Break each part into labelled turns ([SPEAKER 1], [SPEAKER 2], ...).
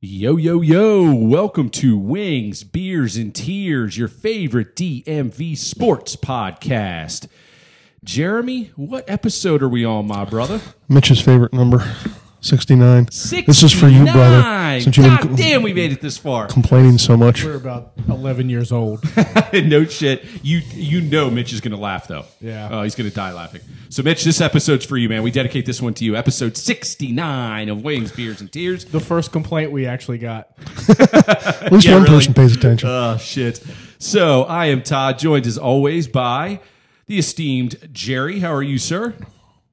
[SPEAKER 1] Yo, yo, yo. Welcome to Wings, Beers, and Tears, your favorite DMV sports podcast. Jeremy, what episode are we on, my brother?
[SPEAKER 2] Mitch's favorite number, 69. This is for you, brother.
[SPEAKER 1] 69.
[SPEAKER 2] Since you've been
[SPEAKER 1] God damn, we made it this far.
[SPEAKER 2] complaining so much.
[SPEAKER 3] We're about 11 years old.
[SPEAKER 1] no shit. You you know Mitch is going to laugh though.
[SPEAKER 3] Yeah.
[SPEAKER 1] Uh, he's going to die laughing. So Mitch, this episode's for you, man. We dedicate this one to you. Episode 69 of Wings, Beers and Tears.
[SPEAKER 3] the first complaint we actually got.
[SPEAKER 2] At least
[SPEAKER 1] Yeah,
[SPEAKER 2] one
[SPEAKER 1] really.
[SPEAKER 2] person pays attention.
[SPEAKER 1] Oh shit. So, I am Todd, joined as always by the esteemed Jerry. How are you, sir?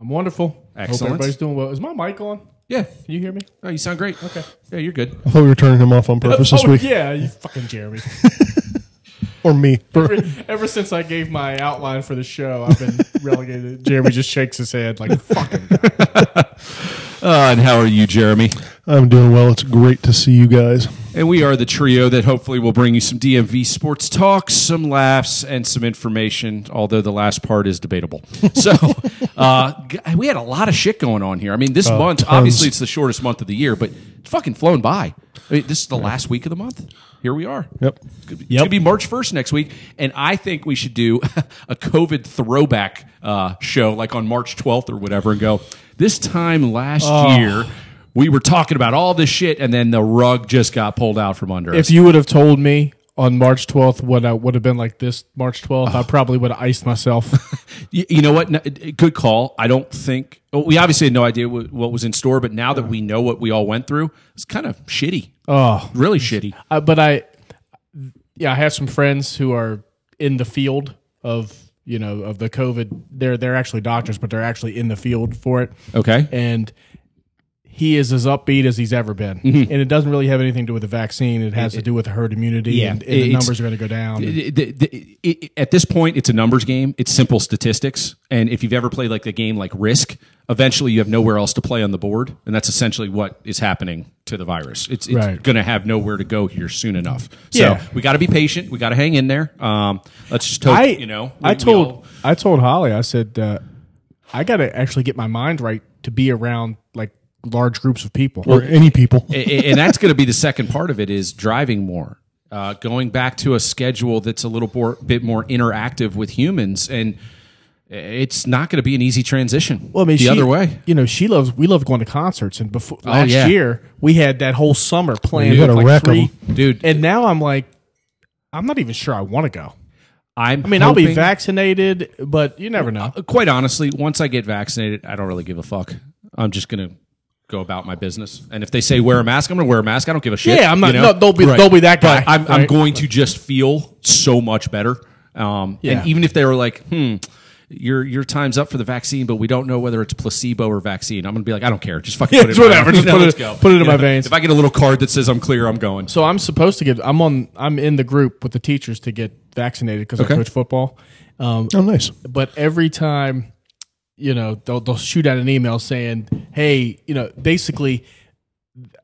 [SPEAKER 3] I'm wonderful. Hope
[SPEAKER 1] Excellent.
[SPEAKER 3] everybody's doing well. Is my mic on?
[SPEAKER 1] Yeah.
[SPEAKER 3] Can you hear me?
[SPEAKER 1] Oh, you sound great. Okay. Yeah, you're good.
[SPEAKER 2] I thought we were turning him off on purpose this
[SPEAKER 3] oh,
[SPEAKER 2] week.
[SPEAKER 3] yeah, you fucking Jeremy.
[SPEAKER 2] Or me.
[SPEAKER 3] Ever since I gave my outline for the show, I've been relegated. Jeremy just shakes his head like, fucking.
[SPEAKER 1] Uh, and how are you, Jeremy?
[SPEAKER 2] I'm doing well. It's great to see you guys.
[SPEAKER 1] And we are the trio that hopefully will bring you some DMV sports talks, some laughs, and some information, although the last part is debatable. So, uh, g- we had a lot of shit going on here. I mean, this month, obviously, it's the shortest month of the year, but it's fucking flown by. I mean, this is the last week of the month. Here we are.
[SPEAKER 2] Yep.
[SPEAKER 1] It's gonna be- It's going to be March 1st next week. And I think we should do a COVID throwback uh, show, like on March 12th or whatever, and go, this time last
[SPEAKER 3] Oh.
[SPEAKER 1] year, we were talking about all this shit, and then the rug just got pulled out from under us.
[SPEAKER 3] if you would have told me on March 12th what I would have been like this March 12th, I probably would have iced myself.
[SPEAKER 1] You, you know what? No, it- it- good call. I don't think well, we obviously had no idea what, what was in store, but now that we know what we all went through, it's kind of shitty.
[SPEAKER 3] oh,
[SPEAKER 1] really shitty.
[SPEAKER 3] uh, but I, yeah, I have some friends who are in the field of you know of the COVID. They're they're actually doctors, but they're actually in the field for it.
[SPEAKER 1] Okay.
[SPEAKER 3] And he is as upbeat as he's ever been, and it doesn't really have anything to do with the vaccine. Mm-hmm. It has to do with herd immunity,
[SPEAKER 1] Yeah,
[SPEAKER 3] and, and the
[SPEAKER 1] it's-
[SPEAKER 3] numbers are going to go down. And-
[SPEAKER 1] the- the- the- it- it- at this point, it's a numbers game. It's simple statistics, and if you've ever played like the game like Risk, eventually you have nowhere else to play on the board, and that's essentially what is happening to the virus. It's, it's
[SPEAKER 3] Right.
[SPEAKER 1] going to have nowhere to go here soon enough. So
[SPEAKER 3] Yeah.
[SPEAKER 1] we got to be patient. We got to hang in there. Um, let's just hope,
[SPEAKER 3] I
[SPEAKER 1] you know. we-
[SPEAKER 3] I
[SPEAKER 1] we
[SPEAKER 3] told
[SPEAKER 1] all-
[SPEAKER 3] I told Holly I said uh, I got to actually get my mind right to be around like large groups of people.
[SPEAKER 2] Or any people.
[SPEAKER 1] A- a- and that's going to be the second part of it is driving more uh, going back to a schedule that's a little more, bit more interactive with humans and it's not going to be an easy transition
[SPEAKER 3] Well, I mean,
[SPEAKER 1] the
[SPEAKER 3] she-
[SPEAKER 1] other way
[SPEAKER 3] You know, she loves. We love going to concerts, and before last
[SPEAKER 1] yeah.
[SPEAKER 3] year we had that whole summer planned.
[SPEAKER 2] You gotta
[SPEAKER 3] with,
[SPEAKER 2] wreck
[SPEAKER 3] like three-
[SPEAKER 2] 'em.
[SPEAKER 1] Dude.
[SPEAKER 3] And now I'm like, I'm not even sure I want to go.
[SPEAKER 1] I'm
[SPEAKER 3] I mean, I'll be
[SPEAKER 1] hoping-
[SPEAKER 3] vaccinated, but you never know.
[SPEAKER 1] quite honestly once i get vaccinated i don't really give a fuck i'm just going to go about my business and if they say wear a mask i'm going to wear a mask i don't give a shit
[SPEAKER 3] Yeah, I'm not-
[SPEAKER 1] you
[SPEAKER 3] no, they'll be- they'll be that
[SPEAKER 1] But
[SPEAKER 3] guy,
[SPEAKER 1] I'm, I'm
[SPEAKER 3] right?
[SPEAKER 1] going to just feel so much better um,
[SPEAKER 3] Yeah.
[SPEAKER 1] and even if they were like hmm your your time's up for the vaccine but we don't know whether it's placebo or vaccine i'm going to be like i don't care just fucking
[SPEAKER 3] Yeah,
[SPEAKER 1] put it
[SPEAKER 3] it's
[SPEAKER 1] in my-
[SPEAKER 3] whatever. Just
[SPEAKER 1] you know,
[SPEAKER 3] put it-
[SPEAKER 1] let's go.
[SPEAKER 3] put it in
[SPEAKER 1] You
[SPEAKER 3] my
[SPEAKER 1] know,
[SPEAKER 3] veins.
[SPEAKER 1] if i get a little card that says i'm clear i'm going
[SPEAKER 3] So I'm supposed to get. I'm on. I'm in the group with the teachers to get vaccinated because
[SPEAKER 1] Okay.
[SPEAKER 3] I coach football. Um,
[SPEAKER 2] Oh, nice.
[SPEAKER 3] but every time you know they'll, they'll shoot out an email saying hey you know basically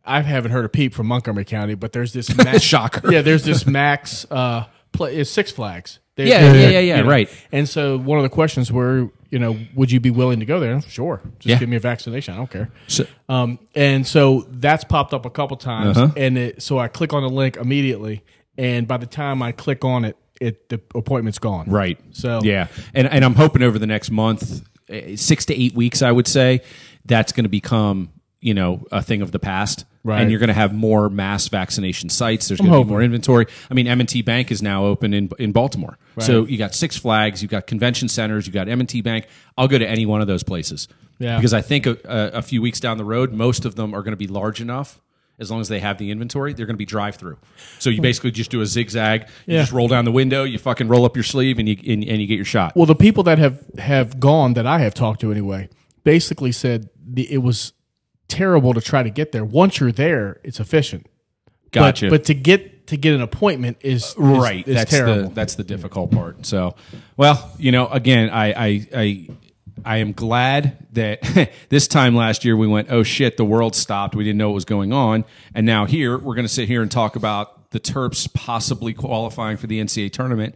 [SPEAKER 3] i haven't heard a peep from montgomery county but there's this max
[SPEAKER 1] Shocker.
[SPEAKER 3] yeah there's this max uh play it's six flags They're-
[SPEAKER 1] Yeah,
[SPEAKER 3] they're-
[SPEAKER 1] yeah, yeah, yeah,
[SPEAKER 3] you know.
[SPEAKER 1] right.
[SPEAKER 3] and so one of the questions were you know would you be willing to go there sure just
[SPEAKER 1] Yeah.
[SPEAKER 3] give me a vaccination i don't care
[SPEAKER 1] So-
[SPEAKER 3] um, and so that's popped up a couple times,
[SPEAKER 1] Uh-huh.
[SPEAKER 3] and it, so I click on the link immediately, and by the time I click on it, it the appointment's gone.
[SPEAKER 1] Right.
[SPEAKER 3] So-
[SPEAKER 1] yeah, and and I'm hoping over the next month, eh, six to eight weeks, I would say, that's going to become you know a thing of the past.
[SPEAKER 3] Right.
[SPEAKER 1] And you're going to have more mass vaccination sites. There's going to be
[SPEAKER 3] hoping.
[SPEAKER 1] more inventory. I mean, M&T Bank is now open in in Baltimore. So you got Six Flags, you got convention centers, you got M&T Bank. I'll go to any one of those places.
[SPEAKER 3] Yeah.
[SPEAKER 1] Because I think a, a, a few weeks down the road, most of them are going to be large enough. As long as they have the inventory, they're going to be drive-through. So you basically just do a zigzag. You
[SPEAKER 3] Yeah.
[SPEAKER 1] just roll down the window, you fucking roll up your sleeve, and you and, and you get your shot.
[SPEAKER 3] Well, the people that have have gone that I have talked to anyway, basically said the, it was terrible to try to get there. Once you're there, it's efficient.
[SPEAKER 1] Gotcha.
[SPEAKER 3] But, but to get to get an appointment is, is
[SPEAKER 1] right,
[SPEAKER 3] Is
[SPEAKER 1] that's
[SPEAKER 3] terrible.
[SPEAKER 1] the that's the difficult part. So, well, you know, again, I I I, I am glad that this time last year we went, oh shit, the world stopped. We didn't know what was going on, and now here we're going to sit here and talk about the Terps possibly qualifying for the NCAA tournament.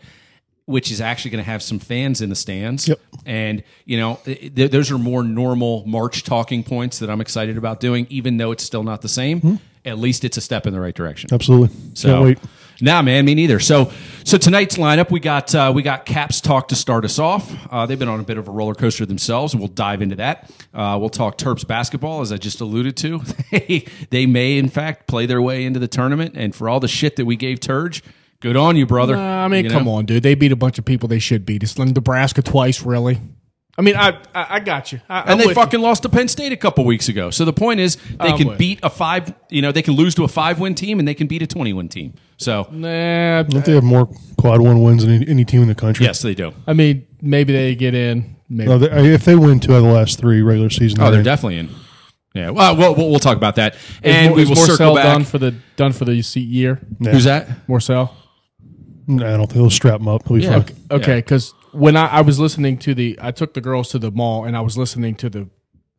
[SPEAKER 1] Which is actually going to have some fans in the stands,
[SPEAKER 2] Yep.
[SPEAKER 1] and you know th-
[SPEAKER 3] Mm-hmm.
[SPEAKER 1] th- those are more normal March talking points that I'm excited about doing, even though it's still not the same. at least it's a step in the right direction.
[SPEAKER 2] Absolutely.
[SPEAKER 1] So
[SPEAKER 2] Can't wait.
[SPEAKER 1] Nah, man, me neither. So, so tonight's lineup we got uh, we got Caps Talk to start us off. Uh, they've been on a bit of a roller coaster themselves. We'll dive into that. Uh, we'll talk Terps basketball, as I just alluded to. they, they may, in fact, play their way into the tournament. And for all the shit that we gave Turge, good on you, brother.
[SPEAKER 3] I mean,
[SPEAKER 1] You know?
[SPEAKER 3] come on, dude. They beat a bunch of people they should beat. It's like Nebraska twice, really. I mean, I I, I got you. I, I'm
[SPEAKER 1] And they
[SPEAKER 3] with you.
[SPEAKER 1] fucking lost to Penn State a couple weeks ago. So the point is, they
[SPEAKER 3] I'm
[SPEAKER 1] can
[SPEAKER 3] with
[SPEAKER 1] beat a five. You know, they can lose to a five-win team, and they can beat a twenty-win team. So
[SPEAKER 3] Nah,
[SPEAKER 2] Don't they have more quad one wins than any, any team in the country?
[SPEAKER 1] uh, yes, they do.
[SPEAKER 3] I mean, maybe they get in. Maybe.
[SPEAKER 2] No, they, I- if they win two out of the last three regular season,
[SPEAKER 1] Oh, they're
[SPEAKER 2] in.
[SPEAKER 1] definitely in. Yeah, well, uh, we'll, we'll, we'll talk about that,
[SPEAKER 3] Is
[SPEAKER 1] and
[SPEAKER 3] Mor-
[SPEAKER 1] we
[SPEAKER 3] is
[SPEAKER 1] will
[SPEAKER 3] Morcell
[SPEAKER 1] circle back.
[SPEAKER 3] done for the done for the se- year.
[SPEAKER 2] Yeah.
[SPEAKER 1] Who's that?
[SPEAKER 3] Morcell.
[SPEAKER 2] Nah, I don't think they'll strap them up. They'll be
[SPEAKER 1] Yeah.
[SPEAKER 2] fine.
[SPEAKER 3] Okay, because when I, I was listening to the, I took the girls to the mall and I was listening to the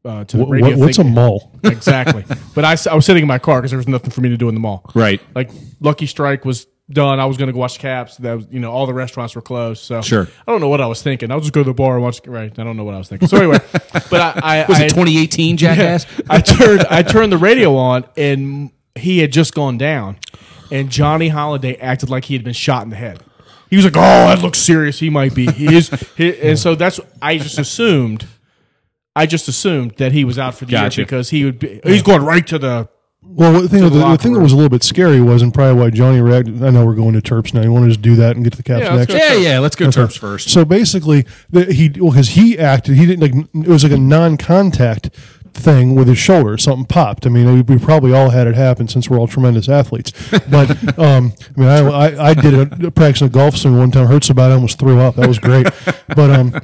[SPEAKER 3] uh, to the
[SPEAKER 2] What,
[SPEAKER 3] radio.
[SPEAKER 2] what's a
[SPEAKER 3] thing-
[SPEAKER 2] mall?
[SPEAKER 3] exactly? but I, s- I was sitting in my car because there was nothing for me to do in the mall.
[SPEAKER 1] Right.
[SPEAKER 3] Like Lucky Strike was done. I was going to go watch Caps. That was you know all the restaurants were closed. So
[SPEAKER 1] Sure.
[SPEAKER 3] I don't know what I was thinking. I'll just go to the bar and watch. Right. I don't know what I was thinking. So anyway, but I I,
[SPEAKER 1] Was
[SPEAKER 3] I-
[SPEAKER 1] it 2018, jackass?
[SPEAKER 3] I turned I turned the radio on and he had just gone down and Johnny Holiday acted like he had been shot in the head. He was like, "Oh, that looks serious. He might be." He is, he- and so that's I just assumed, I just assumed that he was out for the
[SPEAKER 1] Gotcha.
[SPEAKER 3] year because he would be. He's going right to the.
[SPEAKER 2] Well, the thing, the, the
[SPEAKER 3] locker
[SPEAKER 2] thing that
[SPEAKER 3] room.
[SPEAKER 2] was a little bit scary was, and probably why Johnny reacted. I know we're going to Terps now. You want to just do that and get to the Caps
[SPEAKER 3] Yeah, let's
[SPEAKER 2] next?
[SPEAKER 3] go
[SPEAKER 1] yeah, yeah. Let's go Terps first.
[SPEAKER 2] So basically, the, he well, because he acted, he didn't like it was like a non-contact thing with his shoulder. Something popped. I mean, we, we probably all had it happen since we're all tremendous athletes. But um, I mean, I, I, I did a, a practice in a golf swing one time. Hurt somebody, I almost threw up. That was great. But um.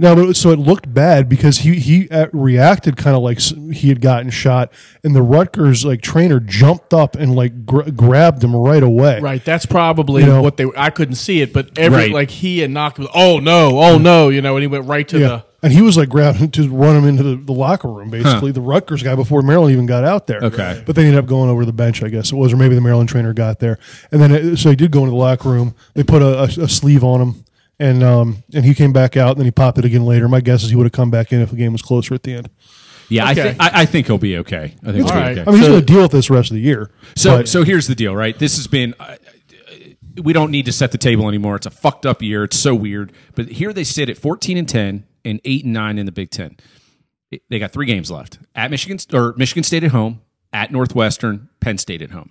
[SPEAKER 2] No, but it was- so it looked bad because he he uh, reacted kind of like s- he had gotten shot, and the Rutgers like trainer jumped up and like gr- grabbed him right away.
[SPEAKER 3] Right, that's probably
[SPEAKER 2] You know.
[SPEAKER 3] what they. I couldn't see it, but every
[SPEAKER 1] Right.
[SPEAKER 3] like he had knocked. Oh no! Oh no! You know, and he went right to the.
[SPEAKER 2] And he was like grabbing to run him into the, the locker room, basically, the Rutgers guy before Maryland even got out there.
[SPEAKER 1] Okay.
[SPEAKER 2] But they ended up going over the bench, I guess it was, or maybe the Maryland trainer got there. And then, it, so he did go into the locker room. They put a, a, a sleeve on him, and um, and he came back out, and then he popped it again later. My guess is he would have come back in if the game was closer at the end.
[SPEAKER 1] Yeah, I,
[SPEAKER 3] Okay.
[SPEAKER 1] thi- I, I think he'll be okay. I think he'll
[SPEAKER 3] All right.
[SPEAKER 1] be okay.
[SPEAKER 2] I mean, he's
[SPEAKER 3] So-
[SPEAKER 2] going to deal with this the rest of the year.
[SPEAKER 1] So,
[SPEAKER 2] but-
[SPEAKER 1] so here's the deal, right? This has been. Uh, we don't need to set the table anymore. It's a fucked up year. It's so weird. But here they sit at 14 and 10 and 8 and 9 in the Big 10. It- They got 3 games left. At Michigan or Michigan State at home, at Northwestern, Penn State at home.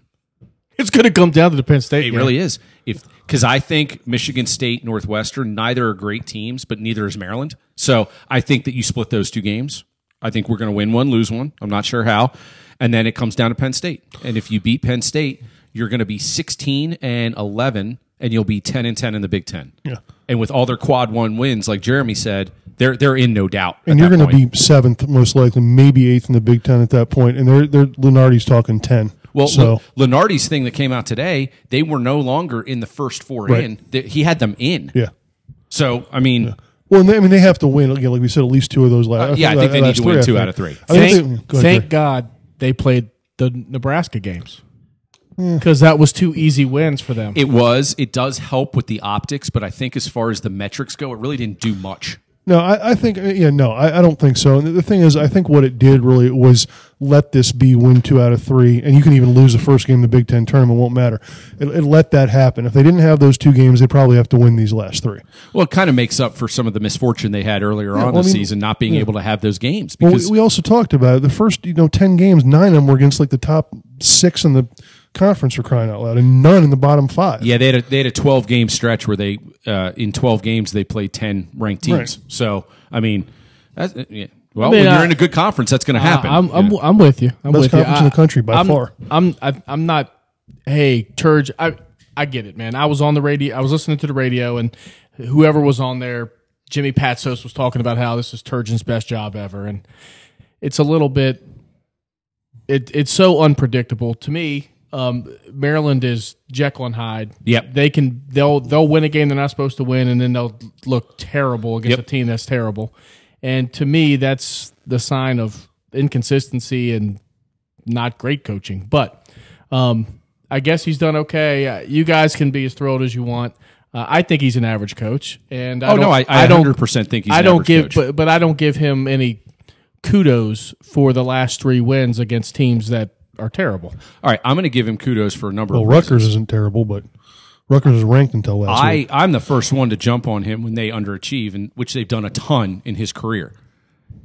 [SPEAKER 3] It's going to come down to the Penn State.
[SPEAKER 1] It
[SPEAKER 3] game.
[SPEAKER 1] really is. If because I think Michigan State, Northwestern, neither are great teams, but neither is Maryland. So I think that you split those two games. I think we're going to win one, lose one. I'm not sure how, and then it comes down to Penn State. And if you beat Penn State, you're going to be 16 and 11, and you'll be 10 and 10 in the Big Ten. Yeah. And with all their quad one wins, like Jeremy said, they're they're in no doubt.
[SPEAKER 2] and you're
[SPEAKER 1] going to
[SPEAKER 2] be seventh, most likely, maybe eighth in the Big Ten at that point. And they're, they're Lenardi's talking 10.
[SPEAKER 1] Well,
[SPEAKER 2] so.
[SPEAKER 1] Lin- Lenardi's thing that came out today, they were no longer in the first four
[SPEAKER 2] Right.
[SPEAKER 1] in. They- He had them in.
[SPEAKER 2] yeah.
[SPEAKER 1] So, I mean,
[SPEAKER 2] Well, and they, I mean, they have to win again, like we said, at least two of those last.
[SPEAKER 1] Uh, yeah, I think they need
[SPEAKER 2] last
[SPEAKER 1] to win
[SPEAKER 2] three, I
[SPEAKER 1] two
[SPEAKER 2] think.
[SPEAKER 1] out of three.
[SPEAKER 2] I think
[SPEAKER 3] Thank,
[SPEAKER 2] they- go ahead,
[SPEAKER 3] thank
[SPEAKER 2] Greg.
[SPEAKER 3] God they played the Nebraska games because that was two easy wins for them.
[SPEAKER 1] It was. It does help with the optics, but I think as far as the metrics go, it really didn't do much.
[SPEAKER 2] No, I, I think uh, yeah, no, I, I don't think so. And the thing is, I think what it did really was let this be win two out of three, and you can even lose the first game in the Big Ten tournament won't matter. It, it let that happen. If they didn't have those two games, they probably have to win these last three.
[SPEAKER 1] Well, it kind of makes up for some of the misfortune they had earlier on
[SPEAKER 2] well,
[SPEAKER 1] the
[SPEAKER 2] I mean,
[SPEAKER 1] season, not being able to have those games.
[SPEAKER 2] Well,
[SPEAKER 1] Because
[SPEAKER 2] we, we also talked about it. The first you know ten games, nine of them were against like the top six in the conference for crying out loud, and none in the bottom five.
[SPEAKER 1] yeah, they had a, they had a twelve game stretch where they uh, in twelve games they played ten ranked teams. So I mean, that's, uh, yeah. well,
[SPEAKER 3] mean,
[SPEAKER 1] when you're
[SPEAKER 3] I-
[SPEAKER 1] in a good conference, that's going to
[SPEAKER 3] I-
[SPEAKER 1] happen.
[SPEAKER 3] I'm, I'm,
[SPEAKER 1] Yeah.
[SPEAKER 3] I'm with you. I'm
[SPEAKER 2] Best
[SPEAKER 3] with
[SPEAKER 2] conference
[SPEAKER 3] you.
[SPEAKER 2] in the country by
[SPEAKER 3] I'm,
[SPEAKER 2] far.
[SPEAKER 3] I'm I, I'm not. Hey, Turge, I I get it, man. I was on the radio. I was listening to the radio, and whoever was on there, Jimmy Patsos was talking about how this is Turgeon's best job ever, and it's a little bit. It it's so unpredictable to me. Um, Maryland is Jekyll and Hyde.
[SPEAKER 1] Yep.
[SPEAKER 3] they can they'll they'll win a game they're not supposed to win, and then they'll look terrible against
[SPEAKER 1] Yep.
[SPEAKER 3] a team that's terrible. And to me, that's the sign of inconsistency and not great coaching. But um, I guess he's done okay. Uh, you guys can be as thrilled as you want. Uh, I think he's an average coach, and I
[SPEAKER 1] oh
[SPEAKER 3] don't,
[SPEAKER 1] no, I, I,
[SPEAKER 3] don't
[SPEAKER 1] 100% think he's.
[SPEAKER 3] I
[SPEAKER 1] an
[SPEAKER 3] don't
[SPEAKER 1] average
[SPEAKER 3] give,
[SPEAKER 1] coach.
[SPEAKER 3] but, but I don't give him any kudos for the last three wins against teams that are terrible.
[SPEAKER 1] All right, I'm going to give him kudos for a number
[SPEAKER 2] Well,
[SPEAKER 1] of reasons.
[SPEAKER 2] Rutgers isn't terrible, but Rutgers is ranked until last week.
[SPEAKER 1] I, I'm the first one to jump on him when they underachieve, and which they've done a ton in his career.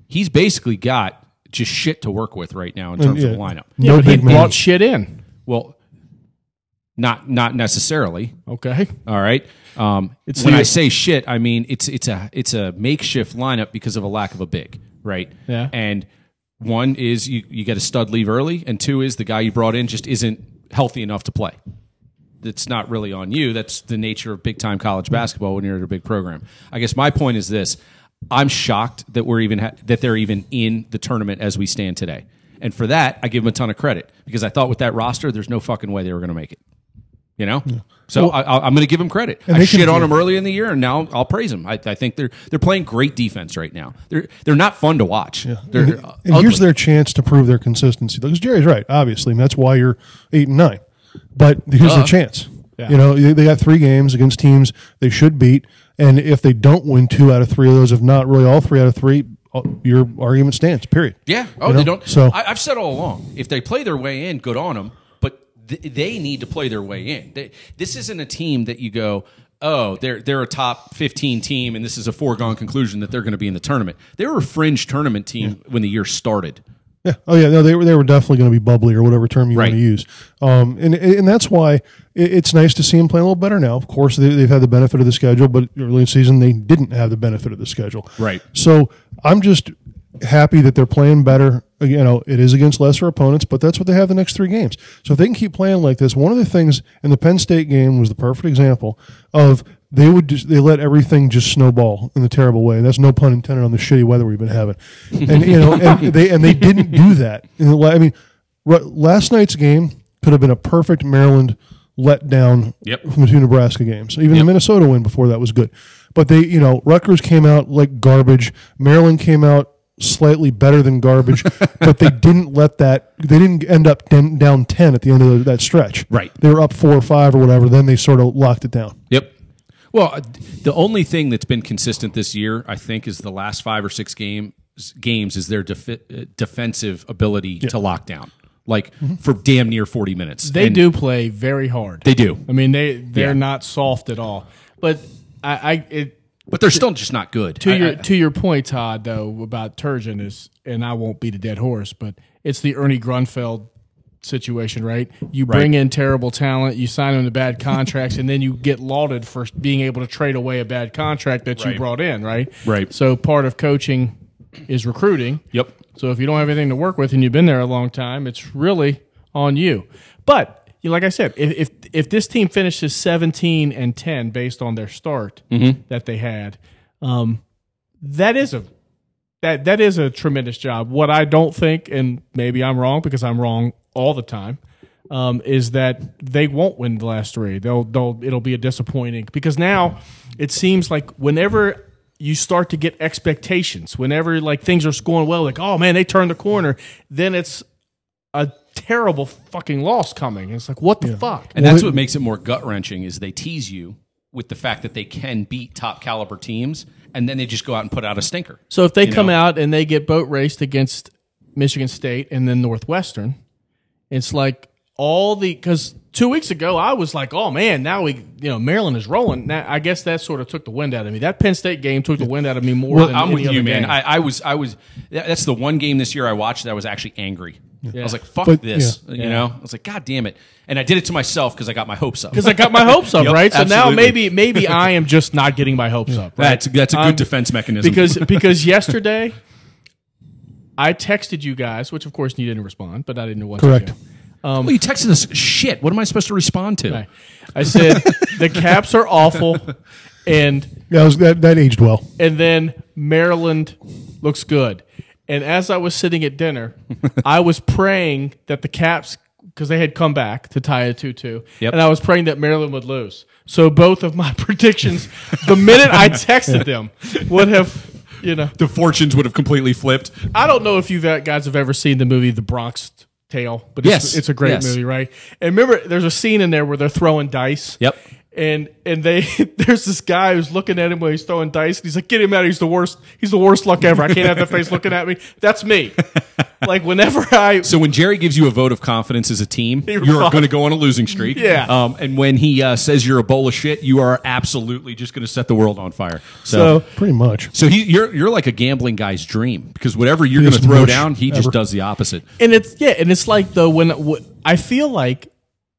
[SPEAKER 1] He's basically got just shit to work with right now in
[SPEAKER 3] Mm,
[SPEAKER 1] terms
[SPEAKER 2] yeah.
[SPEAKER 1] of the lineup.
[SPEAKER 2] No
[SPEAKER 3] but he
[SPEAKER 2] big man.
[SPEAKER 3] brought shit in.
[SPEAKER 1] Well, not not necessarily.
[SPEAKER 3] Okay.
[SPEAKER 1] All right. Um,
[SPEAKER 3] It's
[SPEAKER 1] when
[SPEAKER 3] the-
[SPEAKER 1] I say shit, I mean it's it's a it's a makeshift lineup because of a lack of a big, right?
[SPEAKER 3] Yeah.
[SPEAKER 1] And one is you you got a stud leave early, and two is the guy you brought in just isn't healthy enough to play. That's not really on you. That's the nature of big time college basketball when you're at a big program. I guess my point is this: I'm shocked that we're even ha- that they're even in the tournament as we stand today. And for that, I give them a ton of credit because I thought with that roster, there's no fucking way they were going to make it. You know, so I, I- I'm going to give him credit. I
[SPEAKER 2] they can
[SPEAKER 1] shit on
[SPEAKER 2] do-
[SPEAKER 1] him early in the year, and now I'll praise him. I, I think they're they're playing great defense right now. They're they're not fun to watch. They're
[SPEAKER 2] and
[SPEAKER 1] uh,
[SPEAKER 2] and here's
[SPEAKER 1] ugly.
[SPEAKER 2] their chance to prove their consistency. Because Jerry's right, obviously, and that's why you're eight and nine. But here's
[SPEAKER 1] Uh-huh.
[SPEAKER 2] their chance. You know, they they got three games against teams they should beat, and if they don't win two out of three of those, if not really all three out of three, uh, your argument stands. Period.
[SPEAKER 1] yeah. Oh,
[SPEAKER 2] You know?
[SPEAKER 1] they don't.
[SPEAKER 2] So
[SPEAKER 1] I, I've said all along, if they play their way in, good on them. But th- they need to play their way in. They, this isn't a team that you go. Oh, they're they're a top fifteen team, and this is a foregone conclusion that they're going to be in the tournament. They were a fringe tournament team when the year started.
[SPEAKER 2] Yeah. Oh yeah. No, they were they were definitely going to be bubbly or whatever term you
[SPEAKER 1] Right.
[SPEAKER 2] want to use. Um, and and that's why it, it's nice to see them play a little better now. Of course, they, they've had the benefit of the schedule, but early in the season they didn't have the benefit of the schedule.
[SPEAKER 1] Right.
[SPEAKER 2] So I'm just happy that they're playing better. uh, You know, it is against lesser opponents, but that's what they have the next three games. So if they can keep playing like this, one of the things in the Penn State game was the perfect example of they would just, they let everything just snowball in the terrible way. And that's no pun intended on the shitty weather we've been having. And you know, and they and they didn't do that. In the la- I mean, ru- last night's game could have been a perfect Maryland letdown
[SPEAKER 1] Yep.
[SPEAKER 2] from the two Nebraska games. Even the Minnesota win before that was good. But they, you know, Rutgers came out like garbage. Maryland came out slightly better than garbage, but they didn't let that. They didn't end up den- down ten at the end of that stretch.
[SPEAKER 1] Right.
[SPEAKER 2] They were up four or five or whatever. Then they sort of locked it down.
[SPEAKER 1] Yep. Well, uh, the only thing that's been consistent this year, I think, is the last five or six game, games is their defi- uh, defensive ability to lock down, like for damn near forty minutes.
[SPEAKER 3] They
[SPEAKER 1] And
[SPEAKER 3] do play very hard.
[SPEAKER 1] They do.
[SPEAKER 3] I mean, they they're
[SPEAKER 1] Yeah.
[SPEAKER 3] not soft at all. But I, I it,
[SPEAKER 1] but they're still just not good.
[SPEAKER 3] to
[SPEAKER 1] I-
[SPEAKER 3] your
[SPEAKER 1] I-
[SPEAKER 3] to your point, Todd, though about Turgeon is, and I won't beat a dead horse, but it's the Ernie Grunfeld situation, right? You bring in terrible talent, you sign them to bad contracts, and then you get lauded for being able to trade away a bad contract that
[SPEAKER 1] Right.
[SPEAKER 3] you brought in, right?
[SPEAKER 1] Right.
[SPEAKER 3] So part of coaching is recruiting.
[SPEAKER 1] yep.
[SPEAKER 3] So if you don't have anything to work with and you've been there a long time, it's really on you. But you know, like I said, if if, if this team finishes 17 and 10 based on their start that they had, um, that is a that that is a tremendous job. What I don't think, and maybe I'm wrong because I'm wrong all the time, um, is that they won't win the last three. They'll they'll it'll be a disappointing because now it seems like whenever you start to get expectations, whenever like things are going well, like oh man they turned the corner, then it's a terrible fucking loss coming. It's like what the fuck?
[SPEAKER 1] And that's what makes it more gut wrenching is they tease you with the fact that they can beat top caliber teams, and then they just go out and put out a stinker.
[SPEAKER 3] So if they come out and they get boat raced against Michigan State and then Northwestern, it's like all the because two weeks ago I was like, oh man, now we you know Maryland is rolling. Now I guess that sort of took the wind out of me. That Penn State game took the wind out of me more. than
[SPEAKER 1] I'm
[SPEAKER 3] any
[SPEAKER 1] with
[SPEAKER 3] other
[SPEAKER 1] you, man.
[SPEAKER 3] game.
[SPEAKER 1] I, I was, I was. that- That's the one game this year I watched that I was actually angry. I was like, "Fuck
[SPEAKER 2] But,
[SPEAKER 1] this,"
[SPEAKER 2] yeah.
[SPEAKER 1] you know. I was like, "God damn it!" And I did it to myself because I got my hopes up.
[SPEAKER 3] because I got my hopes up,
[SPEAKER 1] Yep,
[SPEAKER 3] right? So now
[SPEAKER 1] absolutely.
[SPEAKER 3] maybe maybe I am just not getting my hopes up. Right?
[SPEAKER 1] That's that's a good
[SPEAKER 3] I'm-
[SPEAKER 1] defense mechanism.
[SPEAKER 3] Um, because because yesterday I texted you guys, which of course you didn't respond, but I didn't know what
[SPEAKER 2] Correct.
[SPEAKER 3] to do.
[SPEAKER 1] well, you texted us shit. What am I supposed to respond to?
[SPEAKER 3] Okay. I said the Caps are awful, and
[SPEAKER 2] That was that, that aged well.
[SPEAKER 3] and then Maryland looks good. And as I was sitting at dinner, I was praying that the Caps, because they had come back to tie a 2 2,
[SPEAKER 1] Yep.
[SPEAKER 3] and I was praying that Maryland would lose. So both of my predictions, the minute I texted them, would have, you know.
[SPEAKER 1] The fortunes would have completely flipped.
[SPEAKER 3] I don't know if you guys have ever seen the movie The Bronx Tale, but
[SPEAKER 1] Yes.
[SPEAKER 3] it's, it's a great
[SPEAKER 1] Yes.
[SPEAKER 3] movie, right? And remember, there's a scene in there where they're throwing dice.
[SPEAKER 1] Yep.
[SPEAKER 3] and and they there's this guy who's looking at him when he's throwing dice and he's like get him out of here. he's the worst he's the worst luck ever i can't have that face looking at me that's me like whenever i
[SPEAKER 1] So when Jerry gives you a vote of confidence as a team,
[SPEAKER 3] You're
[SPEAKER 1] you're,
[SPEAKER 3] fucked.
[SPEAKER 1] going to go on a losing streak.
[SPEAKER 3] Yeah.
[SPEAKER 1] Um, and when he uh, says you're a bowl of shit, you are absolutely just going to set the world on fire. So.
[SPEAKER 3] so
[SPEAKER 1] so
[SPEAKER 2] Pretty much.
[SPEAKER 1] he, you're you're like a gambling guy's dream because whatever you're going to
[SPEAKER 2] Biggest
[SPEAKER 1] throw
[SPEAKER 2] mush
[SPEAKER 1] down, he
[SPEAKER 2] ever.
[SPEAKER 1] just does the opposite.
[SPEAKER 3] and it's yeah and it's like though when wh- i feel like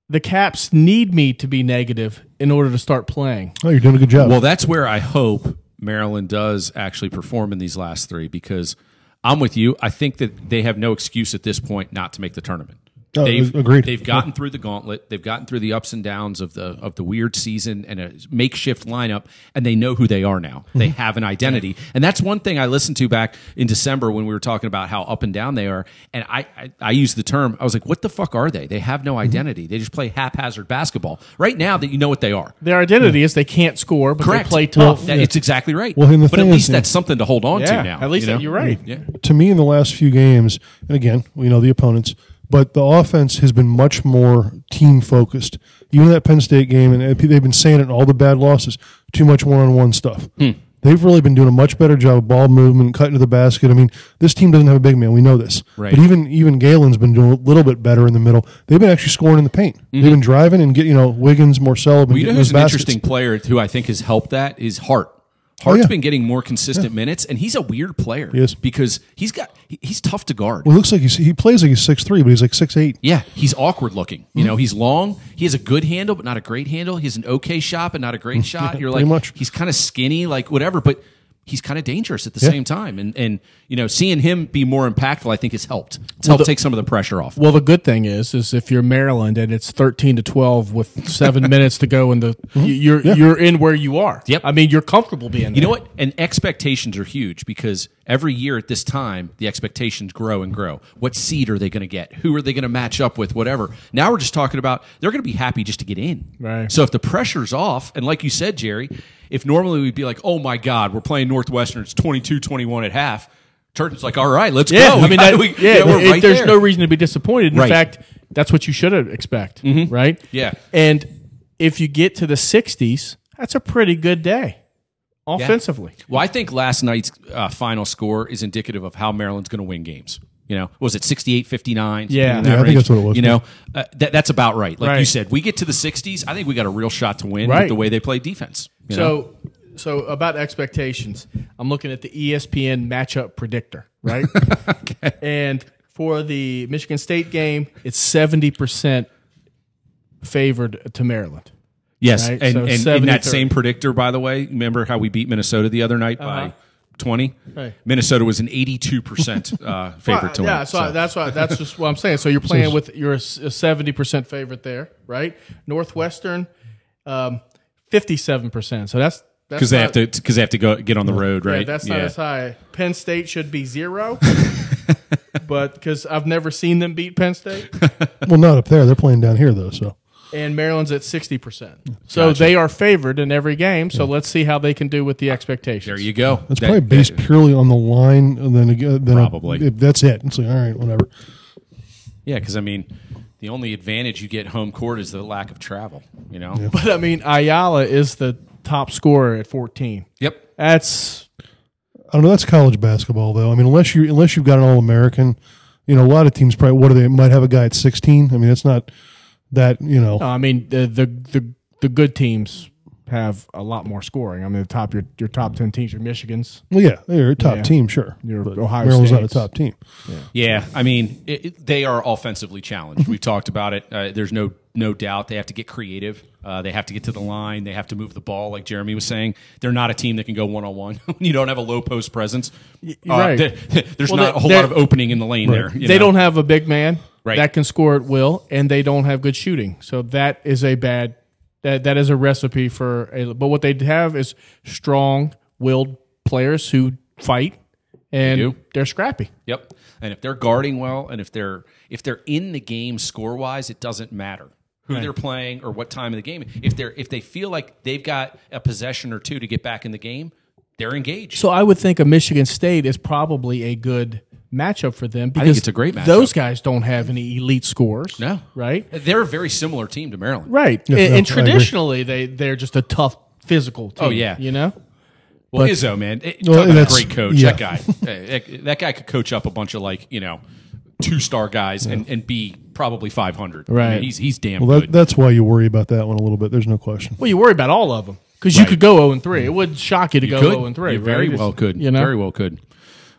[SPEAKER 3] the caps need me to be negative in order to start playing
[SPEAKER 2] Oh, you're doing a good job.
[SPEAKER 1] Well, that's where I hope Maryland does actually perform in these last three because I'm with you. I think that they have no excuse at this point not to make the tournament.
[SPEAKER 2] Oh,
[SPEAKER 1] they've
[SPEAKER 2] agreed.
[SPEAKER 1] They've gotten through the gauntlet. They've gotten through the ups and downs of the of the weird season and a makeshift lineup, and they know who they are now. They
[SPEAKER 2] Mm-hmm.
[SPEAKER 1] have an identity, and that's one thing I listened to back in December when we were talking about how up and down they are. And I I, I used the term. I was like, "What the fuck are they? They have
[SPEAKER 2] Mm-hmm.
[SPEAKER 1] no identity. They just play haphazard basketball." Right now, that you know what they are.
[SPEAKER 3] their identity is they can't score but
[SPEAKER 1] Hmm. Correct.
[SPEAKER 3] they play tough
[SPEAKER 1] That- It's exactly right.
[SPEAKER 2] Well, and the
[SPEAKER 1] but at
[SPEAKER 2] thing is,
[SPEAKER 1] least
[SPEAKER 2] you know-
[SPEAKER 1] that's something to hold on
[SPEAKER 3] yeah,
[SPEAKER 1] to now.
[SPEAKER 3] at least
[SPEAKER 1] you know?
[SPEAKER 3] you're right
[SPEAKER 1] Yeah.
[SPEAKER 2] to me in the last few games, and again, we know the opponents, but the offense has been much more team focused. Even that Penn State game, and they've been saying it in all the bad losses, too much one on one stuff.
[SPEAKER 1] Hmm.
[SPEAKER 2] They've really been doing a much better job of ball movement, cutting to the basket. I mean, this team doesn't have a big man. We know this.
[SPEAKER 1] Right.
[SPEAKER 2] But even even Galen's been doing a little bit better in the middle. They've been actually scoring in the paint. They've been driving and get you know Wiggins, Marcel. Have been
[SPEAKER 1] Well, you know
[SPEAKER 2] getting
[SPEAKER 1] who's
[SPEAKER 2] those
[SPEAKER 1] Mm-hmm. an
[SPEAKER 2] baskets.
[SPEAKER 1] interesting player who I think has helped that is Hart. Hart's
[SPEAKER 2] Oh, yeah.
[SPEAKER 1] been getting more consistent minutes, and he's a weird player.
[SPEAKER 2] is.
[SPEAKER 1] because he's got he- he's tough to guard.
[SPEAKER 2] Well, it looks like he's, he plays like he's six three, but he's like six eight.
[SPEAKER 1] Yeah, he's awkward looking.
[SPEAKER 2] Mm-hmm.
[SPEAKER 1] You know, he's long. He has a good handle, but not a great handle. He has an okay shot, but not a great shot. You're like,
[SPEAKER 2] pretty much.
[SPEAKER 1] he's kind of skinny, like whatever, but he's kind of dangerous at the same time. And and you know, seeing him be more impactful, I think has helped. It's helped take some of the pressure off.
[SPEAKER 3] Well, the good thing is, is if you're Maryland and it's thirteen to twelve with seven minutes to go, and the y- you're you're in where you are.
[SPEAKER 1] Mm-hmm. Yep.
[SPEAKER 3] I mean, you're comfortable being.
[SPEAKER 1] You know what? And expectations are huge because every year at this time, the expectations grow and grow. What seed are they going to get? Who are they going to match up with? Whatever. Now we're just talking about they're going to be happy just to get in.
[SPEAKER 3] Right.
[SPEAKER 1] So if the pressure's off, and like you said, Jerry, if normally we'd be like, oh my God, we're playing Northwestern, it's 22 21 at half. Turton's like, all right, let's
[SPEAKER 3] Yeah,
[SPEAKER 1] go.
[SPEAKER 3] I mean,
[SPEAKER 1] got-
[SPEAKER 3] that-
[SPEAKER 1] we-
[SPEAKER 3] yeah,
[SPEAKER 1] we're
[SPEAKER 3] it-
[SPEAKER 1] right
[SPEAKER 3] there's
[SPEAKER 1] there.
[SPEAKER 3] no reason to be disappointed. In
[SPEAKER 1] Right. Mm-hmm.
[SPEAKER 3] fact, that's what you should expect, right?
[SPEAKER 1] Yeah.
[SPEAKER 3] and if you get to the sixties, that's a pretty good day offensively.
[SPEAKER 1] Well, I think last night's uh, final score is indicative of how Maryland's going to win games. You know, was it 68 59?
[SPEAKER 3] Yeah.
[SPEAKER 2] Yeah, I think that's what it was.
[SPEAKER 1] You know, uh, that, that's about right. Like you
[SPEAKER 3] Right.
[SPEAKER 1] said, we get to the 60s. I think we got a real shot to win
[SPEAKER 3] Right.
[SPEAKER 1] with the way they play defense. you know?
[SPEAKER 3] So, so about expectations, I'm looking at the E ESPN matchup predictor, right? And for the Michigan State game, it's 70% favored to Maryland.
[SPEAKER 1] yes.
[SPEAKER 3] right,
[SPEAKER 1] and
[SPEAKER 3] so
[SPEAKER 1] and in
[SPEAKER 3] 70,
[SPEAKER 1] that
[SPEAKER 3] 30.
[SPEAKER 1] same predictor, by the way, remember how we beat Minnesota the other night by 20?
[SPEAKER 3] Uh-huh. Right.
[SPEAKER 1] Minnesota was an 82% uh, favorite to win.
[SPEAKER 3] yeah, so, that's why that's just what I'm saying. So you're playing with you're a seventy percent favorite there, right? Northwestern, um, fifty-seven percent. So that's
[SPEAKER 1] because they have to because they have to go get on the road, right?
[SPEAKER 3] Yeah, that's not as high. Penn State should be zero, but because I've never seen them beat Penn State.
[SPEAKER 2] Well, not up there. They're playing down here though, so.
[SPEAKER 3] and Maryland's at 60%. So they are favored in every game. So let's see how they can do with the expectations.
[SPEAKER 1] There you go.
[SPEAKER 2] It's
[SPEAKER 1] That-
[SPEAKER 2] probably based purely on the line, and then again, then
[SPEAKER 1] Probably.
[SPEAKER 2] if that's it. It's like all right, whatever.
[SPEAKER 1] Yeah, because I mean, the only advantage you get home court is the lack of travel. You know.
[SPEAKER 3] But I mean, Ayala is the top scorer at 14.
[SPEAKER 1] Yep.
[SPEAKER 3] That's
[SPEAKER 2] I don't know. That's college basketball, though. I mean, unless you unless you've got an All American, you know, a lot of teams probably what do they might have a guy at sixteen. I mean, that's not that you know.
[SPEAKER 3] uh,
[SPEAKER 1] Oh.
[SPEAKER 3] I mean, the the the, the good teams have a lot more scoring. I mean, the top your your top 10 teams, your Michigans,
[SPEAKER 2] well, yeah, they're a top
[SPEAKER 3] Yeah.
[SPEAKER 2] team, sure.
[SPEAKER 3] your
[SPEAKER 2] But
[SPEAKER 3] Ohio
[SPEAKER 2] Maryland's not a
[SPEAKER 3] States.
[SPEAKER 2] top team.
[SPEAKER 1] Yeah, I mean, it, it- they are offensively challenged. We've talked about it. Uh, there's no no doubt they have to get creative. Uh, they have to get to the line. They have to move the ball, like Jeremy was saying. They're not a team that can go one on one. You don't have a low post presence. Uh,
[SPEAKER 3] right.
[SPEAKER 1] there- there's
[SPEAKER 3] Well,
[SPEAKER 1] not
[SPEAKER 3] they-
[SPEAKER 1] a whole lot
[SPEAKER 3] they're-
[SPEAKER 1] of opening in the lane there. you
[SPEAKER 3] they
[SPEAKER 1] know?
[SPEAKER 3] don't have a big man
[SPEAKER 1] Right.
[SPEAKER 3] that can score at will, and they don't have good shooting. So that is a bad that that is a recipe for a. But what they have is strong willed players who fight, and
[SPEAKER 1] do.
[SPEAKER 3] they are scrappy.
[SPEAKER 1] Yep. And if they're guarding well, and if they're if they're in the game score wise, it doesn't matter who they're playing or what time of the game. If they're if they feel like they've got a possession or two to get back in the game, they're engaged.
[SPEAKER 3] So I would think a Michigan State is probably a good matchup for them because
[SPEAKER 1] it's a great matchup.
[SPEAKER 3] Those guys don't have any elite scores.
[SPEAKER 1] No.
[SPEAKER 3] right,
[SPEAKER 1] They're a very similar team to Maryland.
[SPEAKER 3] right.
[SPEAKER 2] Yeah,
[SPEAKER 3] and
[SPEAKER 2] no,
[SPEAKER 3] and
[SPEAKER 2] I agree.
[SPEAKER 3] traditionally, they they're just a tough physical. Team,
[SPEAKER 1] Oh, yeah.
[SPEAKER 3] you know.
[SPEAKER 1] Well, Izzo, man, it,
[SPEAKER 2] Well,
[SPEAKER 1] talk about a
[SPEAKER 2] that's-
[SPEAKER 1] great coach.
[SPEAKER 2] yeah.
[SPEAKER 1] That guy, Eh, that, that guy could coach up a bunch of like you know two star guys and, and be probably five hundred.
[SPEAKER 3] Right.
[SPEAKER 1] he's he's damn
[SPEAKER 2] Well, that,
[SPEAKER 1] good.
[SPEAKER 2] that's why you worry about that one a little bit. There's no question.
[SPEAKER 3] Well, you worry about all of them because you
[SPEAKER 1] Right.
[SPEAKER 3] could go zero and three. It would shock you to go
[SPEAKER 1] could.
[SPEAKER 3] zero and three.
[SPEAKER 1] You very
[SPEAKER 3] right?
[SPEAKER 1] well
[SPEAKER 3] It's-
[SPEAKER 1] could.
[SPEAKER 3] You know,
[SPEAKER 1] very well could.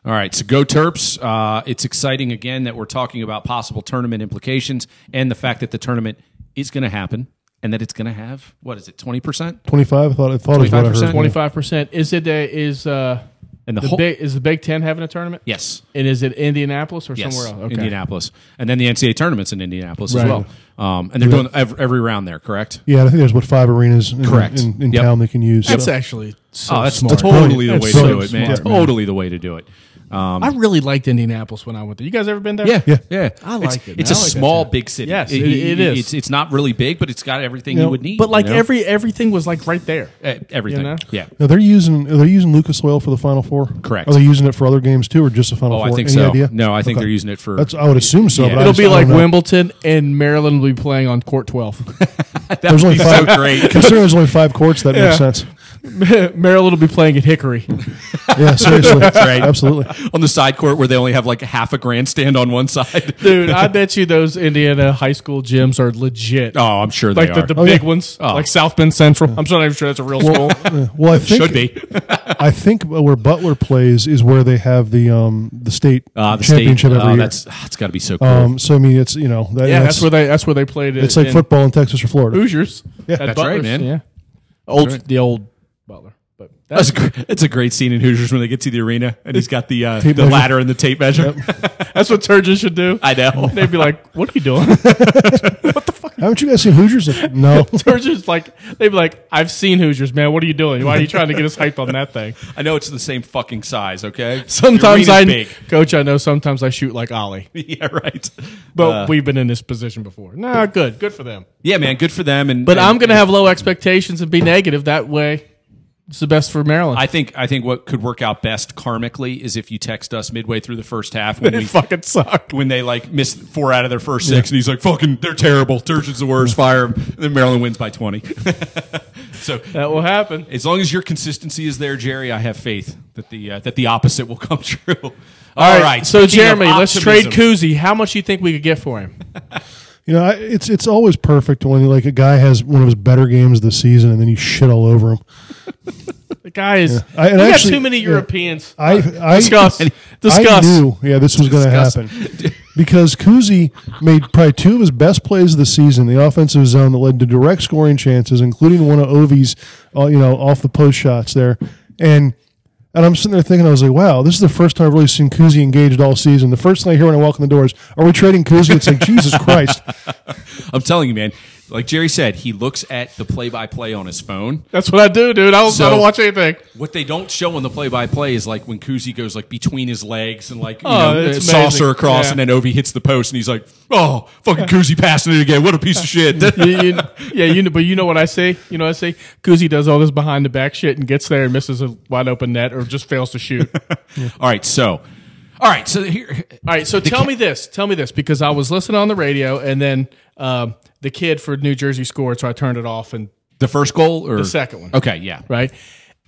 [SPEAKER 1] All right, so go Terps. Uh, it's exciting again that we're talking about possible tournament implications and the fact that the tournament is going to happen and that it's going to have what is it twenty percent?
[SPEAKER 2] 25. I thought I thought is what I heard.
[SPEAKER 1] 25%?
[SPEAKER 3] twenty five percent. Is it a, is uh
[SPEAKER 1] And the,
[SPEAKER 3] the
[SPEAKER 1] whole
[SPEAKER 3] big is the Big Ten having a tournament?
[SPEAKER 1] yes,
[SPEAKER 3] And is it Indianapolis or
[SPEAKER 1] yes,
[SPEAKER 3] somewhere else?
[SPEAKER 1] Indianapolis, and then the NCAA tournaments in Indianapolis as
[SPEAKER 3] Right.
[SPEAKER 1] well. Um, and they're doing every, every round there, correct?
[SPEAKER 2] Yeah, I think there's what five arenas in,
[SPEAKER 1] Correct.
[SPEAKER 2] in, in
[SPEAKER 1] Yep.
[SPEAKER 2] town they can use.
[SPEAKER 3] That's
[SPEAKER 2] so.
[SPEAKER 3] actually so
[SPEAKER 1] Oh, that's
[SPEAKER 3] smart.
[SPEAKER 1] totally the
[SPEAKER 2] That's
[SPEAKER 1] way to do
[SPEAKER 2] brilliant.
[SPEAKER 1] it, man.
[SPEAKER 2] That's smart, man.
[SPEAKER 1] Totally the way to do it.
[SPEAKER 3] I really liked Indianapolis when I went there. You guys ever been there?
[SPEAKER 1] Yeah,
[SPEAKER 2] Yeah.
[SPEAKER 1] yeah.
[SPEAKER 3] I like
[SPEAKER 1] it's,
[SPEAKER 3] it, man.
[SPEAKER 1] It's a
[SPEAKER 3] I like that
[SPEAKER 1] small,
[SPEAKER 3] town.
[SPEAKER 1] big city.
[SPEAKER 3] Yes, it- it is.
[SPEAKER 1] It's, it's not really big, but it's got everything
[SPEAKER 2] No,
[SPEAKER 1] you would need.
[SPEAKER 3] But like
[SPEAKER 1] you know?
[SPEAKER 3] every everything was like right there.
[SPEAKER 1] Eh, everything.
[SPEAKER 3] you know?
[SPEAKER 1] Yeah.
[SPEAKER 2] Now they're using are they using Lucas Oil for the Final Four?
[SPEAKER 1] Correct.
[SPEAKER 2] Are they using it for other games too, or just the Final
[SPEAKER 1] Oh,
[SPEAKER 2] Four?
[SPEAKER 1] I think
[SPEAKER 2] Any
[SPEAKER 1] so.
[SPEAKER 2] idea?
[SPEAKER 1] No, I think
[SPEAKER 2] Okay.
[SPEAKER 1] they're using it for.
[SPEAKER 2] That's I would assume so.
[SPEAKER 1] Yeah.
[SPEAKER 2] But I
[SPEAKER 3] It'll
[SPEAKER 2] just-
[SPEAKER 3] be
[SPEAKER 2] I don't
[SPEAKER 3] like
[SPEAKER 2] know.
[SPEAKER 3] Wimbledon and Maryland will be playing on court twelve.
[SPEAKER 1] that would
[SPEAKER 2] only
[SPEAKER 1] be
[SPEAKER 2] five-
[SPEAKER 1] so great.
[SPEAKER 2] Considering there's only five courts, that makes sense.
[SPEAKER 3] Maryland will be playing at Hickory.
[SPEAKER 2] Yeah, seriously, right? Absolutely.
[SPEAKER 1] on the side court where they only have like half a grandstand on one side.
[SPEAKER 3] Dude, I bet you those Indiana high school gyms are legit.
[SPEAKER 1] Oh, I'm sure they
[SPEAKER 3] like
[SPEAKER 1] are.
[SPEAKER 3] the, the big
[SPEAKER 2] yeah.
[SPEAKER 3] ones,
[SPEAKER 1] Oh.
[SPEAKER 3] like South Bend Central. I'm not even sure that's a real school.
[SPEAKER 2] Yeah. Well, I think
[SPEAKER 1] Should be.
[SPEAKER 2] I think where Butler plays is where they have the um the state
[SPEAKER 3] Ah,
[SPEAKER 1] Uh, the
[SPEAKER 2] championship
[SPEAKER 1] state.
[SPEAKER 2] every
[SPEAKER 1] oh,
[SPEAKER 2] year.
[SPEAKER 1] that's that's got to be so cool.
[SPEAKER 2] um, so I mean, it's you know that,
[SPEAKER 3] yeah, that's, where they that's where they played.
[SPEAKER 2] it's like
[SPEAKER 3] in
[SPEAKER 2] football in Texas or Florida.
[SPEAKER 3] Hoosiers. Yeah,
[SPEAKER 1] That's right, man.
[SPEAKER 3] Yeah, old
[SPEAKER 1] right.
[SPEAKER 3] the old Butler. But
[SPEAKER 1] That's a, gr- it's a great scene in Hoosiers when they get to the arena and he's got the uh, the
[SPEAKER 2] Tape measure.
[SPEAKER 1] ladder and the tape measure.
[SPEAKER 3] That's what Turgeon should do.
[SPEAKER 1] I know.
[SPEAKER 3] They'd be like, "What are you doing?"
[SPEAKER 2] Haven't you guys seen Hoosiers? No.
[SPEAKER 3] Turgeon's like, "They'd be like, I've seen Hoosiers, man. What are you doing? Why are you trying to get us hyped on that thing?"
[SPEAKER 1] I know it's the same fucking size. Okay.
[SPEAKER 3] Sometimes
[SPEAKER 1] The arena's
[SPEAKER 3] I,
[SPEAKER 1] big.
[SPEAKER 3] coach, I know. Sometimes I shoot like Ollie,
[SPEAKER 1] yeah right.
[SPEAKER 3] but
[SPEAKER 1] Uh.
[SPEAKER 3] we've been in this position before. Nah, good, good for them.
[SPEAKER 1] Yeah, man, good for them. And
[SPEAKER 3] But
[SPEAKER 1] and-
[SPEAKER 3] I'm gonna have low expectations and be negative. That way, it's the best for Maryland.
[SPEAKER 1] I think I think what could work out best karmically is if you text us midway through the first half when we
[SPEAKER 3] fucking suck.
[SPEAKER 1] when they like miss four out of their first six, and he's like, "Fucking, they're terrible. Turgeon's the worst. Fire 'em." And then Maryland wins by twenty. so
[SPEAKER 3] That will happen.
[SPEAKER 1] as long as your consistency is there, Jerry, I have faith that the uh, that the opposite will come true.
[SPEAKER 3] All right. So
[SPEAKER 1] speaking of
[SPEAKER 3] Jeremy, let's trade
[SPEAKER 1] optimism-
[SPEAKER 3] Kuzi. How much do you think we could get for him?
[SPEAKER 2] You know, I, it's it's always perfect when like a guy has one of his better games this season, and then you shit all over him.
[SPEAKER 3] The guy is.
[SPEAKER 2] I- and
[SPEAKER 3] we
[SPEAKER 2] actually-
[SPEAKER 3] got too many
[SPEAKER 2] yeah.
[SPEAKER 3] Europeans.
[SPEAKER 2] I, I
[SPEAKER 3] Discuss.
[SPEAKER 2] I
[SPEAKER 3] Discuss.
[SPEAKER 2] knew, yeah, this was going to
[SPEAKER 1] Discuss.
[SPEAKER 2] happen because Kuzi made probably two of his best plays of the season, the offensive zone that led to direct scoring chances, including one of Ovi's, uh, you know, off the post shots there, and. And I'm sitting there thinking, I was like, wow, this is the first time I've really seen Kuzi engaged all season. The first thing I hear when I walk in the door is, are we trading Kuzi? It's like, Jesus Christ.
[SPEAKER 1] I'm telling you, man. Like Jerry said, he looks at the play-by-play on his phone.
[SPEAKER 3] That's what I do, dude. I don't,
[SPEAKER 1] So-
[SPEAKER 3] I don't watch anything.
[SPEAKER 1] What they don't show on the play-by-play is like when Kuzi goes like between his legs and like you
[SPEAKER 3] Oh,
[SPEAKER 1] know
[SPEAKER 3] it's
[SPEAKER 1] saucer
[SPEAKER 3] amazing.
[SPEAKER 1] across,
[SPEAKER 3] Yeah.
[SPEAKER 1] and then Ovi hits the post, and he's like, "Oh, fucking Kuzi passing it again! What a piece of shit!"
[SPEAKER 3] You- you- yeah, you know, but you know what I say? You know what I say? Kuzi does all this behind the back shit and gets there and misses a wide open net or just fails to shoot. all
[SPEAKER 1] all right, so, all right, so here,
[SPEAKER 3] right, so tell me this. Tell me this because I was listening on the radio and then um, the kid for New Jersey scored, so I turned it off and
[SPEAKER 1] the first goal or the
[SPEAKER 3] second one.
[SPEAKER 1] Okay, yeah,
[SPEAKER 3] right?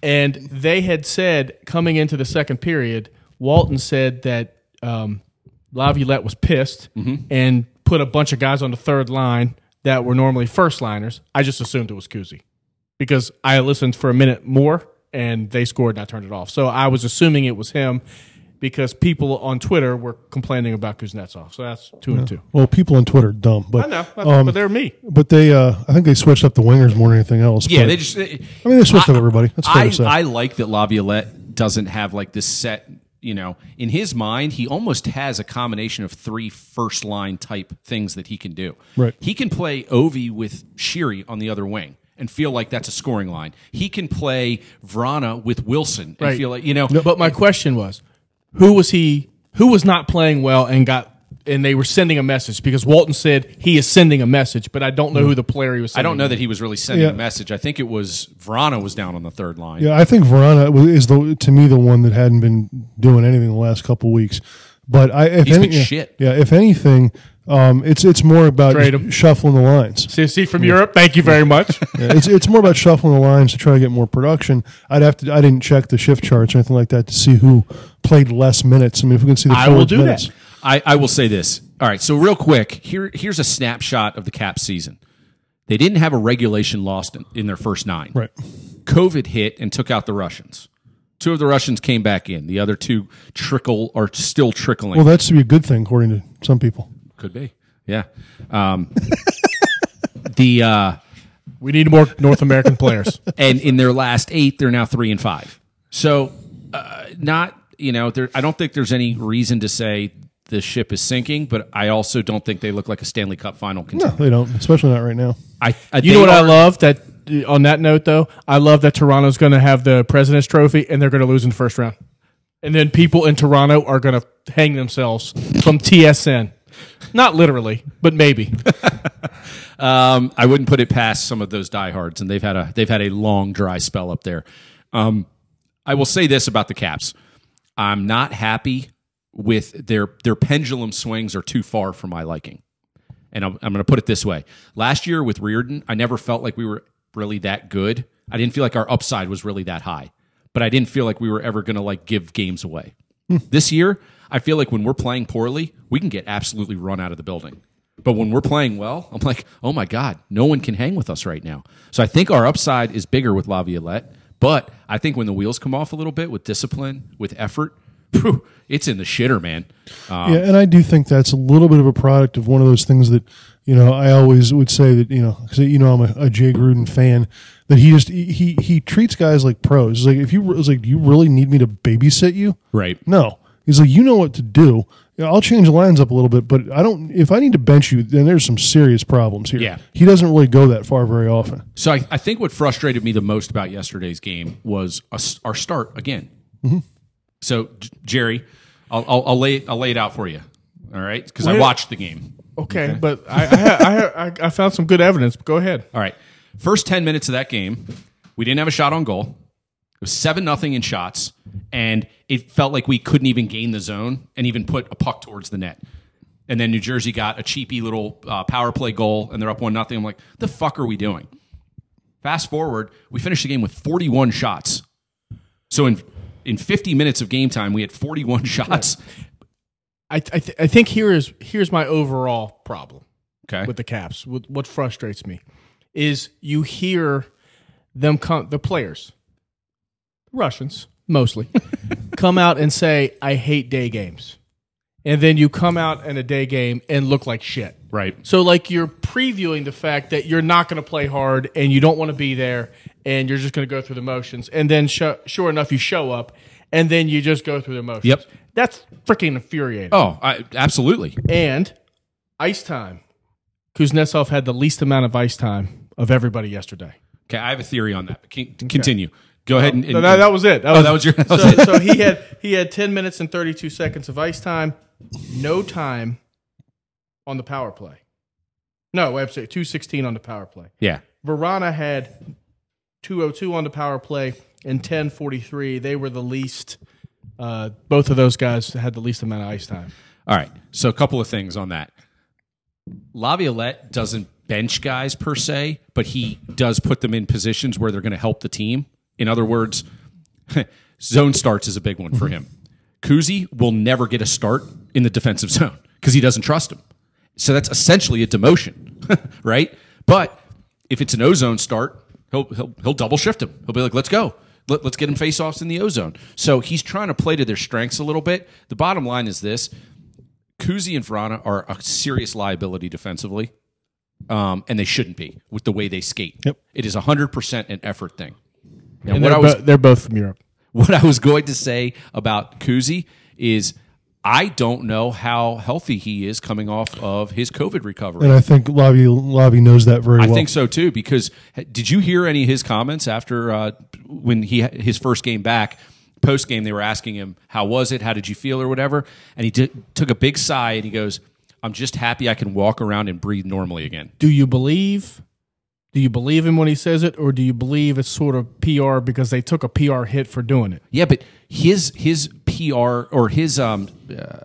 [SPEAKER 3] And they had said coming into the second period, Walton said that um, Laviolette was pissed and put a bunch of guys on the third line that were normally first liners. I just assumed it was Kuzi because I listened for a minute more and they scored and I turned it off. So I was assuming it was him because people on Twitter were complaining about Kuznetsov. So that's two and two.
[SPEAKER 2] Well, people on Twitter are dumb, but
[SPEAKER 3] I know, but-
[SPEAKER 2] Um,
[SPEAKER 3] but they're me.
[SPEAKER 2] But they, uh, I think they switched up the wingers more than anything else.
[SPEAKER 1] yeah.
[SPEAKER 2] but-
[SPEAKER 1] They just, I
[SPEAKER 2] I mean, they switched up everybody. That's fair
[SPEAKER 1] I,
[SPEAKER 2] to say.
[SPEAKER 1] I like that Laviolette doesn't have like this set. You know, in his mind, he almost has a combination of three first line type things that he can do.
[SPEAKER 2] Right.
[SPEAKER 1] He can play Ovi with Shiri on the other wing and feel like that's a scoring line. He can play Vrana with Wilson and
[SPEAKER 3] Right.
[SPEAKER 1] feel like you know.
[SPEAKER 3] But my question was, who was he? Who was not playing well and got? And they were sending a message because Walton said he is sending a message, but I don't know who the player he was.
[SPEAKER 1] I
[SPEAKER 3] Sending
[SPEAKER 1] don't know that he was really sending
[SPEAKER 2] Yeah.
[SPEAKER 1] a message. I think it was Vrana was down on the third line.
[SPEAKER 2] Yeah, I think Verona wa- is the to me the one that hadn't been doing anything the last couple weeks. But I, if
[SPEAKER 1] He's
[SPEAKER 2] any,
[SPEAKER 1] been
[SPEAKER 2] yeah,
[SPEAKER 1] shit.
[SPEAKER 2] yeah, if anything, um, it's it's more about
[SPEAKER 3] Trade
[SPEAKER 2] just
[SPEAKER 3] him.
[SPEAKER 2] shuffling the lines.
[SPEAKER 3] See, see from Europe. Thank you very much.
[SPEAKER 2] Yeah, it's it's more about shuffling the lines to try to get more production. I'd have to. I didn't check the shift charts or anything like that to see who played less minutes. I mean, if we can see the
[SPEAKER 3] I will
[SPEAKER 2] forwards
[SPEAKER 3] do that.
[SPEAKER 2] minutes.
[SPEAKER 1] I, I will say this. All right, so real quick, here here's a snapshot of the cap season. They didn't have a regulation lost in, in their first nine.
[SPEAKER 2] Right.
[SPEAKER 1] COVID hit and took out the Russians. Two of the Russians came back in. The other two trickle are still trickling.
[SPEAKER 2] Well, that's to be a good thing according to some people.
[SPEAKER 1] Could be. Yeah. Um, the uh,
[SPEAKER 3] We need more North American players.
[SPEAKER 1] and in their last eight, they're now three and five. So, uh, not you know, there. I don't think there's any reason to say the ship is sinking, but I also don't think they look like a Stanley Cup final contender.
[SPEAKER 2] They don't, especially not right now.
[SPEAKER 1] I, I
[SPEAKER 3] You
[SPEAKER 1] they
[SPEAKER 3] know what I
[SPEAKER 1] are-
[SPEAKER 3] love that. On that note, though, I love that Toronto's going to have the President's Trophy and they're going to lose in the first round, and then people in Toronto are going to hang themselves from TSN. Not literally, but maybe.
[SPEAKER 1] Um, I wouldn't put it past some of those diehards, and they've had a they've had a long dry spell up there. Um, I will say this about the Caps: I'm not happy with their their pendulum swings are too far for my liking, and I'm, I'm going to put it this way: last year with Reardon, I never felt like we were really that good. I didn't feel like our upside was really that high, but I didn't feel like we were ever going to like give games away. this year, I feel like when we're playing poorly, we can get absolutely run out of the building. But when we're playing well, I'm like, oh my God, no one can hang with us right now. So I think our upside is bigger with Laviolette. But I think when the wheels come off a little bit with discipline, with effort, phew, it's in the shitter, man. Uh,
[SPEAKER 2] yeah, and I do think that's a little bit of a product of one of those things that you know I always would say that you know 'cause, you know I'm a, a Jay Gruden fan that he just he he, he treats guys like pros. It's like if you re- it's like do you really need me to babysit you?
[SPEAKER 1] right.
[SPEAKER 2] No, he's like you know what to do. You know, I'll change the lines up a little bit, but I don't. If I need to bench you, then there's some serious problems here.
[SPEAKER 1] Yeah.
[SPEAKER 2] he doesn't really go that far very often.
[SPEAKER 1] So I, I think what frustrated me the most about yesterday's game was us- our start again. So J- Jerry, I'll, I'll, I'll lay I'll lay it out for you. All right, because I
[SPEAKER 3] Wait.
[SPEAKER 1] watched the game.
[SPEAKER 3] Okay, but I I, ha- I, I I found some good evidence. Go ahead.
[SPEAKER 1] All right, first ten minutes of that game, we didn't have a shot on goal. It was seven nothing in shots, and it felt like we couldn't even gain the zone and even put a puck towards the net. And then New Jersey got a cheapy little uh, power play goal, and they're up one nothing. I'm like, the fuck are we doing? Fast forward, we finished the game with 41 shots. So in in 50 minutes of game time, we had 41 shots.
[SPEAKER 3] I I, th- I think here is here's my overall problem
[SPEAKER 1] Okay,
[SPEAKER 3] with the Caps. With what frustrates me is you hear them come the players, Russians mostly, come out and say I hate day games, and then you come out in a day game and look like shit.
[SPEAKER 1] right.
[SPEAKER 3] So like you're previewing the fact that you're not going to play hard and you don't want to be there and you're just going to go through the motions and then sho sure enough you show up and then you just go through the motions.
[SPEAKER 1] Yep.
[SPEAKER 3] That's freaking infuriating.
[SPEAKER 1] Oh, I, absolutely.
[SPEAKER 3] And ice time. Kuznetsov had the least amount of ice time of everybody yesterday.
[SPEAKER 1] Okay, I have a theory on that. But con- continue. Go ahead and, and-
[SPEAKER 3] No, that, that was it.
[SPEAKER 1] Oh, that was your- that was
[SPEAKER 3] so,
[SPEAKER 1] it.
[SPEAKER 3] so he had he had ten minutes and thirty two seconds of ice time, no time on the power play. No, wait, I'm sorry, two sixteen on the power play.
[SPEAKER 1] yeah.
[SPEAKER 3] Verana had 202 on the power play and 1043. They were the least. Uh, both of those guys had the least amount of ice time.
[SPEAKER 1] All right. So a couple of things on that. Laviolette doesn't bench guys per se, but he does put them in positions where they're going to help the team. In other words, zone starts is a big one for him. Kuzi will never get a start in the defensive zone because he doesn't trust him. So that's essentially a demotion, right? But if it's an ozone start, he'll he'll, he'll double shift him. He'll be like, "Let's go, Let, let's get him face offs in the ozone." So he's trying to play to their strengths a little bit. The bottom line is this: Kuzi and Verana are a serious liability defensively, um, and they shouldn't be with the way they skate.
[SPEAKER 2] Yep.
[SPEAKER 1] It is 100% an effort thing. Now,
[SPEAKER 3] And
[SPEAKER 1] what
[SPEAKER 3] they're,
[SPEAKER 1] I was
[SPEAKER 3] bo- they're both from Europe.
[SPEAKER 1] what I was going to say about Kuzi is I don't know how healthy he is coming off of his COVID recovery.
[SPEAKER 2] And I think Lavi Lavi knows that very
[SPEAKER 1] I
[SPEAKER 2] well.
[SPEAKER 1] think so too because did you hear any of his comments after uh, when he his first game back? Post game, they were asking him how was it, how did you feel, or whatever, and he did, took a big sigh and he goes, "I'm just happy I can walk around and breathe normally again."
[SPEAKER 3] Do you believe? Do you believe him when he says it, or do you believe it's sort of PR because they took a PR hit for doing it?
[SPEAKER 1] Yeah, but his his PR or his um uh,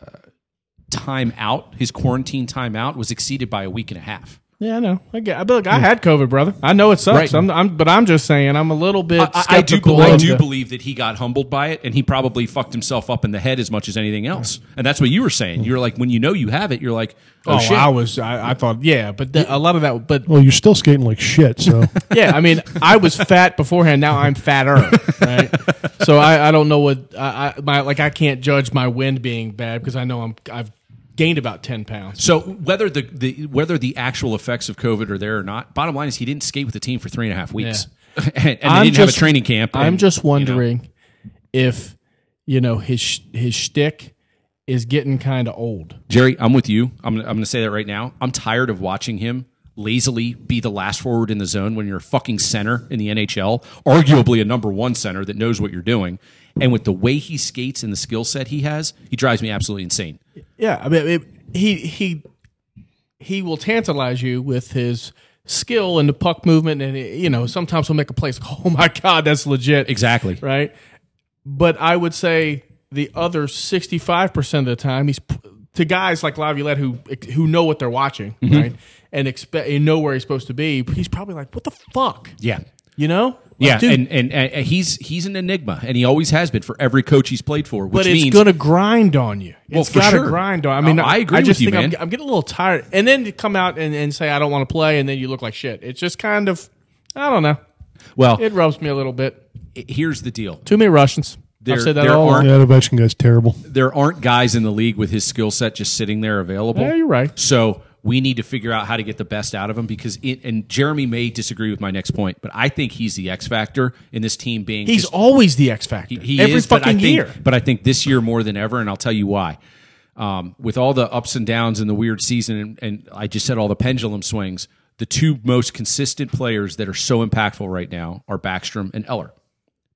[SPEAKER 1] time out, his quarantine time out, was exceeded by a week and a half.
[SPEAKER 3] Yeah, I know. I get, but look, I had COVID, brother. I know it sucks.
[SPEAKER 1] Right.
[SPEAKER 3] I'm, I'm, but I'm just saying, I'm a little bit.
[SPEAKER 1] I, I do,
[SPEAKER 3] skeptical
[SPEAKER 1] bel- I
[SPEAKER 3] of
[SPEAKER 1] do
[SPEAKER 3] the-
[SPEAKER 1] believe that he got humbled by it, and he probably fucked himself up in the head as much as anything else. And that's what you were saying. You're like, when you know you have it, you're like, oh,
[SPEAKER 3] Oh,
[SPEAKER 1] shit.
[SPEAKER 3] I was. I, I thought, yeah, but the, a lot of that. But
[SPEAKER 2] Well, you're still skating like shit. So
[SPEAKER 3] yeah, I mean, I was fat beforehand. Now I'm fatter, right? So I, I don't know what I, I my like. I can't judge my wind being bad because I know I'm I've gained about ten pounds.
[SPEAKER 1] So whether the, the whether the actual effects of COVID are there or not, bottom line is he didn't skate with the team for three and a half weeks, and, and they didn't have a training camp.
[SPEAKER 3] I'm
[SPEAKER 1] and-
[SPEAKER 3] just wondering if you know his sh- his shtick is getting kind of old.
[SPEAKER 1] Jerry, I'm with you. I'm, gonna- I'm going to say that right now. I'm tired of watching him lazily be the last forward in the zone when you're a fucking center in the NHL, arguably a number one center that knows what you're doing. And with the way he skates and the skill set he has, he drives me absolutely insane.
[SPEAKER 3] Yeah, I mean, it, he he he will tantalize you with his skill and the puck movement, and you know sometimes he'll make a place. Oh my god, that's legit,
[SPEAKER 1] Exactly.
[SPEAKER 3] right? But I would say the other sixty five percent of the time, he's p- to guys like Laviolette who who know what they're watching, right, and expect and know where he's supposed to be. He's probably like, "What the fuck,"
[SPEAKER 1] Yeah.
[SPEAKER 3] you know? Like,
[SPEAKER 1] Yeah,
[SPEAKER 3] dude,
[SPEAKER 1] and, and and he's he's an enigma, and he always has been for every coach he's played for. Which
[SPEAKER 3] but it's
[SPEAKER 1] means,
[SPEAKER 3] gonna grind on you.
[SPEAKER 1] Well,
[SPEAKER 3] It's
[SPEAKER 1] for
[SPEAKER 3] gotta
[SPEAKER 1] sure.
[SPEAKER 3] grind on. I mean,
[SPEAKER 1] Oh, I agree
[SPEAKER 3] I just
[SPEAKER 1] with you,
[SPEAKER 3] think I'm,
[SPEAKER 1] man.
[SPEAKER 3] I'm getting a little tired, and then to come out and, and say I don't want to play, and then you look like shit. It's just kind of, I don't know.
[SPEAKER 1] well,
[SPEAKER 3] It rubs me a little bit.
[SPEAKER 1] i- here's the deal:
[SPEAKER 3] Too many Russians.
[SPEAKER 1] There-
[SPEAKER 3] I've said that
[SPEAKER 1] there
[SPEAKER 3] all.
[SPEAKER 1] aren't-
[SPEAKER 3] along.
[SPEAKER 2] yeah, the Ovechkin guy's terrible.
[SPEAKER 1] there aren't guys in the league with his skill set just sitting there available.
[SPEAKER 3] Yeah, you're right.
[SPEAKER 1] So we need to figure out how to get the best out of him because it. And Jeremy may disagree with my next point, but I think he's the X factor in this team being
[SPEAKER 3] He's
[SPEAKER 1] just-
[SPEAKER 3] always the X factor.
[SPEAKER 1] He
[SPEAKER 3] every
[SPEAKER 1] is,
[SPEAKER 3] fucking
[SPEAKER 1] but I think,
[SPEAKER 3] year.
[SPEAKER 1] But I think this year more than ever, and I'll tell you why. Um, with all the ups and downs and the weird season, and, and I just said all the pendulum swings, the two most consistent players that are so impactful right now are Backstrom and Eller.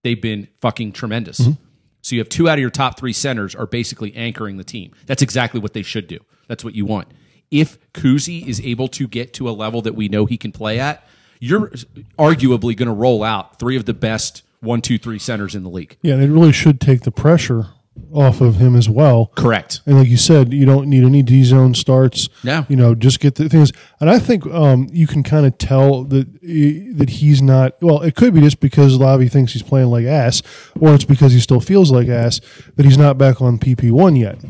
[SPEAKER 1] They've been fucking tremendous.
[SPEAKER 3] Mm-hmm.
[SPEAKER 1] So you have two out of your top three centers are basically anchoring the team. That's exactly what they should do. That's what you want. If Kuzi is able to get to a level that we know he can play at, you're arguably going to roll out three of the best one, two, three centers in the league.
[SPEAKER 2] Yeah, and it really should take the pressure off of him as well.
[SPEAKER 1] Correct.
[SPEAKER 2] And like you said, you don't need any D zone starts.
[SPEAKER 1] No.
[SPEAKER 2] you know, just get the things. And I think um, you can kind of tell that eh, that he's not. Well, it could be just because Lavi thinks he's playing like ass, or it's because he still feels like ass that he's not back on PP one yet.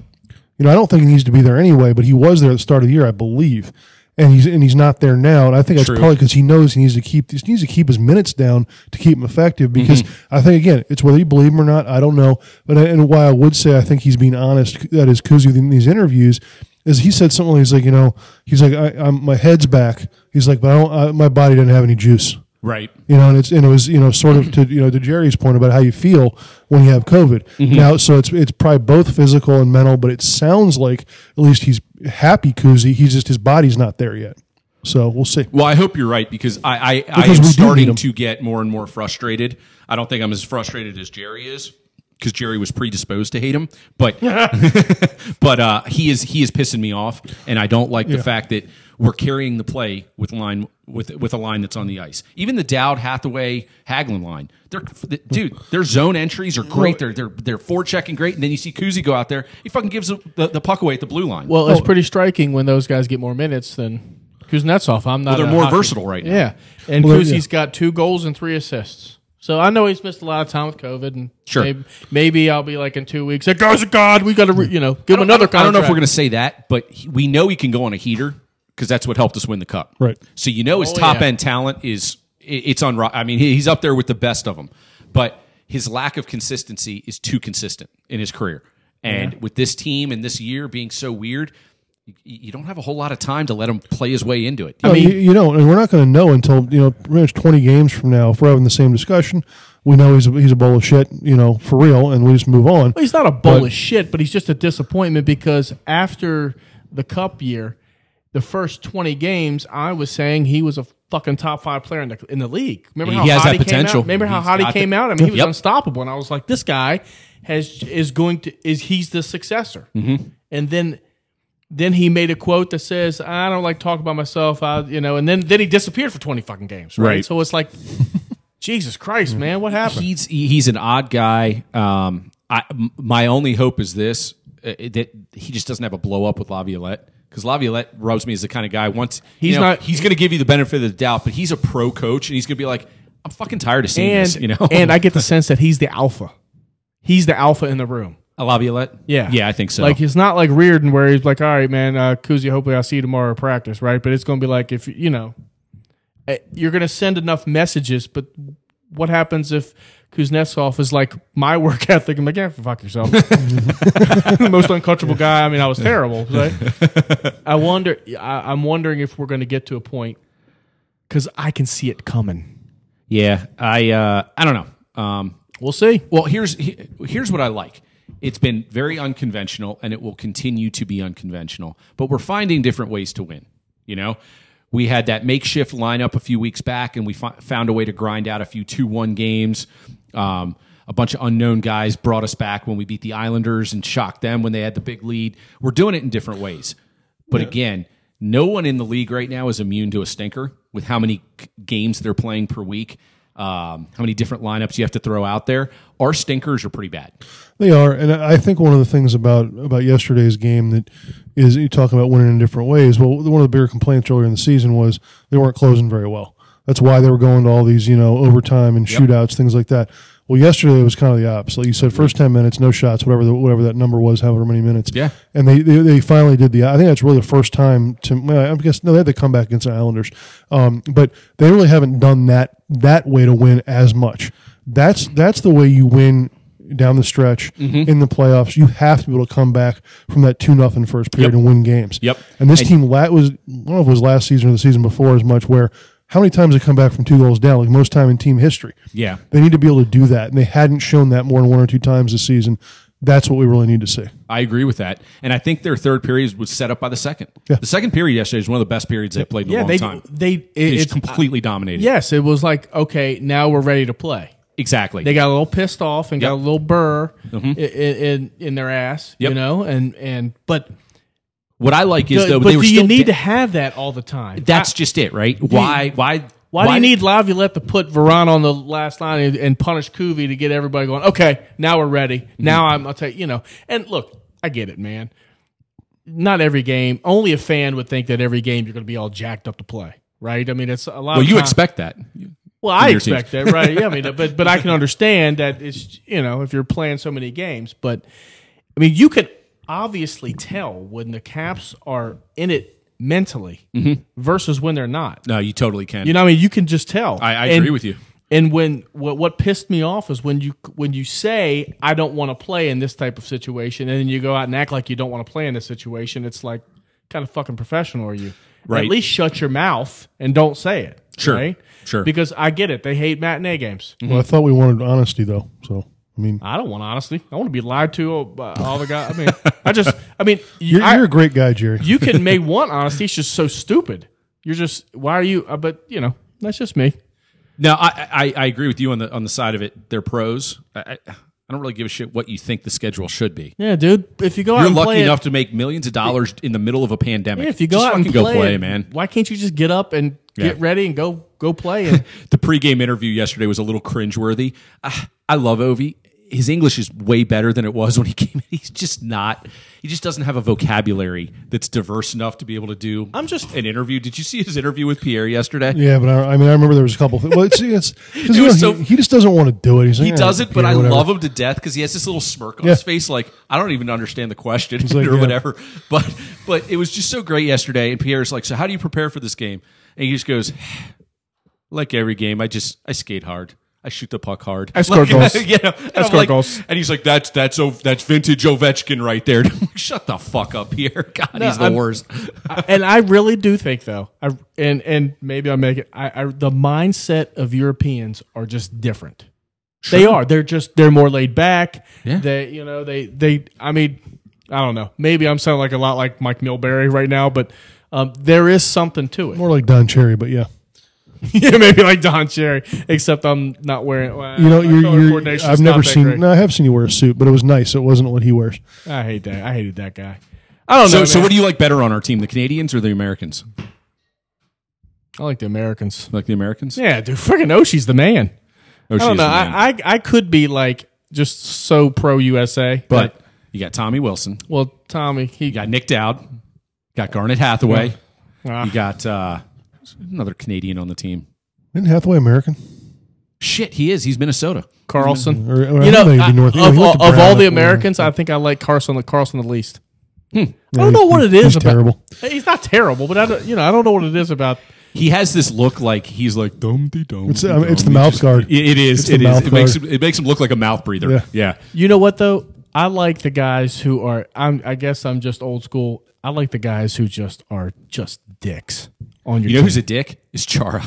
[SPEAKER 2] You know, I don't think he needs to be there anyway, but he was there at the start of the year, I believe. And he's and he's not there now, and I think that's
[SPEAKER 1] True.
[SPEAKER 2] probably because he knows he needs to keep he needs to keep his minutes down to keep him effective. Because I think again, it's whether you believe him or not, I don't know. But I, and why I would say I think he's being honest that is Kuzi in these interviews is he said something like, he's like you know he's like I, I'm my head's back. He's like but I don't I, my body didn't have any juice.
[SPEAKER 1] Right.
[SPEAKER 2] You know, and it's and it was you know sort of to you know to Jerry's point about how you feel when you have COVID. Now, so it's it's probably both physical and mental, but it sounds like at least he's happy, Kuzi. He's just his body's not there yet. So we'll see.
[SPEAKER 1] Well, I hope you're right because I I, I
[SPEAKER 2] Because
[SPEAKER 1] am
[SPEAKER 2] we do need
[SPEAKER 1] starting
[SPEAKER 2] 'em.
[SPEAKER 1] to get more and more frustrated. I don't think I'm as frustrated as Jerry is because Jerry was predisposed to hate him, but but uh, he is he is pissing me off, and I don't like the fact that we're carrying the play with line with with a line that's on the ice. Even the Dowd Hathaway Haglin line, they're dude, their zone entries are great. They're they're they're forechecking great, and then you see Kuzi go out there, he fucking gives the, the, the puck away at the blue line.
[SPEAKER 3] well, it's pretty striking when those guys get more minutes than Kuznetsov. I'm not.
[SPEAKER 1] they're
[SPEAKER 3] a
[SPEAKER 1] more
[SPEAKER 3] hockey-
[SPEAKER 1] versatile right now.
[SPEAKER 3] Yeah, and
[SPEAKER 2] Well,
[SPEAKER 3] Kuzi's
[SPEAKER 2] yeah.
[SPEAKER 3] got two goals and three assists. So I know he's missed a lot of time with COVID, and
[SPEAKER 1] Sure.
[SPEAKER 3] maybe, maybe I'll be like in two weeks. It goes to God. We got to, re, you know, give
[SPEAKER 1] I
[SPEAKER 3] him
[SPEAKER 1] don't-
[SPEAKER 3] another.
[SPEAKER 1] I don't know if we're going
[SPEAKER 3] contract."
[SPEAKER 1] to say that, but he- we know he can go on a heater because that's what helped us win the cup.
[SPEAKER 2] Right.
[SPEAKER 1] So you know his
[SPEAKER 3] Oh,
[SPEAKER 1] top
[SPEAKER 3] yeah.
[SPEAKER 1] end talent is i- it's on. I mean, he- he's up there with the best of them, but his lack of consistency is too consistent in his career. And with this team and this year being so weird, y- you don't have a whole lot of time to let him play his way into it.
[SPEAKER 2] I mean, you, you don't, and we're not going to know until you know pretty much twenty games from now. If we're having the same discussion, we know he's a, he's a bowl of shit, you know, for real, and we just move on.
[SPEAKER 3] Well, he's not a bowl of shit, but he's just a disappointment because after the cup year, the first twenty games, I was saying he was a fucking top five player in the in the league. Remember
[SPEAKER 1] He
[SPEAKER 3] how
[SPEAKER 1] has
[SPEAKER 3] hot
[SPEAKER 1] that
[SPEAKER 3] he came out?
[SPEAKER 1] potential.
[SPEAKER 3] Remember how
[SPEAKER 1] He's
[SPEAKER 3] hot he
[SPEAKER 1] got the-
[SPEAKER 3] came out? I mean, he was
[SPEAKER 1] Yep.
[SPEAKER 3] unstoppable, and I was like, this guy has is going to is he's the successor,
[SPEAKER 1] Mm-hmm.
[SPEAKER 3] and then. Then he made a quote that says, "I don't like talking about myself." I, you know, and then then he disappeared for twenty fucking games, right?
[SPEAKER 1] Right.
[SPEAKER 3] So it's like, Jesus Christ, man, what happened?
[SPEAKER 1] He's he's an odd guy. Um, I m my only hope is this, uh, that he just doesn't have a blow up with Laviolette because Laviolette rubs me as the kind of guy once he's
[SPEAKER 3] He's
[SPEAKER 1] not
[SPEAKER 3] not-
[SPEAKER 1] he's going to give you the benefit of the doubt, but he's a pro coach and he's going to be like, I'm fucking tired of seeing this,
[SPEAKER 3] and
[SPEAKER 1] you know.
[SPEAKER 3] and I get the sense that he's the alpha. He's the alpha in the room.
[SPEAKER 1] Laviolette,
[SPEAKER 3] Yeah.
[SPEAKER 1] yeah, I think so.
[SPEAKER 3] Like it's not like Reardon where he's like, all right, man, uh, Kuzi, hopefully I'll see you tomorrow at practice, right? But it's going to be like if you know, eh, you're going to send enough messages, but what happens if Kuznetsov is like my work ethic? I'm like, yeah, fuck yourself. the most uncomfortable guy. I mean, I was terrible. Right? I wonder. I, I'm wondering if we're going to get to a point because I can see it coming.
[SPEAKER 1] yeah, I uh, I don't know. Um,
[SPEAKER 3] We'll see.
[SPEAKER 1] well, here's he- here's what I like. It's been very unconventional, and it will continue to be unconventional. But we're finding different ways to win. You know, we had that makeshift lineup a few weeks back, and we fi- found a way to grind out a few two-one games. Um, a bunch of unknown guys brought us back when we beat the Islanders and shocked them when they had the big lead. We're doing it in different ways. But again, no one in the league right now is immune to a stinker with how many c- games they're playing per week, um, how many different lineups you have to throw out there. Our stinkers are pretty bad.
[SPEAKER 2] They are, and I I think one of the things about about yesterday's game that is you talk about winning in different ways. Well, one of the bigger complaints earlier in the season was they weren't closing very well. That's why they were going to all these you know overtime and shootouts, things like that. Well, yesterday was kind of the opposite. Like you said, first ten minutes, no shots, whatever the, whatever that number was, however many minutes.
[SPEAKER 1] Yeah.
[SPEAKER 2] and they, they they finally did the. I think that's really the first time to. Well, I guess no, they had the comeback against the Islanders, um, but they really haven't done that that way to win as much. That's that's the way you win down the stretch
[SPEAKER 1] Mm-hmm.
[SPEAKER 2] in the playoffs. You have to be able to come back from that two nothing first
[SPEAKER 1] Yep.
[SPEAKER 2] period and win games.
[SPEAKER 1] Yep.
[SPEAKER 2] And this
[SPEAKER 1] And-
[SPEAKER 2] team la- was I don't know if it was last season or the season before as much where how many times they come back from two goals down like most time in team history.
[SPEAKER 1] Yeah.
[SPEAKER 2] They need to be able to do that, and they hadn't shown that more than one or two times this season. That's what we really need to see.
[SPEAKER 1] I agree with that. And I think their third period was set up by the second. The second period yesterday is one of the best periods they've played in a
[SPEAKER 3] Yeah,
[SPEAKER 1] long
[SPEAKER 3] they
[SPEAKER 1] time.
[SPEAKER 3] they it,
[SPEAKER 1] They
[SPEAKER 3] it's uh,
[SPEAKER 1] just completely dominated.
[SPEAKER 3] yes, it was like okay, now we're ready to play.
[SPEAKER 1] Exactly.
[SPEAKER 3] They got a little pissed off and
[SPEAKER 1] Yep. Mm-hmm.
[SPEAKER 3] got a little burr i i- in, in their ass,
[SPEAKER 1] Yep.
[SPEAKER 3] you know, and and but
[SPEAKER 1] what I like is, though,
[SPEAKER 3] but
[SPEAKER 1] they
[SPEAKER 3] do
[SPEAKER 1] were
[SPEAKER 3] you
[SPEAKER 1] still
[SPEAKER 3] need
[SPEAKER 1] da-
[SPEAKER 3] to have that all the time?
[SPEAKER 1] That's just it, right? Why? Why?
[SPEAKER 3] why, do you
[SPEAKER 1] did-
[SPEAKER 3] need Laviolette to put Veron on the last line and, and punish Kuvi to get everybody going? Okay, now we're ready.
[SPEAKER 1] Mm-hmm.
[SPEAKER 3] Now I'm. I'll tell you, you know. And look, I get it, man. Not every game. Only a fan would think that every game you're going to be all jacked up to play, right? I mean, it's a lot.
[SPEAKER 1] Well,
[SPEAKER 3] of
[SPEAKER 1] you
[SPEAKER 3] time-
[SPEAKER 1] expect that.
[SPEAKER 3] Well, I
[SPEAKER 1] your teams.
[SPEAKER 3] expect that, right? Yeah, I mean, but but I can understand that it's you know if you're playing so many games, but I mean, you could obviously tell when the Caps are in it mentally versus when they're not.
[SPEAKER 1] No, you totally can.
[SPEAKER 3] You know, I mean, you can just tell.
[SPEAKER 1] I, I
[SPEAKER 3] And-
[SPEAKER 1] agree with you.
[SPEAKER 3] And when what what pissed me off is when you when you say I don't want to play in this type of situation, and then you go out and act like you don't want to play in this situation. It's like kind of fucking professional are you?
[SPEAKER 1] Right.
[SPEAKER 3] At least shut your mouth and don't say it.
[SPEAKER 1] Sure.
[SPEAKER 3] Right?
[SPEAKER 1] Sure.
[SPEAKER 3] Because I get it. They hate matinee games.
[SPEAKER 2] Well, I thought we wanted honesty though, so I mean,
[SPEAKER 3] I don't want honesty. I want to be lied to oh, by all the guys. I mean, I just. I mean, you
[SPEAKER 2] you're, you're a great guy, Jerry.
[SPEAKER 3] you can may want honesty. It's just so stupid. You're just. Why are you? uh, But you know, that's just me.
[SPEAKER 1] No, I, I I agree with you on the on the side of it. They're pros. I, I I don't really give a shit what you think the schedule should be.
[SPEAKER 3] Yeah, dude. If you go out
[SPEAKER 1] You're
[SPEAKER 3] and
[SPEAKER 1] lucky
[SPEAKER 3] play it-
[SPEAKER 1] enough to make millions of dollars in the middle of a pandemic.
[SPEAKER 3] Yeah, if you go
[SPEAKER 1] Just
[SPEAKER 3] out and
[SPEAKER 1] fucking
[SPEAKER 3] play,
[SPEAKER 1] go play,
[SPEAKER 3] it,
[SPEAKER 1] man.
[SPEAKER 3] why can't you just get up and get
[SPEAKER 1] Yeah.
[SPEAKER 3] ready and go go play? And
[SPEAKER 1] The pregame interview yesterday was a little cringeworthy. I, I love Ovi. His English is way better than it was when he came in. He's just not. He just doesn't have a vocabulary that's diverse enough to be able to do.
[SPEAKER 3] I'm just-
[SPEAKER 1] an interview. Did you see his interview with Pierre yesterday?
[SPEAKER 2] Yeah, but I, I mean, I remember there was a couple. Things. Well, it's, it's 'cause, you know,
[SPEAKER 1] was
[SPEAKER 2] he,
[SPEAKER 1] so-
[SPEAKER 2] he just doesn't want to do it. He's like,
[SPEAKER 1] He
[SPEAKER 2] "Eh,
[SPEAKER 1] doesn't, but
[SPEAKER 2] yeah,
[SPEAKER 1] I
[SPEAKER 2] whatever."
[SPEAKER 1] love him to death because he has this little smirk on
[SPEAKER 2] Yeah.
[SPEAKER 1] his face, like I don't even understand the question
[SPEAKER 2] like,
[SPEAKER 1] or
[SPEAKER 2] yeah.
[SPEAKER 1] whatever. But but it was just so great yesterday. And Pierre's like, "So how do you prepare for this game?" And he just goes, "Like every game, I just I skate hard." I shoot the puck hard. I
[SPEAKER 3] score goals.
[SPEAKER 1] You know, and, I'm
[SPEAKER 3] score
[SPEAKER 1] like-
[SPEAKER 3] goals.
[SPEAKER 1] and he's like, "That's that's Ov- that's vintage Ovechkin right there." Shut the fuck up, Pierre. God, he's the
[SPEAKER 3] I'm-
[SPEAKER 1] worst.
[SPEAKER 3] and I really do think though, I and and maybe I make it. I, I the mindset of Europeans are just different. They are. They're just they're more laid back.
[SPEAKER 1] Yeah.
[SPEAKER 3] They you know they they. I mean, I don't know. Maybe I'm sounding like a lot like Mike Milbury right now, but um, there is something to it.
[SPEAKER 2] More like Don Cherry, but yeah,
[SPEAKER 3] yeah, maybe like Don Cherry, except I'm not wearing. Well,
[SPEAKER 2] you know,
[SPEAKER 3] my
[SPEAKER 2] you're,
[SPEAKER 3] color
[SPEAKER 2] you're-
[SPEAKER 3] coordination's
[SPEAKER 2] I've
[SPEAKER 3] not
[SPEAKER 2] never
[SPEAKER 3] that
[SPEAKER 2] seen.
[SPEAKER 3] great.
[SPEAKER 2] No, I have seen you wear a suit, but it was nice. It wasn't what he wears.
[SPEAKER 3] I hate that. I hated that guy. I don't
[SPEAKER 1] So
[SPEAKER 3] know.
[SPEAKER 1] so
[SPEAKER 3] man.
[SPEAKER 1] what do you like better on our team, the Canadians or the Americans?
[SPEAKER 3] I like the Americans.
[SPEAKER 1] Like the Americans?
[SPEAKER 3] Yeah, dude, freaking Oshie's the man.
[SPEAKER 1] Oh,
[SPEAKER 3] I don't know. I, I I could be like just so pro USA,
[SPEAKER 1] But
[SPEAKER 3] but,
[SPEAKER 1] You got Tommy Wilson.
[SPEAKER 3] Well, Tommy, he
[SPEAKER 1] You got Nick Dowd. Got Garnet Hathaway.
[SPEAKER 3] Ah.
[SPEAKER 1] You got uh, another Canadian on the team.
[SPEAKER 2] Isn't Hathaway American?
[SPEAKER 1] Shit, he is. He's Minnesota.
[SPEAKER 3] Carlson.
[SPEAKER 2] Or- or I
[SPEAKER 3] you know,
[SPEAKER 2] think he'd be
[SPEAKER 3] I-
[SPEAKER 2] North-
[SPEAKER 3] of,
[SPEAKER 2] he went
[SPEAKER 3] all,
[SPEAKER 2] to
[SPEAKER 3] of
[SPEAKER 2] Brown
[SPEAKER 3] all
[SPEAKER 2] up
[SPEAKER 3] the
[SPEAKER 2] there.
[SPEAKER 3] Americans, I think I like Carson the Carlson the least. I
[SPEAKER 2] Yeah,
[SPEAKER 3] don't know
[SPEAKER 2] he-
[SPEAKER 3] what it
[SPEAKER 2] he's
[SPEAKER 3] is. about-
[SPEAKER 2] terrible.
[SPEAKER 3] He's not terrible, but I don't, you know I don't know what it is about.
[SPEAKER 1] He has this look like he's like dumpty dum.
[SPEAKER 2] It's, um, it's the mouth guard.
[SPEAKER 1] It is.
[SPEAKER 2] the
[SPEAKER 1] It is.
[SPEAKER 2] mouth
[SPEAKER 1] It makes him,
[SPEAKER 2] guard.
[SPEAKER 1] it makes him look like a mouth breather.
[SPEAKER 2] Yeah.
[SPEAKER 1] Yeah.
[SPEAKER 3] You know what though? I like the guys who are. I'm, I guess I'm just old school. I like the guys who just are just dicks on your.
[SPEAKER 1] You know
[SPEAKER 3] team.
[SPEAKER 1] who's a dick? Is Chara,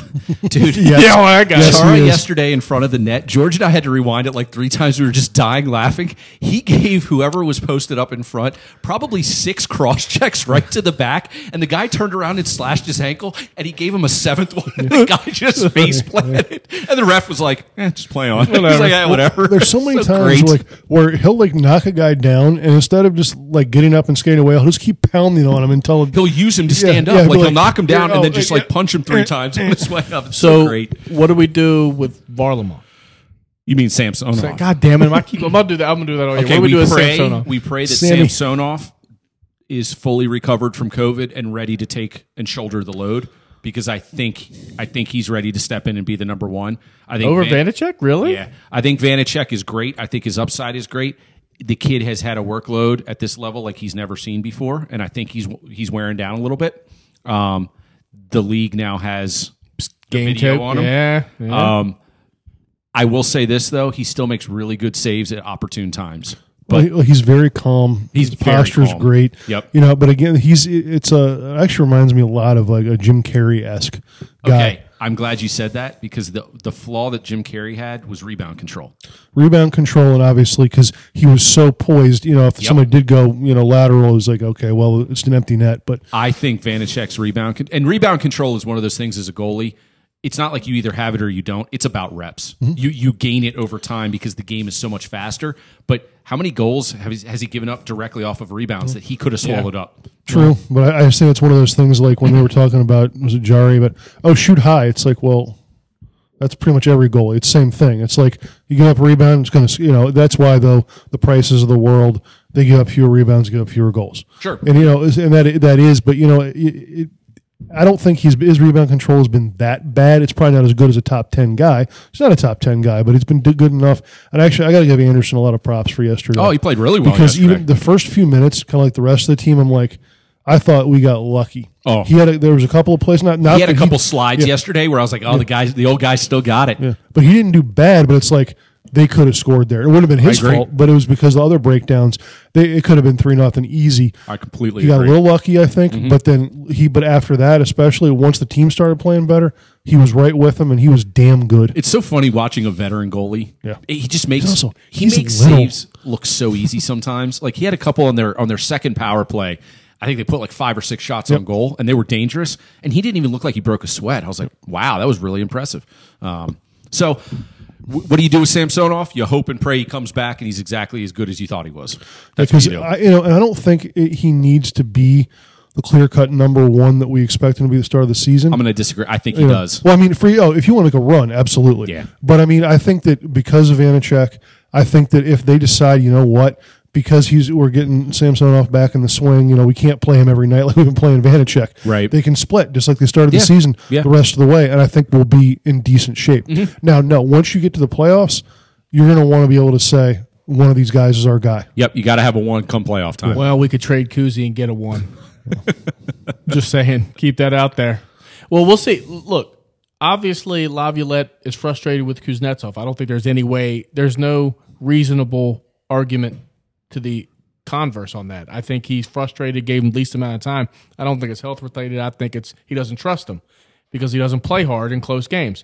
[SPEAKER 1] dude.
[SPEAKER 3] yeah, well, that guy.
[SPEAKER 2] Yes,
[SPEAKER 1] Chara
[SPEAKER 2] he is.
[SPEAKER 1] yesterday in front of the net. George and I had to rewind it like three times. We were just dying laughing. He gave whoever was posted up in front probably six cross checks right to the back, and the guy turned around and slashed his ankle, and he gave him a seventh one. And the guy just face planted, and the ref was like, eh, "Just play on." He's like, yeah, whatever.
[SPEAKER 2] There's so many times
[SPEAKER 1] great.
[SPEAKER 2] like where he'll like knock a guy down, and instead of just like getting up and skating away, he'll just keep pounding on him until
[SPEAKER 1] he'll use him to
[SPEAKER 2] Yeah,
[SPEAKER 1] stand
[SPEAKER 2] yeah,
[SPEAKER 1] up.
[SPEAKER 2] he'll be
[SPEAKER 1] like, he'll
[SPEAKER 2] like,
[SPEAKER 1] knock him down
[SPEAKER 2] "Here,
[SPEAKER 1] and then
[SPEAKER 2] oh,
[SPEAKER 1] just
[SPEAKER 2] yeah,
[SPEAKER 1] like punch him three times on his way up. It's so,
[SPEAKER 3] So
[SPEAKER 1] great.
[SPEAKER 3] what do we do with Varlamov?
[SPEAKER 1] You mean Oh, Samson?
[SPEAKER 3] God damn it! I keep, I'm gonna do that. I'm gonna do that all year.
[SPEAKER 1] Okay,
[SPEAKER 3] what do
[SPEAKER 1] we,
[SPEAKER 3] do with
[SPEAKER 1] pray.
[SPEAKER 3] Samsonov?
[SPEAKER 1] We pray that
[SPEAKER 2] Sammy.
[SPEAKER 1] Samsonov is fully recovered from COVID and ready to take and shoulder the load because I think I think he's ready to step in and be the number one. I think
[SPEAKER 3] Over
[SPEAKER 1] Van-
[SPEAKER 3] Vanacek, really?
[SPEAKER 1] Yeah, I think Vanacek is great. I think his upside is great. The kid has had a workload at this level like he's never seen before, and I think he's he's wearing down a little bit. Um, the league now has the
[SPEAKER 3] Game
[SPEAKER 1] video
[SPEAKER 3] tape.
[SPEAKER 1] on him.
[SPEAKER 3] Yeah. yeah.
[SPEAKER 1] I will say this though, he still makes really good saves at opportune times.
[SPEAKER 2] But he's very calm.
[SPEAKER 1] He's
[SPEAKER 2] His
[SPEAKER 1] very
[SPEAKER 2] posture's
[SPEAKER 1] calm.
[SPEAKER 2] great.
[SPEAKER 1] Yep.
[SPEAKER 2] You know, but again, he's it's a it actually reminds me a lot of like a Jim Carrey esque guy.
[SPEAKER 1] Okay, I'm glad you said that because the the flaw that Jim Carrey had was rebound control.
[SPEAKER 2] Rebound control, and obviously because he was so poised, you know, if
[SPEAKER 1] Yep.
[SPEAKER 2] somebody did go you know lateral, it was like okay, well, it's an empty net. But
[SPEAKER 1] I think Vanacek's rebound con- and rebound control is one of those things as a goalie. It's not like you either have it or you don't. It's about reps.
[SPEAKER 2] Mm-hmm.
[SPEAKER 1] You you gain it over time because the game is so much faster. But how many goals have he, has he given up directly off of rebounds that he could have swallowed up?
[SPEAKER 2] True, but I, I just think it's one of those things like when they were talking about was it Jari, but oh shoot high. It's like well, that's pretty much every goalie. It's the same thing. It's like you give up a rebound, it's going to you know that's why though the prices of the world they give up fewer rebounds, give up fewer goals.
[SPEAKER 1] Sure.
[SPEAKER 2] and you know is- and that that is, but you know it. it I don't think he's, his rebound control has been that bad. It's probably not as good as a top ten guy. He's not a top ten guy, but he's been d- good enough. And actually, I got to give Anderson a lot of props for yesterday
[SPEAKER 1] Oh, he played really well
[SPEAKER 2] because
[SPEAKER 1] yesterday.
[SPEAKER 2] even the first few minutes, kind of like the rest of the team, I'm like, I thought we got lucky.
[SPEAKER 1] Oh.
[SPEAKER 2] he had a, there was a couple of plays, not not
[SPEAKER 1] he had a
[SPEAKER 2] that
[SPEAKER 1] couple slides yesterday where I was like, oh, the guys, the old guy still got it.
[SPEAKER 2] yeah, but he didn't do bad. But it's like they could have scored there. It would have been his
[SPEAKER 1] agree.
[SPEAKER 2] fault, but it was because the other breakdowns. They it could have been three nothing easy.
[SPEAKER 1] I completely
[SPEAKER 2] He got a
[SPEAKER 1] agree. Mm-hmm.
[SPEAKER 2] little lucky, I think, but then he. But after that, especially once the team started playing better, he was right with them, and he was damn good.
[SPEAKER 1] It's so funny watching a veteran goalie.
[SPEAKER 2] Yeah.
[SPEAKER 1] he just makes
[SPEAKER 2] He's also-
[SPEAKER 1] he
[SPEAKER 2] he's
[SPEAKER 1] makes
[SPEAKER 2] little.
[SPEAKER 1] saves look so easy sometimes. like he had a couple on their on their second power play. I think they put like five or six shots on goal, and they were dangerous. And he didn't even look like he broke a sweat. I was like, wow, that was really impressive. Um, so, w- what do you do with Samsonov? You hope and pray he comes back and he's exactly as good as you thought he was. That's what
[SPEAKER 2] because
[SPEAKER 1] you do.
[SPEAKER 2] I, you know, and I don't think it, he needs to be the clear cut number one that we expect him to be the start of the season.
[SPEAKER 1] I'm going to disagree. I think he
[SPEAKER 2] Yeah.
[SPEAKER 1] does.
[SPEAKER 2] Well, I mean, for you, oh, if you want to make a run, absolutely.
[SPEAKER 1] Yeah.
[SPEAKER 2] But I mean, I think that because of Vanacek, I think that if they decide, you know what, because he's we're getting Samsonov back in the swing, you know, we can't play him every night like we've been playing Vanacek.
[SPEAKER 1] Right.
[SPEAKER 2] They can split just like they started
[SPEAKER 1] Yeah.
[SPEAKER 2] the season
[SPEAKER 1] Yeah. Mm-hmm.
[SPEAKER 2] the rest of the way, and I think we'll be in decent shape. Now, no, once you get to the playoffs, you're going to want to be able to say one of these guys is our guy.
[SPEAKER 1] Yep, you got to have a one come playoff time.
[SPEAKER 3] Well, we could trade Kuzi and get a one. Just saying, keep that out there. Well, we'll see. Look, obviously, Laviolette is frustrated with Kuznetsov. I don't think there's any way. There's no reasonable argument to the converse on that. I think he's frustrated. Gave him the least amount of time. I don't think it's health related. I think it's he doesn't trust him because he doesn't play hard in close games.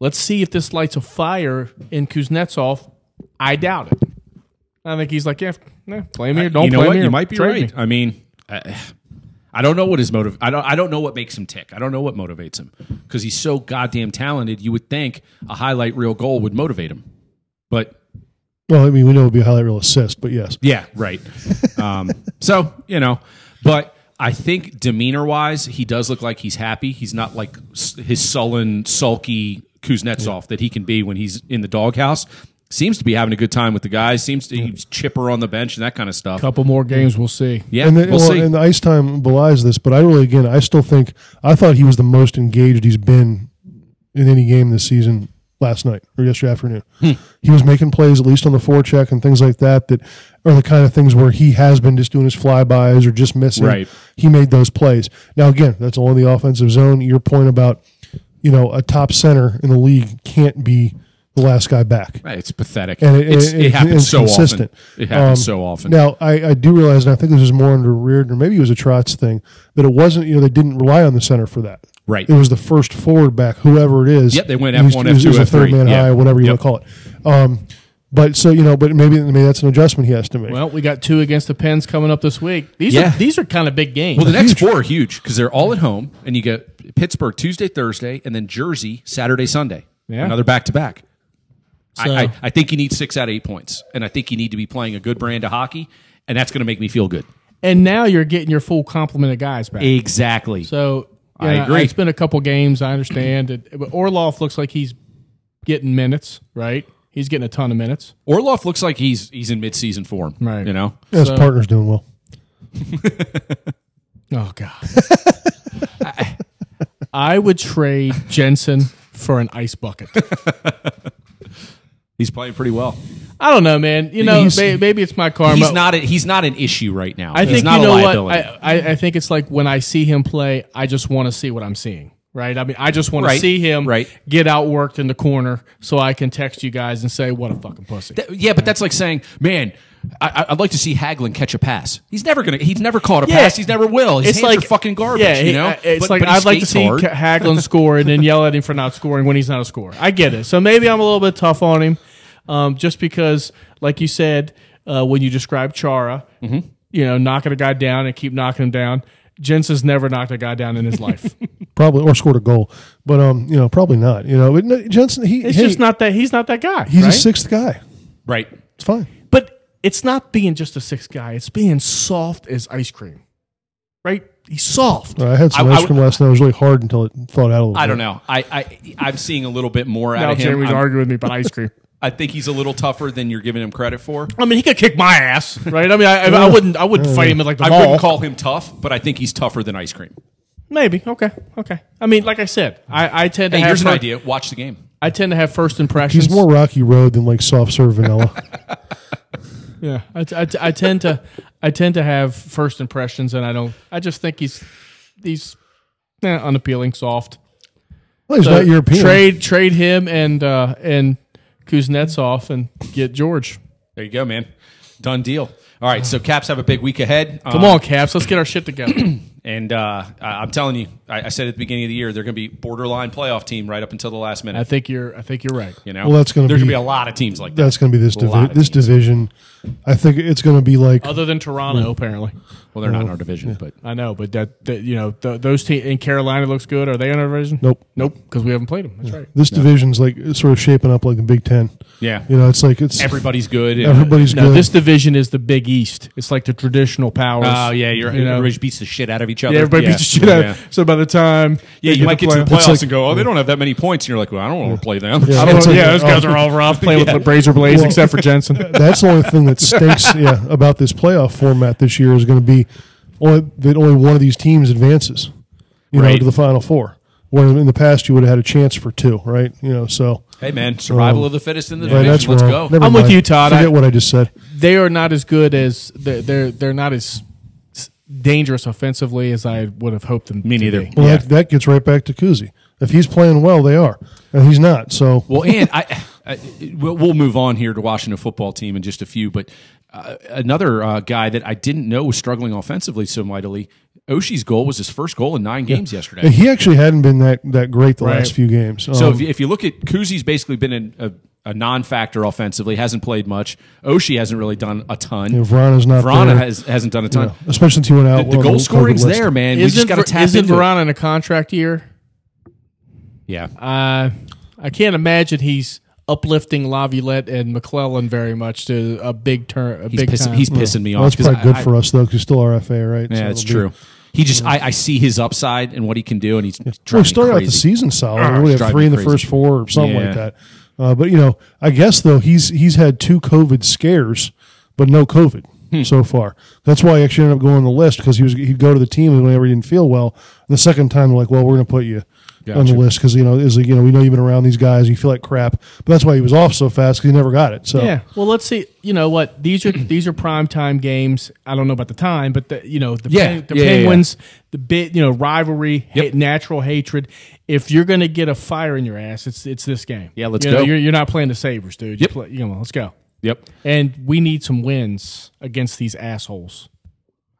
[SPEAKER 3] Let's see if this lights a fire in Kuznetsov. I doubt it. I think he's like, yeah, nah, play me or don't
[SPEAKER 1] you know
[SPEAKER 3] play
[SPEAKER 1] what?
[SPEAKER 3] me. or
[SPEAKER 1] You might be
[SPEAKER 3] trade
[SPEAKER 1] right.
[SPEAKER 3] me.
[SPEAKER 1] I mean, I, I don't know what his motive. I don't. I don't know what makes him tick. I don't know what motivates him because he's so goddamn talented. You would think a highlight reel goal would motivate him, but
[SPEAKER 2] Well, I mean, we know it would be a highlight reel assist, but yes.
[SPEAKER 1] yeah, right. um, so you know, but I think demeanor wise, he does look like he's happy. He's not like s- his sullen, sulky Kuznetsov that he can be when he's in the doghouse. seems to be having a good time with the guys. Seems to he's chipper on the bench and that kind of stuff.
[SPEAKER 3] Couple more games, we'll see.
[SPEAKER 1] Yeah,
[SPEAKER 2] and, the,
[SPEAKER 1] we'll
[SPEAKER 2] well,
[SPEAKER 1] see.
[SPEAKER 2] and the ice time belies this, but I really, again, I still think I thought he was the most engaged he's been in any game this season. Last night or yesterday afternoon,
[SPEAKER 1] Hmm.
[SPEAKER 2] he was making plays at least on the forecheck and things like that. That are the kind of things where he has been just doing his flybys or just missing.
[SPEAKER 1] Right.
[SPEAKER 2] He made those plays. Now again, that's all in the offensive zone. Your point about you know a top center in the league can't be the last guy back.
[SPEAKER 1] Right, it's pathetic.
[SPEAKER 2] And it-
[SPEAKER 1] it's,
[SPEAKER 2] and-
[SPEAKER 1] it, happens
[SPEAKER 2] and
[SPEAKER 1] so
[SPEAKER 2] consistent.
[SPEAKER 1] often. It happens
[SPEAKER 2] Um,
[SPEAKER 1] so often.
[SPEAKER 2] Now, I, I do realize, and I think this was more under Reardon, or maybe it was a Trotz thing, that it wasn't, you know, they didn't rely on the center for that.
[SPEAKER 1] Right.
[SPEAKER 2] It was the first forward back, whoever it is.
[SPEAKER 1] Yep, they went
[SPEAKER 2] It was-
[SPEAKER 1] F1,
[SPEAKER 2] it was- it was
[SPEAKER 1] F2,
[SPEAKER 2] a third
[SPEAKER 1] F3.
[SPEAKER 2] man
[SPEAKER 1] Yeah.
[SPEAKER 2] high, whatever you
[SPEAKER 1] Yep.
[SPEAKER 2] want to call it. Um, but so, you know, but maybe, maybe that's an adjustment he has to make.
[SPEAKER 3] Well, we got two against the Pens coming up this week. These
[SPEAKER 1] Yeah.
[SPEAKER 3] are these are kind of big games.
[SPEAKER 1] well, the next four are huge because they're all at home, and you get Pittsburgh Tuesday, Thursday, and then Jersey Saturday, Sunday.
[SPEAKER 3] Yeah.
[SPEAKER 1] Another back to back.
[SPEAKER 3] So-
[SPEAKER 1] I, I, I think you need six out of eight points, and I think you need to be playing a good brand of hockey, and that's going to make me feel good.
[SPEAKER 3] and now you're getting your full complement of guys back.
[SPEAKER 1] Exactly.
[SPEAKER 3] So
[SPEAKER 1] I
[SPEAKER 3] yeah,
[SPEAKER 1] agree.
[SPEAKER 3] It's been a couple games. I understand. It, but Orloff looks like he's getting minutes. Right? He's getting a ton of minutes.
[SPEAKER 1] Orloff looks like he's he's in midseason form.
[SPEAKER 3] Right.
[SPEAKER 1] You know.
[SPEAKER 2] Yeah, his partner's doing well.
[SPEAKER 3] Oh God. I would trade Jensen for an ice bucket.
[SPEAKER 1] He's playing pretty well.
[SPEAKER 3] I don't know, man. You know,
[SPEAKER 2] He's-
[SPEAKER 3] may, maybe it's my karma.
[SPEAKER 1] He's not a, he's not an issue right now.
[SPEAKER 3] I
[SPEAKER 1] he's
[SPEAKER 3] think
[SPEAKER 1] not
[SPEAKER 3] you
[SPEAKER 1] a
[SPEAKER 3] know what.
[SPEAKER 1] liability.
[SPEAKER 3] I, I, I think it's like when I see him play, I just want to see what I'm seeing. Right. I mean, I just want
[SPEAKER 1] Right.
[SPEAKER 3] to see him
[SPEAKER 1] Right.
[SPEAKER 3] get outworked in the corner, so I can text you guys and say, "What a fucking pussy."
[SPEAKER 1] That- yeah, but that's like saying, man, I, I- I'd like to see Haglin catch a pass. He's never gonna. He's never caught a
[SPEAKER 3] Yeah.
[SPEAKER 1] pass. He's never will. His
[SPEAKER 3] it's
[SPEAKER 1] hands
[SPEAKER 3] like
[SPEAKER 1] are fucking garbage.
[SPEAKER 3] Yeah,
[SPEAKER 1] you
[SPEAKER 3] he-
[SPEAKER 1] know.
[SPEAKER 3] uh, it's
[SPEAKER 1] But-
[SPEAKER 3] like
[SPEAKER 1] but he
[SPEAKER 3] I'd like to
[SPEAKER 1] skates
[SPEAKER 3] see
[SPEAKER 1] hard.
[SPEAKER 3] Ca- Haglund score and then yell at him for not scoring when he's not a scorer. I get it. So maybe I'm a little bit tough on him, um, just because, like you said, uh, when you describe Chara,
[SPEAKER 1] Mm-hmm.
[SPEAKER 3] you know, knocking a guy down and keep knocking him down. Jensen's never knocked a guy down in his life.
[SPEAKER 2] Probably, or scored a goal. But, um, you know, probably not. You know, but no, Jensen, he,
[SPEAKER 3] It's
[SPEAKER 2] hey,
[SPEAKER 3] just not that he's not that guy.
[SPEAKER 2] he's
[SPEAKER 3] right?
[SPEAKER 2] a sixth guy.
[SPEAKER 1] right.
[SPEAKER 2] It's fine.
[SPEAKER 3] But it's not being just a six guy. It's being soft as ice cream, right? He's soft.
[SPEAKER 2] I had some
[SPEAKER 1] I- I
[SPEAKER 2] ice
[SPEAKER 1] would-
[SPEAKER 2] cream last night. It was really hard until it thawed out a little
[SPEAKER 1] I
[SPEAKER 2] bit.
[SPEAKER 1] don't know. I, I I'm seeing a little bit more out
[SPEAKER 3] Now
[SPEAKER 1] of him.
[SPEAKER 3] Jeremy's
[SPEAKER 1] I'm-
[SPEAKER 3] arguing with me about ice cream.
[SPEAKER 1] I think he's a little tougher than you're giving him credit for.
[SPEAKER 3] I mean, he could kick my ass, right? I mean, I, I, I wouldn't, I wouldn't fight him at like the
[SPEAKER 1] I
[SPEAKER 3] mall.
[SPEAKER 1] wouldn't call him tough, but I think he's tougher than ice cream.
[SPEAKER 3] Maybe. Okay. Okay. I mean, like I said, I, I tend to
[SPEAKER 1] Hey,
[SPEAKER 3] have
[SPEAKER 1] here's an
[SPEAKER 3] fir-
[SPEAKER 1] idea. Watch the game.
[SPEAKER 3] I tend to have first impressions.
[SPEAKER 2] He's more Rocky Road than like soft serve vanilla.
[SPEAKER 3] Yeah. I, t- I, t- I tend to I tend to have first impressions, and I don't. I just think he's he's eh, unappealing, soft.
[SPEAKER 2] Well, he's
[SPEAKER 3] So
[SPEAKER 2] not European.
[SPEAKER 3] uh, Trade trade him and uh, and Kuznetsov and get George.
[SPEAKER 1] There you go, man. Done deal. All right, so Caps have a big week ahead. Um,
[SPEAKER 3] Come on, Caps. Let's get our shit together.
[SPEAKER 1] And uh, I- I'm telling you, I, I said at the beginning of the year, they're going to be borderline playoff team right up until the last minute.
[SPEAKER 3] I think you're. I think you're right.
[SPEAKER 1] you know,
[SPEAKER 2] Well, that's gonna
[SPEAKER 1] there's going
[SPEAKER 2] be-
[SPEAKER 1] to be a lot of teams like that.
[SPEAKER 2] That's going to be this
[SPEAKER 1] lot
[SPEAKER 2] divi-
[SPEAKER 1] of
[SPEAKER 2] this
[SPEAKER 1] teams.
[SPEAKER 2] division. I think it's going to be like
[SPEAKER 3] Other than Toronto, apparently.
[SPEAKER 1] Well, they're not in our division, but
[SPEAKER 3] I know, but that, that you know th- those teams in Carolina looks good. Are they in our division?
[SPEAKER 2] Nope.
[SPEAKER 3] Nope. Because we haven't played them. That's right.
[SPEAKER 2] this division's like sort of shaping up like the Big Ten.
[SPEAKER 1] yeah,
[SPEAKER 2] You know, it's like it's
[SPEAKER 1] everybody's good. and-
[SPEAKER 2] everybody's
[SPEAKER 3] No,
[SPEAKER 2] good.
[SPEAKER 3] this division is the Big East. It's like the traditional powers.
[SPEAKER 1] Oh yeah, you're,
[SPEAKER 3] You know?
[SPEAKER 1] everybody beats the shit out of each other.
[SPEAKER 3] Yeah, everybody beats the shit out. of So by the time
[SPEAKER 1] Yeah,
[SPEAKER 3] they
[SPEAKER 1] you might get to the
[SPEAKER 3] playoff-
[SPEAKER 1] playoffs and go, oh, they don't have that many points, and you're like, well, I don't want to play them.
[SPEAKER 2] Yeah.
[SPEAKER 3] I don't
[SPEAKER 2] It's
[SPEAKER 3] know.
[SPEAKER 2] like-
[SPEAKER 3] yeah, those guys are all rough playing with razor blades,
[SPEAKER 2] Well-
[SPEAKER 3] except for Jensen.
[SPEAKER 2] That's the only thing that stinks. yeah, about this playoff format this year is going to be only, that only one of these teams advances. You know,
[SPEAKER 1] Right.
[SPEAKER 2] to the Final Four. When in the past you would have had a chance for two, right? You know, so
[SPEAKER 1] Hey man, survival
[SPEAKER 2] Um,
[SPEAKER 1] of the fittest in the
[SPEAKER 2] Right,
[SPEAKER 1] division.
[SPEAKER 2] that's
[SPEAKER 1] Let's
[SPEAKER 2] wrong.
[SPEAKER 1] go.
[SPEAKER 2] Never
[SPEAKER 3] I'm with
[SPEAKER 2] mind.
[SPEAKER 3] you, Todd.
[SPEAKER 2] Forget
[SPEAKER 3] I-
[SPEAKER 2] what I just said.
[SPEAKER 3] They are not as good as they're they're, they're not as s- dangerous offensively as I would have hoped them.
[SPEAKER 1] Me
[SPEAKER 3] to
[SPEAKER 1] neither.
[SPEAKER 3] be.
[SPEAKER 2] Well,
[SPEAKER 1] Yeah.
[SPEAKER 2] that, that gets right back to Kuzi. If he's playing well, they are, and he's not. So
[SPEAKER 1] Well, and I, I we'll, we'll move on here to Washington football team in just a few, but uh, another uh, guy that I didn't know was struggling offensively so mightily. Oshie's goal was his first goal in nine games yesterday.
[SPEAKER 2] And he actually hadn't been that, that great the
[SPEAKER 3] Right.
[SPEAKER 2] last few games.
[SPEAKER 1] So
[SPEAKER 2] Um,
[SPEAKER 1] if you, if you look at Kuzi's basically been in a, a non-factor offensively, hasn't played much. Oshie hasn't really done a ton.
[SPEAKER 2] you know, Vrana's not
[SPEAKER 1] Vrana
[SPEAKER 2] there,
[SPEAKER 1] has, hasn't done a ton.
[SPEAKER 2] especially since he went out.
[SPEAKER 1] The
[SPEAKER 2] on
[SPEAKER 1] goal
[SPEAKER 2] COVID
[SPEAKER 1] scoring's
[SPEAKER 2] list.
[SPEAKER 1] there, man. we just
[SPEAKER 3] Isn't
[SPEAKER 1] got to
[SPEAKER 3] Ver-
[SPEAKER 1] tap
[SPEAKER 3] isn't
[SPEAKER 1] into it.
[SPEAKER 3] Verona in a contract year?
[SPEAKER 1] Yeah,
[SPEAKER 3] Uh, I can't imagine he's uplifting Laviolette and McClellan very much to a big turn. A
[SPEAKER 1] he's
[SPEAKER 3] big
[SPEAKER 1] pissing,
[SPEAKER 3] time.
[SPEAKER 1] he's pissing me
[SPEAKER 2] Well,
[SPEAKER 1] off.
[SPEAKER 2] that's
[SPEAKER 1] 'cause
[SPEAKER 2] probably good
[SPEAKER 1] I-
[SPEAKER 2] for us though, because he's still RFA, right?
[SPEAKER 1] Yeah, it's true. He just, I, I see his upside and what he can do, and he's
[SPEAKER 2] Well,
[SPEAKER 1] trying
[SPEAKER 2] he started out
[SPEAKER 1] crazy.
[SPEAKER 2] the season solid.
[SPEAKER 1] Ah,
[SPEAKER 2] we
[SPEAKER 1] it's
[SPEAKER 2] had
[SPEAKER 1] driving
[SPEAKER 2] three in the
[SPEAKER 1] me crazy.
[SPEAKER 2] first four or something
[SPEAKER 1] Yeah.
[SPEAKER 2] like that. Uh, but you know, I guess though he's he's had two COVID scares, but no COVID
[SPEAKER 1] Hmm.
[SPEAKER 2] so far. That's why he actually ended up going on the list because he was he'd go to the team and whenever he didn't feel well, the second time they're like, well, we're going to put you on the
[SPEAKER 1] Gotcha.
[SPEAKER 2] list because you know is you know we know you've been around these guys, you feel like crap. But that's why he was off so fast because he never got it. So
[SPEAKER 3] Yeah. Well, let's see. You know what? These are these are prime time games. I don't know about the time, but the, you know the
[SPEAKER 1] Yeah.
[SPEAKER 3] Pen- the
[SPEAKER 1] Yeah, yeah, yeah.
[SPEAKER 3] Penguins, the bit you know rivalry, hate, natural hatred. If you're going to get a fire in your ass, it's it's this game.
[SPEAKER 1] Yeah, let's
[SPEAKER 3] You know,
[SPEAKER 1] go.
[SPEAKER 3] you're, you're not playing the Sabers, dude. You play, you know, let's go.
[SPEAKER 1] Yep.
[SPEAKER 3] And we need some wins against these assholes.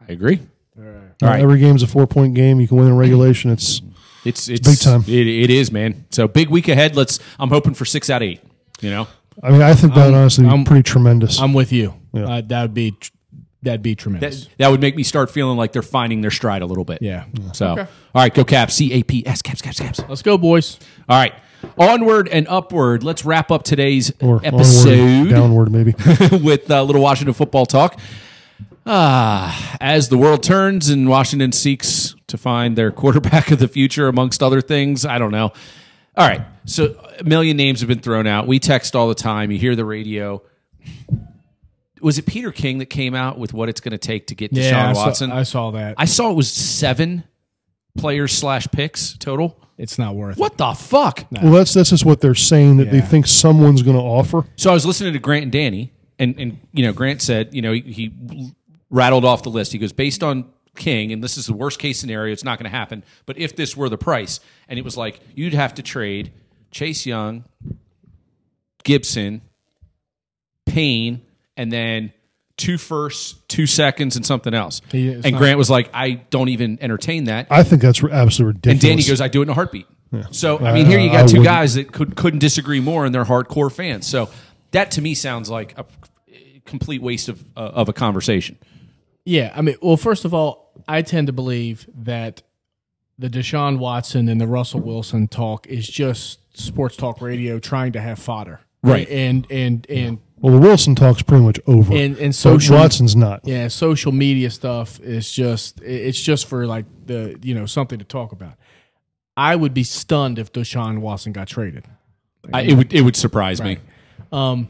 [SPEAKER 1] I agree.
[SPEAKER 2] Uh,
[SPEAKER 1] All right.
[SPEAKER 2] every game's a four point game. You can win in regulation. It's
[SPEAKER 1] It's it's
[SPEAKER 2] big time.
[SPEAKER 1] It, it is, man. So big week ahead. Let's. I'm hoping for six out of eight. You know.
[SPEAKER 2] I mean I think
[SPEAKER 1] Um,
[SPEAKER 2] that honestly would be
[SPEAKER 3] I'm-
[SPEAKER 2] pretty tremendous.
[SPEAKER 3] I'm with you. Uh, that would be tr- that'd be tremendous.
[SPEAKER 1] That, that would make me start feeling like they're finding their stride a little bit.
[SPEAKER 3] Yeah.
[SPEAKER 1] So, all right, go Caps. C A P S. Caps, Caps, Caps.
[SPEAKER 3] let's go, boys.
[SPEAKER 1] All right, onward and upward. Let's wrap up today's
[SPEAKER 2] or onward,
[SPEAKER 1] episode
[SPEAKER 2] downward maybe.
[SPEAKER 1] with a little Washington football talk. Ah, as the world turns and Washington seeks to find their quarterback of the future, amongst other things, I don't know. All right, so a million names have been thrown out. We text all the time. You hear the radio. Was it Peter King that came out with what it's going to take to get Deshaun
[SPEAKER 3] I saw-
[SPEAKER 1] Watson?
[SPEAKER 3] I saw that.
[SPEAKER 1] I saw it was seven players slash picks total.
[SPEAKER 3] it's not worth. it.
[SPEAKER 1] What the fuck?
[SPEAKER 2] Well, that's that's just what they're saying that they
[SPEAKER 3] Yeah.
[SPEAKER 2] think someone's going to offer.
[SPEAKER 1] So I was listening to Grant and Danny, and and you know Grant said, you know, he, he rattled off the list. He goes based on King, and this is the worst case scenario. It's not going to happen. But if this were the price, and it was like you'd have to trade Chase Young, Gibson, Payne, and then two firsts, two seconds, and something else.
[SPEAKER 3] He- it's
[SPEAKER 1] and
[SPEAKER 3] not-
[SPEAKER 1] Grant was like, I don't even entertain that.
[SPEAKER 2] I think that's r- absolutely ridiculous.
[SPEAKER 1] And Danny goes, I do it in a heartbeat. So I mean,
[SPEAKER 2] I-
[SPEAKER 1] here you
[SPEAKER 2] I
[SPEAKER 1] got two
[SPEAKER 2] wouldn't.
[SPEAKER 1] guys that could couldn't disagree more, and they're hardcore fans. So that to me sounds like a complete waste of uh, of a conversation.
[SPEAKER 3] Yeah, I mean, well, first of all, I tend to believe that the Deshaun Watson and the Russell Wilson talk is just sports talk radio trying to have fodder,
[SPEAKER 1] Right.
[SPEAKER 3] And and and
[SPEAKER 2] Well, the Wilson talk's pretty much over,
[SPEAKER 3] And- and
[SPEAKER 2] But
[SPEAKER 3] social-
[SPEAKER 2] Watson's not.
[SPEAKER 3] yeah, social media stuff is just it- it's just for like the you know something to talk about. I would be stunned if Deshaun Watson got traded,
[SPEAKER 1] I, it would it would surprise me.
[SPEAKER 3] um,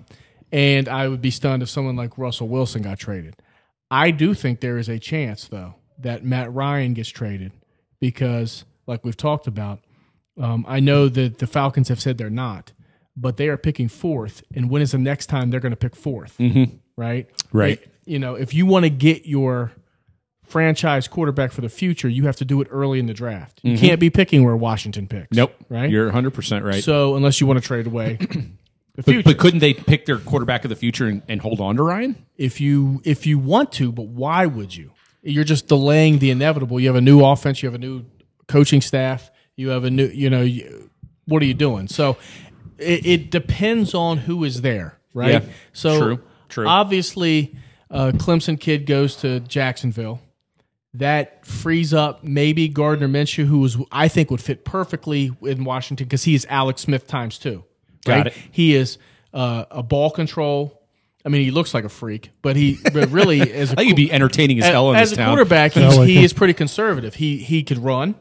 [SPEAKER 3] and I would be stunned if someone like Russell Wilson got traded. I do think there is a chance though that Matt Ryan gets traded because, like we've talked about, Um, I know that the Falcons have said they're not, but they are picking fourth. And when is the next time they're going to pick 4th Right.
[SPEAKER 1] Mm-hmm. Right.
[SPEAKER 3] It- you know, if you want to get your franchise quarterback for the future, you have to do it early in the draft. You can't be picking where Washington picks.
[SPEAKER 1] Mm-hmm. Nope,
[SPEAKER 3] Right.
[SPEAKER 1] You're 100 percent right.
[SPEAKER 3] so unless you want to trade away the
[SPEAKER 1] but,
[SPEAKER 3] future,
[SPEAKER 1] but couldn't they pick their quarterback of the future and, and hold on to Ryan?
[SPEAKER 3] if you if you want to, but why would you? You're just delaying the inevitable. You have a new offense. You have a new coaching staff. You have a new. You know, you, what are you doing? So it, it depends on who is there, right?
[SPEAKER 1] Yeah.
[SPEAKER 3] so
[SPEAKER 1] True. True.
[SPEAKER 3] Obviously, uh, Clemson kid goes to Jacksonville. That frees up maybe Gardner Minshew, who is I think would fit perfectly in Washington because he is Alex Smith times two.
[SPEAKER 1] Got it.
[SPEAKER 3] He is uh, a ball control. I mean, he looks like a freak, but he but really as a
[SPEAKER 1] I think he'd be entertaining as hell in
[SPEAKER 3] as
[SPEAKER 1] this
[SPEAKER 3] a
[SPEAKER 1] town.
[SPEAKER 3] quarterback, he's,
[SPEAKER 2] like
[SPEAKER 3] he
[SPEAKER 2] him.
[SPEAKER 3] is pretty conservative. He he could run.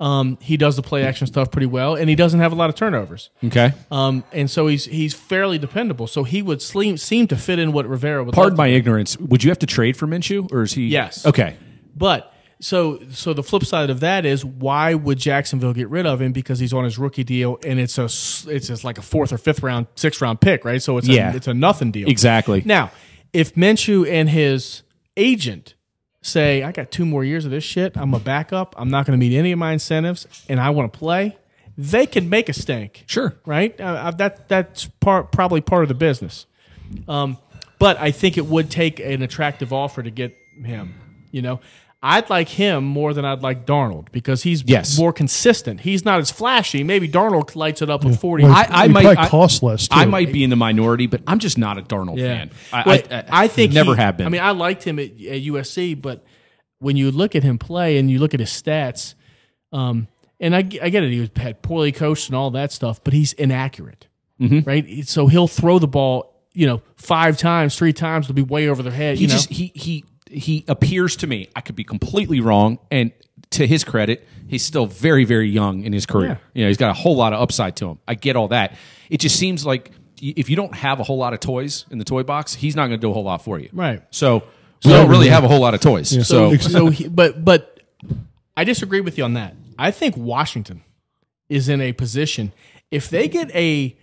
[SPEAKER 3] Um, he does the play action stuff pretty well, and he doesn't have a lot of turnovers.
[SPEAKER 1] Okay.
[SPEAKER 3] Um, and so he's he's fairly dependable. So he would seem seem to fit in what Rivera would.
[SPEAKER 1] Pardon
[SPEAKER 3] like
[SPEAKER 1] my ignorance. Would you have to trade for Minshew, or is he?
[SPEAKER 3] Yes.
[SPEAKER 1] Okay.
[SPEAKER 3] But so so the flip side of that is why would Jacksonville get rid of him because he's on his rookie deal and it's a s- it's just like a fourth or fifth round sixth round pick right so it's
[SPEAKER 1] Yeah.
[SPEAKER 3] a, it's a nothing deal
[SPEAKER 1] Exactly.
[SPEAKER 3] now if Minshew and his agent say I got two more years of this shit I'm a backup I'm not going to meet any of my incentives and I want to play they can make a stink
[SPEAKER 1] Sure.
[SPEAKER 3] right? Uh, uh, that that's part probably part of the business. Um, but I think it would take an attractive offer to get him. You know, I'd like him more than I'd like Darnold because he's
[SPEAKER 1] Yes.
[SPEAKER 3] more consistent. He's not as flashy. Maybe Darnold lights it up with forty.
[SPEAKER 2] Well,
[SPEAKER 1] I-
[SPEAKER 2] it
[SPEAKER 1] I
[SPEAKER 2] it
[SPEAKER 1] might-
[SPEAKER 2] probably
[SPEAKER 1] I-
[SPEAKER 2] cost less. Too.
[SPEAKER 1] I might be in the minority, but I'm just not a Darnold fan. I,
[SPEAKER 3] But
[SPEAKER 1] I, I, think never
[SPEAKER 3] he-
[SPEAKER 1] have been.
[SPEAKER 3] I mean, I liked him at, at USC, but when you look at him play and you look at his stats, um, and I, g- I get it, he was had poorly coached and all that stuff, but he's inaccurate,
[SPEAKER 1] Mm-hmm.
[SPEAKER 3] right? So he'll throw the ball, you know, five times, three times, it'll be way over their head.
[SPEAKER 1] he
[SPEAKER 3] you know?
[SPEAKER 1] just he he he appears to me i could be completely wrong and to his credit, he's still very, very young in his career.
[SPEAKER 3] Yeah.
[SPEAKER 1] You know, he's got a whole lot of upside to him. I get all that. It just seems like y- if you don't have a whole lot of toys in the toy box, he's not going to do a whole lot for you.
[SPEAKER 3] Right.
[SPEAKER 1] So we don't really have a whole lot of toys. So,
[SPEAKER 3] So, so he, but but I disagree with you on that. I think Washington is in a position if they get a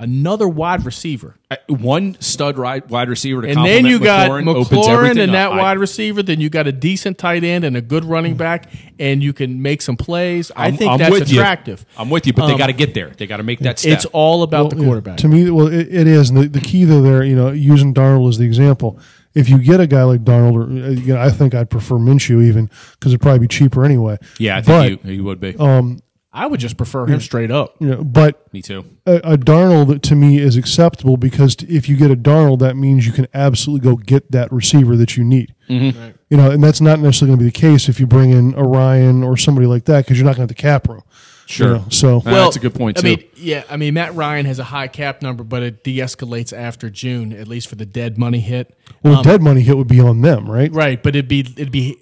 [SPEAKER 3] another wide receiver,
[SPEAKER 1] uh, one stud right, wide receiver to
[SPEAKER 3] and then you got
[SPEAKER 1] complement
[SPEAKER 3] McLaurin,
[SPEAKER 1] opens everything
[SPEAKER 3] and that
[SPEAKER 1] up. I- Mm.
[SPEAKER 3] wide receiver, then you got a decent tight end and a good running back, and you can make some plays. i
[SPEAKER 1] I'm-
[SPEAKER 3] think
[SPEAKER 1] I'm
[SPEAKER 3] that's
[SPEAKER 1] with you.
[SPEAKER 3] attractive. Um,
[SPEAKER 1] I'm with you, but they got to get there. They got to make that step.
[SPEAKER 3] It's all about the quarterback.
[SPEAKER 2] To me, well, it, it is. And the, the key though, there, you know, using Darnold as the example. If you get a guy like Darnold, or uh, you know, I think I'd prefer Minshew even because it'd probably be cheaper anyway.
[SPEAKER 1] yeah, I
[SPEAKER 2] but
[SPEAKER 1] think you, you would be.
[SPEAKER 3] oh, I would just prefer him straight up.
[SPEAKER 2] you know, but
[SPEAKER 1] Me too.
[SPEAKER 2] a, a Darnold to me is acceptable because t- if you get a Darnold, that means you can absolutely go get that receiver that you need.
[SPEAKER 1] Mm-hmm.
[SPEAKER 2] You know, and that's not necessarily going to be the case if you bring in Orion or somebody like that because you're not going to have the cap room.
[SPEAKER 1] Sure.
[SPEAKER 2] know, so-
[SPEAKER 1] Uh, that's a good point
[SPEAKER 3] I
[SPEAKER 1] too.
[SPEAKER 3] mean, yeah, I mean Matt Ryan has a high cap number, but it de-escalates after June, at least for the dead money hit.
[SPEAKER 1] um,
[SPEAKER 2] Well, dead money hit would be on them, right?
[SPEAKER 3] Right, but it'd be it'd be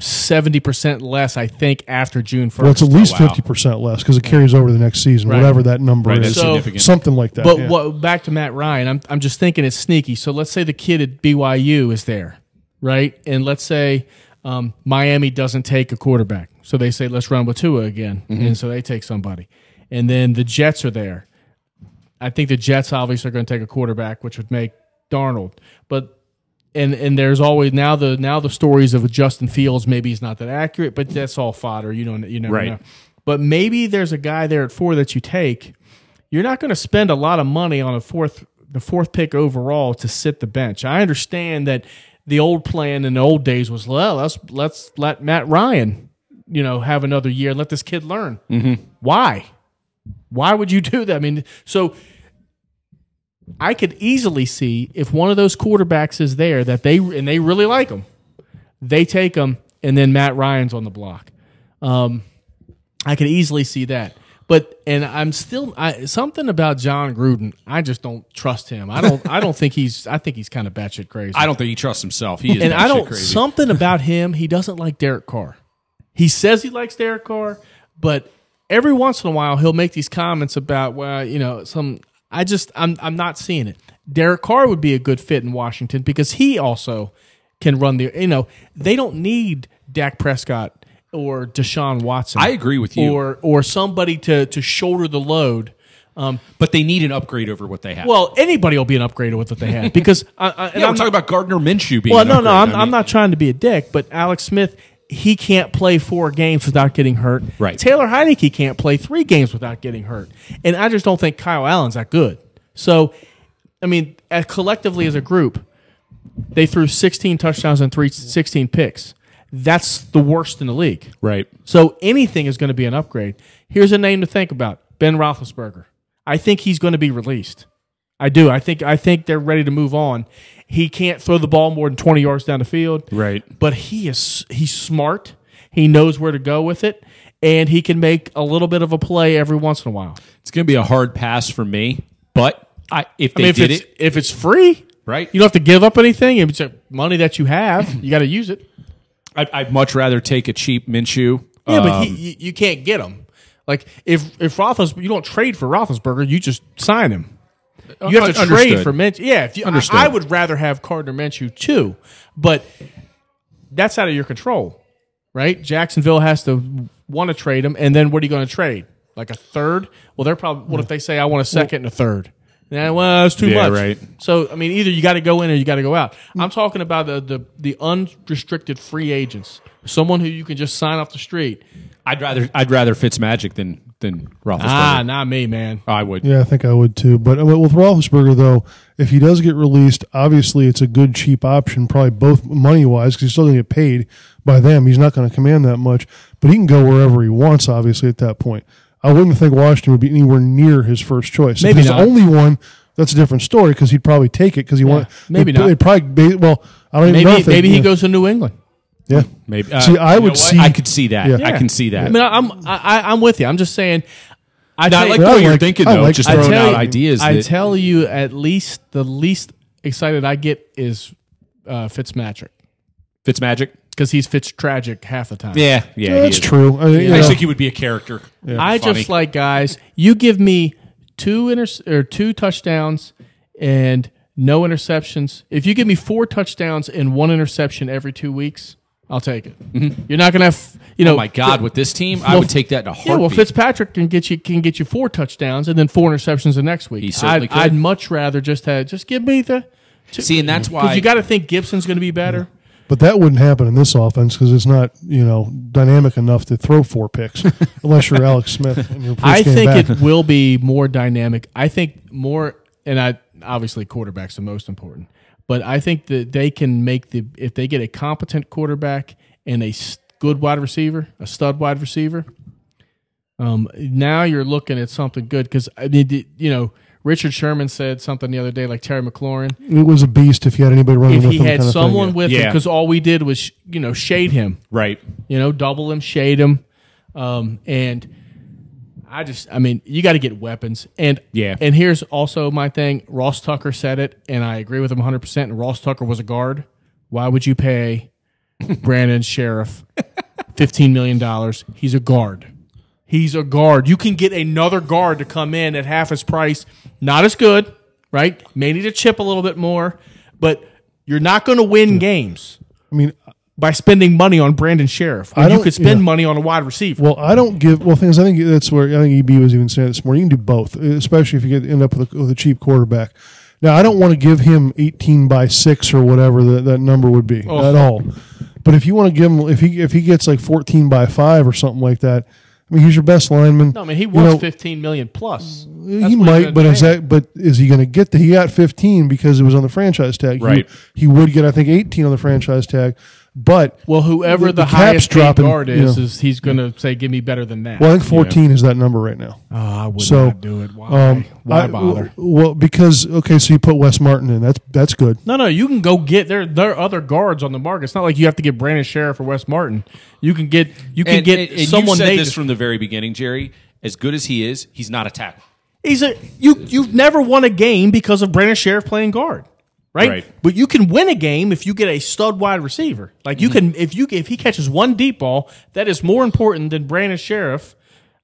[SPEAKER 3] seventy percent less, I think, after June
[SPEAKER 2] Well, it's
[SPEAKER 3] first. Oh,
[SPEAKER 2] at least
[SPEAKER 1] Oh, wow.
[SPEAKER 2] fifty percent less because it carries over to the next season,
[SPEAKER 3] Right.
[SPEAKER 2] whatever that number
[SPEAKER 1] Right,
[SPEAKER 2] is,
[SPEAKER 1] that's
[SPEAKER 3] So-
[SPEAKER 1] significant.
[SPEAKER 2] something like that.
[SPEAKER 3] but
[SPEAKER 2] yeah.
[SPEAKER 3] what, back to Matt Ryan, I'm I'm just thinking it's sneaky. So let's say the kid at BYU is there, right, and let's say um, Miami doesn't take a quarterback, so they say let's run with Tua again,
[SPEAKER 2] Mm-hmm.
[SPEAKER 3] and so they take somebody, and then the Jets are there. I think the Jets obviously are going to take a quarterback, which would make Darnold, but. And, and there's always now the now the stories of Justin Fields maybe he's not that accurate but that's all fodder you don't you never
[SPEAKER 1] Right.
[SPEAKER 3] know but maybe there's a guy there at four that you take you're not going to spend a lot of money on a fourth the fourth pick overall to sit the bench. I understand that the old plan in the old days was well let's let's let Matt Ryan you know have another year and let this kid learn. Why? Why would you do that? I mean, so I could easily see if one of those quarterbacks is there that they and they really like him, they take him, and then Matt Ryan's on the block. Um, I could easily see that. But and I'm still I, something about John Gruden. I just don't trust him. I don't. I don't think he's. I think he's kind of batshit crazy.
[SPEAKER 1] I don't think he trusts himself. He is
[SPEAKER 3] and
[SPEAKER 1] batshit
[SPEAKER 3] I don't.
[SPEAKER 1] crazy.
[SPEAKER 3] Something about him. He doesn't like Derek Carr. He says he likes Derek Carr, but every once in a while he'll make these comments about well, you know, some. I just I'm I'm not seeing it. Derek Carr would be a good fit in Washington because he also can run the. You know, they don't need Dak Prescott or Deshaun Watson.
[SPEAKER 1] I agree with you.
[SPEAKER 3] Or or somebody to to shoulder the load. Um,
[SPEAKER 1] but they need an upgrade over what they have.
[SPEAKER 3] well, anybody will be an upgrade with what they have because I, I, and
[SPEAKER 1] yeah,
[SPEAKER 3] I'm
[SPEAKER 1] we're talking
[SPEAKER 3] not-
[SPEAKER 1] about Gardner Minshew being.
[SPEAKER 3] well,
[SPEAKER 1] an
[SPEAKER 3] no, no,
[SPEAKER 1] upgrade.
[SPEAKER 3] I'm,
[SPEAKER 1] I mean,
[SPEAKER 3] I'm not trying to be a dick, but Alex Smith, he can't play four games without getting hurt.
[SPEAKER 1] Right.
[SPEAKER 3] Taylor Heineke can't play three games without getting hurt, and I just don't think Kyle Allen's that good. So, I mean, as collectively as a group, they threw 16 touchdowns and three 16 picks. That's the worst in the league.
[SPEAKER 1] right.
[SPEAKER 3] So anything is going to be an upgrade. Here's a name to think about: Ben Roethlisberger. I think he's going to be released. I do. I think. I think they're ready to move on. He can't throw the ball more than 20 yards down the field.
[SPEAKER 1] Right.
[SPEAKER 3] But he is. He's smart. He knows where to go with it, and he can make a little bit of a play every once in a while.
[SPEAKER 1] It's going to be a hard pass for me, but I if
[SPEAKER 3] I
[SPEAKER 1] they
[SPEAKER 3] mean, if
[SPEAKER 1] did
[SPEAKER 3] it's
[SPEAKER 1] it
[SPEAKER 3] if it's free,
[SPEAKER 1] right,
[SPEAKER 3] you don't have to give up anything. If It's money that you have. You got to use it.
[SPEAKER 1] I'd, I'd much rather take a cheap Minshew.
[SPEAKER 3] Yeah, but
[SPEAKER 1] um,
[SPEAKER 3] he, you, you can't get him. Like if if Roethlis, you don't trade for Roethlisberger, you just sign him. You have to
[SPEAKER 1] Un-
[SPEAKER 3] trade
[SPEAKER 1] understood.
[SPEAKER 3] for Minshew. Yeah, if you, I,
[SPEAKER 1] Understood.
[SPEAKER 3] I would rather have Gardner Minshew too, but that's out of your control, right? Jacksonville has to want to trade him, and then what are you going to trade? Like a third? Well, they're probably. What if they say I want a second and a third? Yeah, well, it's too
[SPEAKER 1] Yeah,
[SPEAKER 3] much.
[SPEAKER 1] right.
[SPEAKER 3] So I mean, either you got to go in or you got to go out. I'm talking about the, the the unrestricted free agents, someone who you can just sign off the street.
[SPEAKER 1] I'd rather I'd rather Fitzmagic than than Roethlisberger.
[SPEAKER 3] Ah, not me, man.
[SPEAKER 1] I would.
[SPEAKER 2] Yeah, I think I would too. But uh, with Roethlisberger, though, if he does get released, obviously it's a good cheap option, probably both money wise, because he's still going to get paid by them. He's not going to command that much, but he can go wherever he wants. Obviously, at that point, I wouldn't think Washington would be anywhere near his first choice.
[SPEAKER 3] Maybe
[SPEAKER 2] if he's
[SPEAKER 3] not.
[SPEAKER 2] the only one. That's a different story because he'd probably take it because he want.
[SPEAKER 3] maybe
[SPEAKER 2] they'd,
[SPEAKER 3] not.
[SPEAKER 2] They'd probably be, well. I don't even know.
[SPEAKER 3] Maybe
[SPEAKER 2] If they-
[SPEAKER 3] maybe he
[SPEAKER 2] yeah,
[SPEAKER 3] goes to New England.
[SPEAKER 2] Yeah,
[SPEAKER 1] Maybe. uh,
[SPEAKER 2] See, I
[SPEAKER 1] you
[SPEAKER 2] would
[SPEAKER 1] know what?
[SPEAKER 2] see-
[SPEAKER 1] I could see that.
[SPEAKER 2] Yeah.
[SPEAKER 1] I can see that.
[SPEAKER 3] I mean, I- I'm I, I- I'm with you. I'm just saying. I,
[SPEAKER 1] Now, I
[SPEAKER 3] tell-
[SPEAKER 1] like the
[SPEAKER 2] I
[SPEAKER 1] way you're
[SPEAKER 2] like-
[SPEAKER 1] thinking
[SPEAKER 2] I
[SPEAKER 1] though,
[SPEAKER 2] like-
[SPEAKER 1] just
[SPEAKER 2] I
[SPEAKER 1] throwing
[SPEAKER 3] tell
[SPEAKER 1] out
[SPEAKER 3] you-
[SPEAKER 1] ideas.
[SPEAKER 3] I
[SPEAKER 1] that-
[SPEAKER 3] tell you, at least the least excited I get is uh, Fitzmagic.
[SPEAKER 1] Fitzmagic.
[SPEAKER 3] because he's Fitz tragic half the time.
[SPEAKER 1] Yeah, yeah, he
[SPEAKER 2] That's
[SPEAKER 1] is.
[SPEAKER 2] true. I, you
[SPEAKER 1] I
[SPEAKER 2] know,
[SPEAKER 1] just think he would be a character.
[SPEAKER 3] I
[SPEAKER 1] Funny.
[SPEAKER 3] just like guys. You give me two inter or two touchdowns and no interceptions. If you give me four touchdowns and one interception every two weeks, I'll take it. You're not gonna have you
[SPEAKER 1] Mm-hmm.
[SPEAKER 3] know.
[SPEAKER 1] Oh my God, with this team, I would take that in a heartbeat.
[SPEAKER 3] Yeah, well, Fitzpatrick can get you can get you four touchdowns and then four interceptions the next week.
[SPEAKER 1] He certainly
[SPEAKER 3] I'd, I'd
[SPEAKER 1] could.
[SPEAKER 3] much rather just have just give me the two,
[SPEAKER 1] See, and that's why
[SPEAKER 3] because you got to think Gibson's going to be better.
[SPEAKER 2] but that wouldn't happen in this offense because it's not you know dynamic enough to throw four picks unless you're Alex Smith. And you're
[SPEAKER 3] I
[SPEAKER 2] first game
[SPEAKER 3] think
[SPEAKER 2] back.
[SPEAKER 3] it will be more dynamic. I think more, and I obviously quarterback's the most important, but I think that they can make the if they get a competent quarterback and a s- good wide receiver, a stud wide receiver. Um, now you're looking at something good because I mean, the- you know, Richard Sherman said something the other day, like Terry McLaurin.
[SPEAKER 2] It was a beast if you had anybody running
[SPEAKER 3] If
[SPEAKER 2] with
[SPEAKER 3] he
[SPEAKER 2] him.
[SPEAKER 3] had
[SPEAKER 2] kind of thing,
[SPEAKER 3] someone
[SPEAKER 2] yeah.
[SPEAKER 3] with him,
[SPEAKER 1] Yeah.
[SPEAKER 3] because all we did was sh- you know shade him
[SPEAKER 1] right?
[SPEAKER 3] you know, double him, shade him, um, and I just, I mean, you got to get weapons, and
[SPEAKER 1] Yeah.
[SPEAKER 3] and here's also my thing. Ross Tucker said it, and I agree with him 100. percent And Ross Tucker was a guard. Why would you pay Brandon Sheriff 15 million dollars? He's a guard. He's a guard. You can get another guard to come in at half his price. Not as good, right? May need to chip a little bit more, but you're not going to win games
[SPEAKER 2] I mean,
[SPEAKER 3] by spending money on Brandon Sheriff. When
[SPEAKER 2] I
[SPEAKER 3] you
[SPEAKER 2] don't-
[SPEAKER 3] could spend
[SPEAKER 2] yeah.
[SPEAKER 3] money on a wide receiver.
[SPEAKER 2] Well, I don't give. Well, things I think that's where I think EB was even saying this morning. You can do both, especially if you get end up with a, with a cheap quarterback. Now, I don't want to give him eighteen by six or whatever that, that number would be at all. But if you want to give him, if he if he gets like fourteen by five or something like that, I mean, he's your best lineman.
[SPEAKER 3] no, I mean he
[SPEAKER 2] You
[SPEAKER 3] wants
[SPEAKER 2] know,
[SPEAKER 3] 15 million plus.
[SPEAKER 2] he might, but is
[SPEAKER 3] exactly.
[SPEAKER 2] that but is he going to get the? He got fifteen because it was on the franchise tag. He-
[SPEAKER 1] Right.
[SPEAKER 2] He, would get, I think, eighteen on the franchise tag, but.
[SPEAKER 3] well, whoever the,
[SPEAKER 2] the cap's
[SPEAKER 3] highest paid
[SPEAKER 2] dropping,
[SPEAKER 3] guard is,
[SPEAKER 2] yeah.
[SPEAKER 3] is he's going to say, "Give me better than that."
[SPEAKER 2] Well, I think 14 is that number right now.
[SPEAKER 3] oh, I would
[SPEAKER 2] so, um,
[SPEAKER 3] not do it. Why? Why
[SPEAKER 2] I-
[SPEAKER 3] bother?
[SPEAKER 2] w- Well, because okay, so you put Wes Martin in. That's that's good.
[SPEAKER 3] No, no, you can go get there. There are other guards on the market. It's not like you have to get Brandon Sheriff or Wes Martin. You can get you can
[SPEAKER 1] And,
[SPEAKER 3] get
[SPEAKER 1] and- and you
[SPEAKER 3] someone.
[SPEAKER 1] said
[SPEAKER 3] they
[SPEAKER 1] this
[SPEAKER 3] just-
[SPEAKER 1] from the very beginning, Jerry. As good as he is, he's not a tackle.
[SPEAKER 3] He's a you. You've never won a game because of Brandon Sheriff playing guard, right?
[SPEAKER 1] Right.
[SPEAKER 3] But you can win a game if you get a stud wide receiver. Like you can if you if he catches one deep ball, that is more important than Brandon Sheriff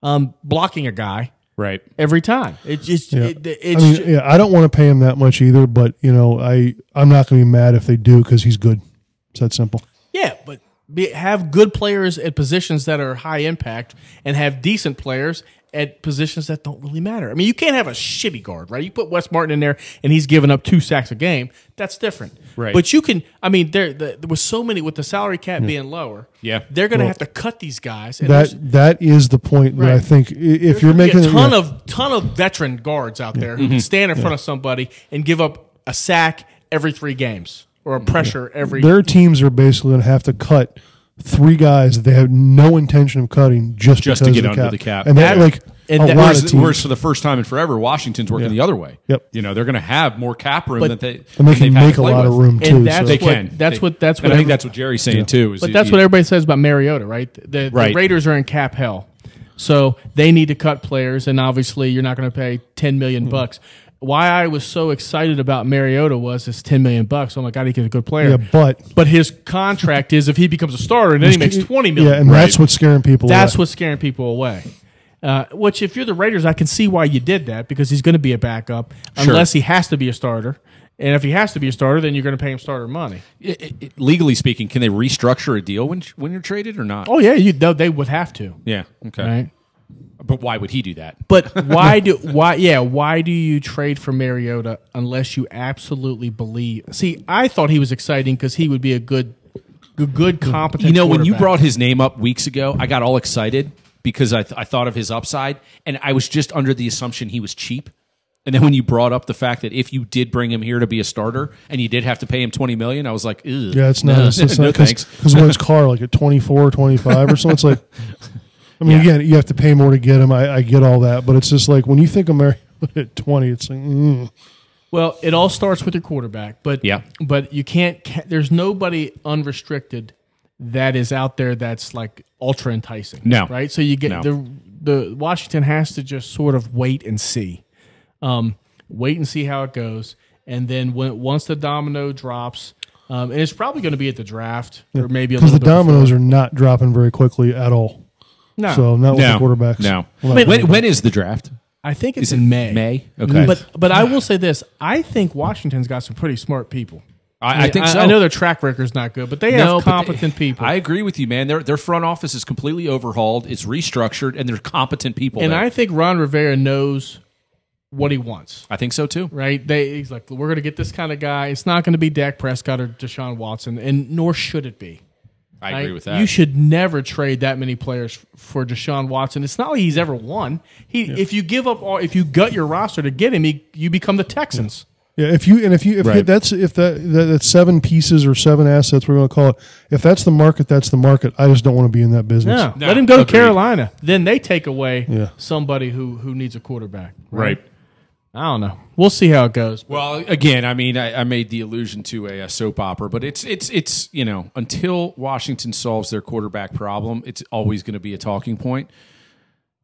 [SPEAKER 3] um, blocking a guy
[SPEAKER 1] Right.
[SPEAKER 3] every time. It's just it,
[SPEAKER 2] I
[SPEAKER 3] it's
[SPEAKER 2] mean,
[SPEAKER 3] ju-
[SPEAKER 2] yeah, I don't want to pay him that much either, but you know, I I'm not going to be mad if they do because he's good. It's that simple.
[SPEAKER 3] yeah, but be, have good players at positions that are high impact and have decent players. At positions that don't really matter. I mean, you can't have a shitty guard, right? You put Wes Martin in there and he's giving up two sacks a game. That's different.
[SPEAKER 1] Right. Hmm.
[SPEAKER 3] But you can. I mean, there, the, there was so many with the salary cap being lower.
[SPEAKER 1] Yeah.
[SPEAKER 3] They're going to have to cut these guys. And there's-
[SPEAKER 2] That that is the point that I
[SPEAKER 3] Right.
[SPEAKER 2] think i- if you're
[SPEAKER 3] there's
[SPEAKER 2] making
[SPEAKER 3] a ton
[SPEAKER 2] yeah,
[SPEAKER 3] of ton of veteran guards out there
[SPEAKER 1] Mm-hmm.
[SPEAKER 3] who can stand in front of somebody and give up a sack every three games or a pressure every.
[SPEAKER 2] their teams are basically going to have to cut three guys that they have no intention of cutting just,
[SPEAKER 1] Just to
[SPEAKER 2] because
[SPEAKER 1] get
[SPEAKER 2] of
[SPEAKER 1] under
[SPEAKER 2] the cap.
[SPEAKER 1] the cap.
[SPEAKER 2] and that
[SPEAKER 1] Yeah.
[SPEAKER 2] like
[SPEAKER 3] And
[SPEAKER 2] a
[SPEAKER 3] that-
[SPEAKER 2] lot
[SPEAKER 1] Whereas,
[SPEAKER 2] of teams.
[SPEAKER 1] whereas for the first time in forever, Washington's working the other way.
[SPEAKER 2] Yep.
[SPEAKER 1] You know they're going to have more cap room
[SPEAKER 3] But-
[SPEAKER 1] that they
[SPEAKER 2] and
[SPEAKER 1] than
[SPEAKER 2] they can
[SPEAKER 1] they've had
[SPEAKER 2] make
[SPEAKER 1] to
[SPEAKER 2] a
[SPEAKER 1] play
[SPEAKER 2] lot of
[SPEAKER 1] with.
[SPEAKER 2] room
[SPEAKER 3] And
[SPEAKER 2] too.
[SPEAKER 3] that's
[SPEAKER 2] so.
[SPEAKER 1] They
[SPEAKER 3] what-
[SPEAKER 1] can.
[SPEAKER 3] that's
[SPEAKER 1] They-
[SPEAKER 3] what- that's
[SPEAKER 1] and
[SPEAKER 3] what
[SPEAKER 1] I think
[SPEAKER 3] every-
[SPEAKER 1] that's what Jerry's saying too. Is
[SPEAKER 3] But that's what everybody says about Mariota, right? The, the
[SPEAKER 1] e- Right.
[SPEAKER 3] Raiders are in cap hell, so they need to cut players, and obviously you're not going to pay ten
[SPEAKER 1] Hmm.
[SPEAKER 3] million bucks. Why I was so excited about Mariota was this ten million bucks. Oh my god, he he's a good player.
[SPEAKER 2] Yeah, but-
[SPEAKER 3] but his contract is if he becomes a starter and then he makes twenty million.
[SPEAKER 2] Yeah, and
[SPEAKER 1] Right.
[SPEAKER 2] that's what's scaring people.
[SPEAKER 3] That's
[SPEAKER 2] away.
[SPEAKER 3] what's scaring people away. Uh, which, if you're the Raiders, I can see why you did that because he's going to be a backup unless he has to be a starter. And if he has to be a starter, then you're going to pay him starter money.
[SPEAKER 1] It- it- it- legally speaking, can they restructure a deal when when you're traded or not?
[SPEAKER 3] Oh yeah, you though they would have to,
[SPEAKER 1] Yeah. Okay.
[SPEAKER 3] right?
[SPEAKER 1] But why would he do that?
[SPEAKER 3] But why do why yeah why do you trade for Mariota unless you absolutely believe? See, I thought he was exciting because he would be a good, good, good competent.
[SPEAKER 1] You know, when you
[SPEAKER 3] quarterback.
[SPEAKER 1] brought his name up weeks ago, I got all excited because I, th- I thought of his upside, and I was just under the assumption he was cheap. And then when you brought up the fact that if you did bring him here to be a starter and you did have to pay him twenty million, I was like, Ugh,
[SPEAKER 2] Yeah, it's not.
[SPEAKER 1] no,
[SPEAKER 2] it's, it's
[SPEAKER 1] no
[SPEAKER 2] not
[SPEAKER 1] thanks.
[SPEAKER 2] because one's car like at 24, 25 or something. It's like, I mean,
[SPEAKER 1] Yeah.
[SPEAKER 2] again, you have to pay more to get them. I, I get all that, but it's just like when you think of Mary at twenty, it's like mm,
[SPEAKER 3] Well, it all starts with your quarterback, but
[SPEAKER 1] Yeah.
[SPEAKER 3] but you can't. ca- There's nobody unrestricted that is out there that's like ultra enticing.
[SPEAKER 1] No.
[SPEAKER 3] right? So you get
[SPEAKER 1] No.
[SPEAKER 3] the the Washington has to just sort of wait and see, um, wait and see how it goes, and then when once the domino drops, Um, and it's probably going to be at the draft or maybe a
[SPEAKER 2] because
[SPEAKER 3] little
[SPEAKER 2] the
[SPEAKER 3] bit before.
[SPEAKER 2] dominoes are not dropping very quickly at all.
[SPEAKER 1] No.
[SPEAKER 2] So not with the
[SPEAKER 1] no.
[SPEAKER 2] quarterbacks.
[SPEAKER 1] No.
[SPEAKER 2] Well,
[SPEAKER 3] Wait,
[SPEAKER 1] when, when is the draft?
[SPEAKER 3] I think it's in May.
[SPEAKER 1] May? Okay.
[SPEAKER 3] But but I will say this: I think Washington's got some pretty smart people.
[SPEAKER 1] I, I think
[SPEAKER 3] I,
[SPEAKER 1] so.
[SPEAKER 3] I know their track record's not good, but they
[SPEAKER 1] No,
[SPEAKER 3] have
[SPEAKER 1] but they-
[SPEAKER 3] competent people.
[SPEAKER 1] I agree with you, man. Their their front office is completely overhauled. It's restructured, and they're competent people.
[SPEAKER 3] and
[SPEAKER 1] there.
[SPEAKER 3] I think Ron Rivera knows what he wants.
[SPEAKER 1] I think so too.
[SPEAKER 3] Right? They he's like, we're going to get this kind of guy. It's not going to be Dak Prescott or Deshaun Watson, and nor should it be.
[SPEAKER 1] I agree
[SPEAKER 3] right?
[SPEAKER 1] with that.
[SPEAKER 3] You should never trade that many players f- for Deshaun Watson. It's not like he's ever won. He if you give up all, if you gut your roster to get him, he, you become the Texans.
[SPEAKER 2] Yeah, if you and if you if
[SPEAKER 1] Right.
[SPEAKER 2] that's if that, that that's seven pieces or seven assets we're going to call it. If that's the market, that's the market. I just don't want to be in that business.
[SPEAKER 3] No,
[SPEAKER 1] No,
[SPEAKER 3] let him go to
[SPEAKER 1] agreed.
[SPEAKER 3] Carolina. Then they take away
[SPEAKER 2] Yeah.
[SPEAKER 3] somebody who who needs a quarterback.
[SPEAKER 1] right.
[SPEAKER 3] I don't know. We'll see how it goes.
[SPEAKER 1] Well, again, I mean, I, I made the allusion to a, uh soap opera, but it's it's it's you know until Washington solves their quarterback problem, it's always going to be a talking point.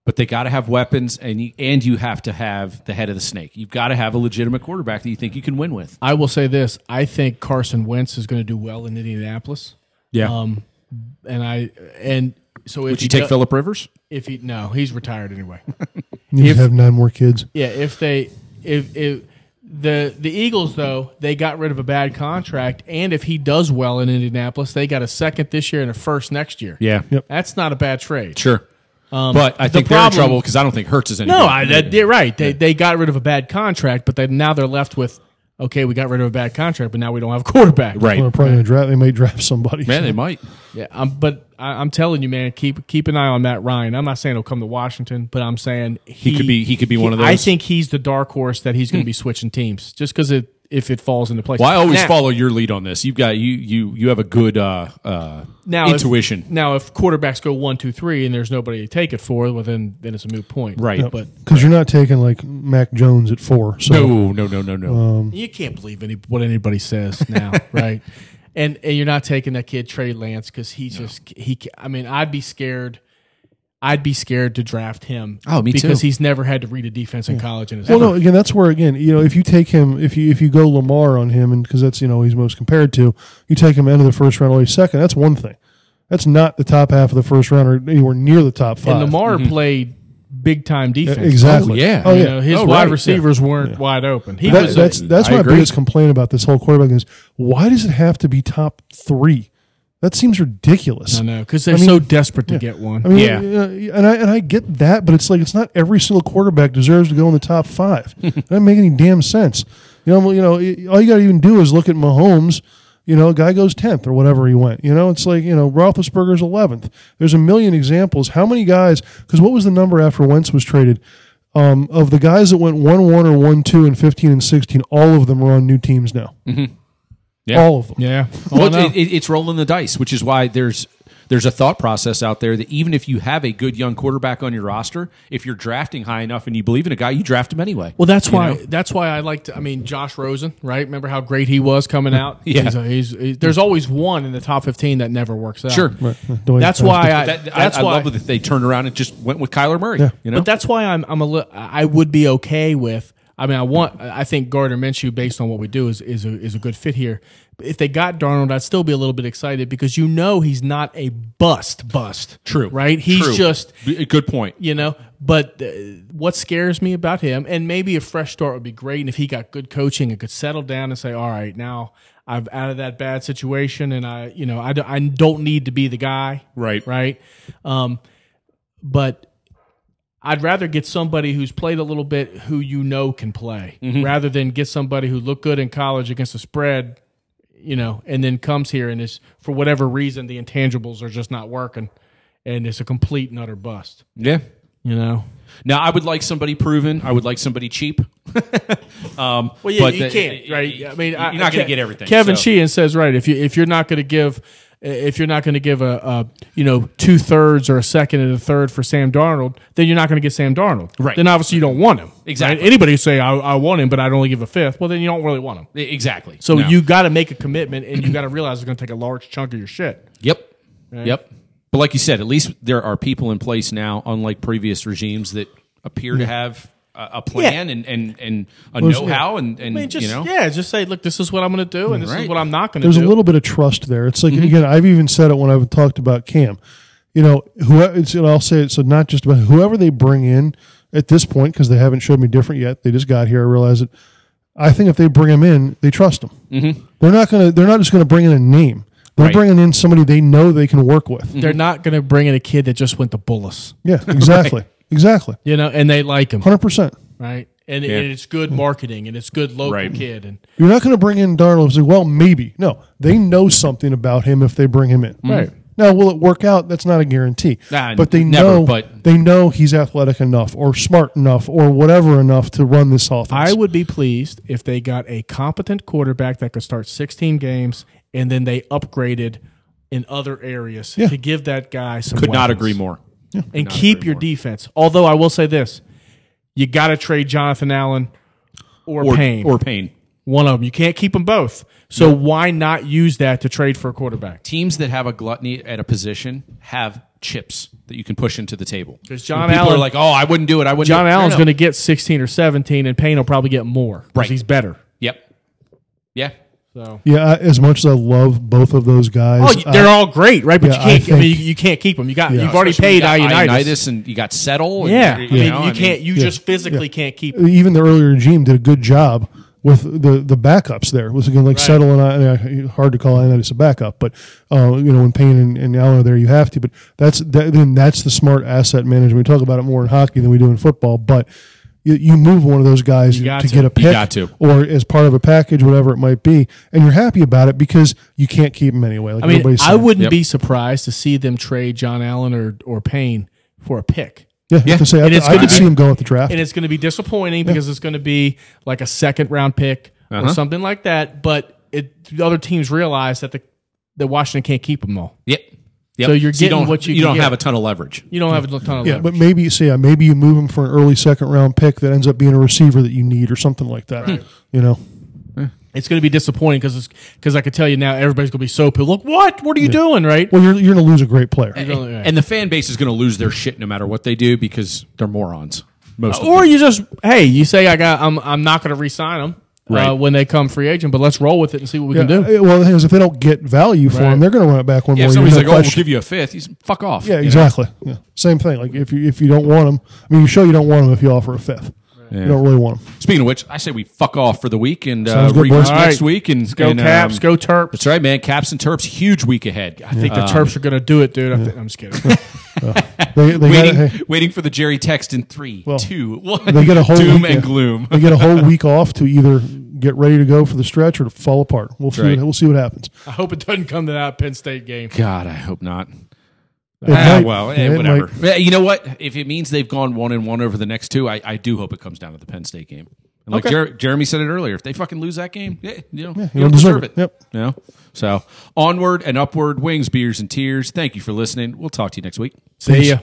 [SPEAKER 1] But they got to have weapons, and you, and you have to have the head of the snake. You've got to have a legitimate quarterback that you think you can win with.
[SPEAKER 3] I will say this: I think Carson Wentz is going to do well in Indianapolis,
[SPEAKER 1] Yeah.
[SPEAKER 3] um, and I and so if
[SPEAKER 1] Would you
[SPEAKER 3] he
[SPEAKER 1] take
[SPEAKER 3] do-
[SPEAKER 1] Philip Rivers?
[SPEAKER 3] if he no, he's retired anyway.
[SPEAKER 2] You need to have nine more kids.
[SPEAKER 3] yeah, if they if if the the Eagles though they got rid of a bad contract, and if he does well in Indianapolis, they got a second this year and a first next year.
[SPEAKER 1] Yeah.
[SPEAKER 2] Yep.
[SPEAKER 3] that's not a bad trade.
[SPEAKER 1] Sure. but I think they're in
[SPEAKER 3] Um, problem-
[SPEAKER 1] trouble because I don't think Hurts is any.
[SPEAKER 3] No,
[SPEAKER 1] good.
[SPEAKER 3] I, that, they're right. They, they got rid of a bad contract, but they, now they're left with okay, we got rid of a bad contract, but now we don't have a quarterback.
[SPEAKER 1] right.
[SPEAKER 2] They're probably going to draft. They may draft somebody.
[SPEAKER 1] Man, they might.
[SPEAKER 3] Yeah. Um, but I, I'm telling you, man, keep keep an eye on Matt Ryan. I'm not saying he'll come to Washington, but I'm saying he,
[SPEAKER 1] could be- he could be one of
[SPEAKER 3] I
[SPEAKER 1] those. Hmm.
[SPEAKER 3] think he's the dark horse that he's going to be switching teams just because it if it falls into place.
[SPEAKER 1] Well, I always
[SPEAKER 3] Now-
[SPEAKER 1] follow your lead on this. You've got you you you have a good uh, uh,
[SPEAKER 3] now if-
[SPEAKER 1] intuition.
[SPEAKER 3] now, if quarterbacks go one, two, three, and there's nobody to take it for, well, then then it's a moot point,
[SPEAKER 1] Right.
[SPEAKER 3] But
[SPEAKER 2] because you're not taking like Mac Jones at four. So
[SPEAKER 1] no, no, no, no, no.
[SPEAKER 3] You can't believe any what anybody says now, right? And and you're not taking that kid Trey Lance because he just he. ca- I mean, I'd be scared. I'd be scared to draft him.
[SPEAKER 1] Oh, me too.
[SPEAKER 3] Because he's never had to read a defense in college in his
[SPEAKER 2] Well,
[SPEAKER 3] life.
[SPEAKER 2] no. Again, that's where again, you know, if you take him, if you if you go Lamar on him, and because that's you know he's most compared to, you take him end of the first round, early second. That's one thing. That's not the top half of the first round, or anywhere near the top five.
[SPEAKER 3] and Lamar played big time defense.
[SPEAKER 2] exactly.
[SPEAKER 1] Oh, yeah.
[SPEAKER 2] Oh
[SPEAKER 1] You
[SPEAKER 2] yeah.
[SPEAKER 3] You know, his
[SPEAKER 1] Oh,
[SPEAKER 3] wide
[SPEAKER 1] right.
[SPEAKER 3] receivers weren't wide open. He
[SPEAKER 2] That-
[SPEAKER 3] was.
[SPEAKER 2] that's
[SPEAKER 1] a-
[SPEAKER 2] that's
[SPEAKER 1] I
[SPEAKER 2] my
[SPEAKER 1] agree.
[SPEAKER 2] biggest complaint about this whole quarterback is why does it have to be top three? That seems ridiculous.
[SPEAKER 3] I know because they're
[SPEAKER 2] I mean-
[SPEAKER 3] so desperate to get one.
[SPEAKER 2] I mean,
[SPEAKER 1] Yeah.
[SPEAKER 2] uh, and I and I get that, but it's like it's not every single quarterback deserves to go in the top five. it doesn't make any damn sense. You know, you know, it- all you got to even do is look at Mahomes. You know, a guy goes tenth or whatever he went. You know, it's like you know Roethlisberger's eleventh. There's a million examples. How many guys? Because what was the number after Wentz was traded? Um, of the guys that went one one or one two and fifteen and sixteen, all of them are on new teams now.
[SPEAKER 1] Yeah.
[SPEAKER 2] All of them.
[SPEAKER 3] yeah.
[SPEAKER 1] Well, it, it, it's rolling the dice, which is why there's there's a thought process out there that even if you have a good young quarterback on your roster, if you're drafting high enough and you believe in a guy, you draft him anyway.
[SPEAKER 3] Well, that's
[SPEAKER 1] You
[SPEAKER 3] why
[SPEAKER 1] know?
[SPEAKER 3] that's why I like to. I mean, Josh Rosen, right? Remember how great he was coming out?
[SPEAKER 1] Mm-hmm. Yeah.
[SPEAKER 3] he's, he's, he's- there's always one in the top fifteen that never works out.
[SPEAKER 1] sure.
[SPEAKER 2] Dwayne
[SPEAKER 3] That's
[SPEAKER 2] Haskins.
[SPEAKER 3] why I.
[SPEAKER 1] That,
[SPEAKER 3] that's
[SPEAKER 1] I, I
[SPEAKER 3] why.
[SPEAKER 1] love that they turned around and just went with Kyler Murray. You know,
[SPEAKER 3] But that's why I'm. I'm a. Li- I would be okay with. I mean, I want. I think Gardner Minshew, based on what we do, is is a, is a good fit here. But if they got Darnold, I'd still be a little bit excited because you know he's not a bust. Bust.
[SPEAKER 1] true.
[SPEAKER 3] Right. He's
[SPEAKER 1] True.
[SPEAKER 3] just
[SPEAKER 1] B- good point.
[SPEAKER 3] you know. But uh, what scares me about him, and maybe a fresh start would be great, and if he got good coaching and could settle down and say, "All right, now I've out of that bad situation, and I, you know, I, do, I don't need to be the guy,
[SPEAKER 1] Right.
[SPEAKER 3] right." Um, but I'd rather get somebody who's played a little bit, who you know can play, rather than get somebody who looked good in college against the spread. You know, and then comes here and is for whatever reason the intangibles are just not working, and it's a complete and utter bust.
[SPEAKER 1] Yeah.
[SPEAKER 3] You know,
[SPEAKER 1] Now, I would like somebody proven. I would like somebody cheap. um,
[SPEAKER 3] Well, yeah,
[SPEAKER 1] but
[SPEAKER 3] you
[SPEAKER 1] the-
[SPEAKER 3] can't, right? I mean,
[SPEAKER 1] you're
[SPEAKER 3] I-
[SPEAKER 1] not going
[SPEAKER 3] Ke-
[SPEAKER 1] to get everything.
[SPEAKER 3] Kevin
[SPEAKER 1] so.
[SPEAKER 3] Sheehan says, right? If you if you're not going to give, if you're not going to give a, a you know two thirds or a second and a third for Sam Darnold, then you're not going to get Sam Darnold,
[SPEAKER 1] Right.
[SPEAKER 3] Then obviously you don't want him.
[SPEAKER 1] Exactly.
[SPEAKER 3] Right? Anybody who say I, I want him, but I'd only give a fifth, well then you don't really want him.
[SPEAKER 1] E- exactly.
[SPEAKER 3] So
[SPEAKER 1] No.
[SPEAKER 3] you got to make a commitment, and you got to realize it's going to take a large chunk of your shit.
[SPEAKER 1] Yep. Yep. But like you said, at least there are people in place now, unlike previous regimes that appear to have. Uh, a, a plan and, and, and a
[SPEAKER 2] Well, it's-
[SPEAKER 1] know-how and, and
[SPEAKER 3] I mean, just
[SPEAKER 1] you know
[SPEAKER 3] yeah, just say, look, this is what I'm going to do, and this
[SPEAKER 1] Right.
[SPEAKER 3] is what I'm not going to
[SPEAKER 2] There's
[SPEAKER 3] do.
[SPEAKER 2] a little bit of trust there. It's like again, I've even said it when I've talked about Cam. You know, whoever it's, and I'll say it. So not just about whoever they bring in at this point because they haven't showed me different yet. They just got here. I realize it. I think if they bring him in, they trust him. Mm-hmm. They're not gonna. They're not just gonna bring in a name. They're
[SPEAKER 1] Right.
[SPEAKER 2] bringing in somebody they know they can work with.
[SPEAKER 1] Mm-hmm.
[SPEAKER 3] They're not going to bring in a kid that just went to Bullis,
[SPEAKER 2] Yeah, exactly, exactly,
[SPEAKER 3] you know, and they like him,
[SPEAKER 2] hundred percent.
[SPEAKER 3] right? And,
[SPEAKER 1] Yeah.
[SPEAKER 3] and it's good marketing, and it's good local
[SPEAKER 1] Right.
[SPEAKER 3] kid, and
[SPEAKER 2] You're not going to bring in Darnold and say, well, maybe. No, they know something about him if they bring him in. Mm.
[SPEAKER 3] Right.
[SPEAKER 2] Now, will it work out? That's not a guarantee.
[SPEAKER 1] Nah,
[SPEAKER 2] but they
[SPEAKER 1] never,
[SPEAKER 2] know
[SPEAKER 1] but-
[SPEAKER 2] they know he's athletic enough or smart enough or whatever enough to run this offense.
[SPEAKER 3] I would be pleased if they got a competent quarterback that could start 16 games and then they upgraded in other areas to give that guy some.
[SPEAKER 1] could not
[SPEAKER 3] weapons.
[SPEAKER 1] agree more
[SPEAKER 3] And keep your defense. Although I will say this, you got to trade Jonathan Allen or,
[SPEAKER 1] or
[SPEAKER 3] Payne,
[SPEAKER 1] or pain
[SPEAKER 3] one of them. You can't keep them both. So why not use that to trade for a quarterback?
[SPEAKER 1] teams that have a gluttony at a position have chips that you can push into the table
[SPEAKER 3] Because John
[SPEAKER 1] people are
[SPEAKER 3] Allen-
[SPEAKER 1] like oh I wouldn't do it I wouldn't
[SPEAKER 3] John
[SPEAKER 1] do it. No,
[SPEAKER 3] Allen's
[SPEAKER 1] no.
[SPEAKER 3] going to get 16 or 17, and Payne will probably get more because
[SPEAKER 1] Right.
[SPEAKER 3] he's better.
[SPEAKER 1] yep yeah
[SPEAKER 3] So.
[SPEAKER 2] yeah, I- as much as I love both of those guys,
[SPEAKER 3] Oh, they're
[SPEAKER 2] I-
[SPEAKER 3] all great, right? But
[SPEAKER 2] uh, yeah, I
[SPEAKER 3] you can't. I,
[SPEAKER 2] think-
[SPEAKER 3] mean, you, you can't keep them. You got. You've already
[SPEAKER 1] Especially
[SPEAKER 3] paid
[SPEAKER 1] when you got
[SPEAKER 3] Ionitis.
[SPEAKER 1] Ionitis and you got settle and
[SPEAKER 3] Yeah,
[SPEAKER 1] you,
[SPEAKER 3] I mean,
[SPEAKER 1] know,
[SPEAKER 3] you can't. You just physically can't keep.
[SPEAKER 2] even the earlier regime did a good job with the the backups there. It was again like Settle and I, and I- hard to call Ioannidis a backup, but uh, you know when Payne and, and Allen are there, you have to. But that's that, then that's the smart asset management. We talk about it more in hockey than we do in football, but. You, you move one of those guys to,
[SPEAKER 3] got to.
[SPEAKER 2] get a pick,
[SPEAKER 1] got to.
[SPEAKER 2] or as part of a package, whatever it might be, and you're happy about it because you can't keep them anyway. Like
[SPEAKER 3] I mean,
[SPEAKER 2] everybody's
[SPEAKER 3] I
[SPEAKER 2] saying.
[SPEAKER 3] wouldn't
[SPEAKER 1] Yep.
[SPEAKER 3] be surprised to see them trade John Allen or or Payne for a pick,
[SPEAKER 2] Yeah, yeah. To say, I,
[SPEAKER 3] And it's
[SPEAKER 2] I
[SPEAKER 3] gonna
[SPEAKER 2] could
[SPEAKER 3] be-
[SPEAKER 2] see him going at the draft.
[SPEAKER 3] and it's going to be disappointing because it's going to be like a second round pick
[SPEAKER 1] Uh-huh.
[SPEAKER 3] or something like that. But it the other teams realize that the that Washington can't keep them all.
[SPEAKER 1] yep yep
[SPEAKER 3] So you're getting
[SPEAKER 1] don't-
[SPEAKER 3] what you
[SPEAKER 1] you
[SPEAKER 3] can
[SPEAKER 1] don't
[SPEAKER 3] get.
[SPEAKER 1] have a ton of leverage
[SPEAKER 3] You don't have a ton of
[SPEAKER 2] Yeah,
[SPEAKER 3] leverage.
[SPEAKER 2] but maybe so yeah, maybe you move him for an early second round pick that ends up being a receiver that you need or something like that. You know,
[SPEAKER 3] it's going to be disappointing because because I could tell you now everybody's going to be so pissed. Look, what? What are you doing? Right?
[SPEAKER 2] well you're you're gonna lose a great player.
[SPEAKER 3] Really, right.
[SPEAKER 1] and the fan base is going to lose their shit no matter what they do because they're morons. Most of
[SPEAKER 3] Or
[SPEAKER 1] them.
[SPEAKER 3] you just hey, you say I got I'm I'm not going to re-sign them uh,
[SPEAKER 1] Right.
[SPEAKER 3] when they come free agent, but let's roll with it and see what we
[SPEAKER 2] Yeah,
[SPEAKER 3] can do.
[SPEAKER 2] uh, Well, the thing is, if they don't get value for him,
[SPEAKER 3] Right.
[SPEAKER 2] they're going to run it back one
[SPEAKER 1] Yeah, if
[SPEAKER 2] more year.
[SPEAKER 1] somebody's
[SPEAKER 2] no
[SPEAKER 1] like, "Oh, we'll
[SPEAKER 2] question."
[SPEAKER 1] give you a fifth, he's fuck off.
[SPEAKER 2] yeah, exactly. Yeah. Same thing. Like if you if you don't want him, I mean, you show you don't want him if you offer a fifth. You don't really want him.
[SPEAKER 1] Speaking of which, I say we fuck off for the week and uh,
[SPEAKER 2] Sounds good,
[SPEAKER 1] regroup next
[SPEAKER 2] boys. All
[SPEAKER 3] right.
[SPEAKER 1] week and
[SPEAKER 3] Go
[SPEAKER 1] and, um,
[SPEAKER 3] Caps, go Terps.
[SPEAKER 1] That's right, man. Caps and Terps, huge week ahead.
[SPEAKER 3] I
[SPEAKER 2] Uh,
[SPEAKER 3] think the Terps are going to do it, dude. I thi- I'm just kidding.
[SPEAKER 2] They, they got
[SPEAKER 1] waiting,
[SPEAKER 2] hey,
[SPEAKER 1] waiting for the Jerry text in three, two, one.
[SPEAKER 2] they get a whole
[SPEAKER 1] doom
[SPEAKER 2] week,
[SPEAKER 1] and gloom.
[SPEAKER 2] they get a whole week off to either get ready to go for the stretch or to fall apart. We'll see.
[SPEAKER 1] right. Ah,
[SPEAKER 2] We'll see what happens.
[SPEAKER 3] I hope it doesn't come to that Penn State game.
[SPEAKER 1] God, I hope not.
[SPEAKER 2] It
[SPEAKER 1] Ah,
[SPEAKER 2] might-
[SPEAKER 1] well,
[SPEAKER 2] it
[SPEAKER 1] eh,
[SPEAKER 2] might-
[SPEAKER 1] whatever. Eh, You know what? If it means they've gone one and one over the next two, I, I do hope it comes down to the Penn State game. And like Jer- Jeremy said it earlier, if they fucking lose that game, eh, you know, you don't deserve it.
[SPEAKER 2] Yep.
[SPEAKER 1] You know? So onward and upward, wings, beers, and tears. Thank you for listening. We'll talk to you next week.
[SPEAKER 3] See ya.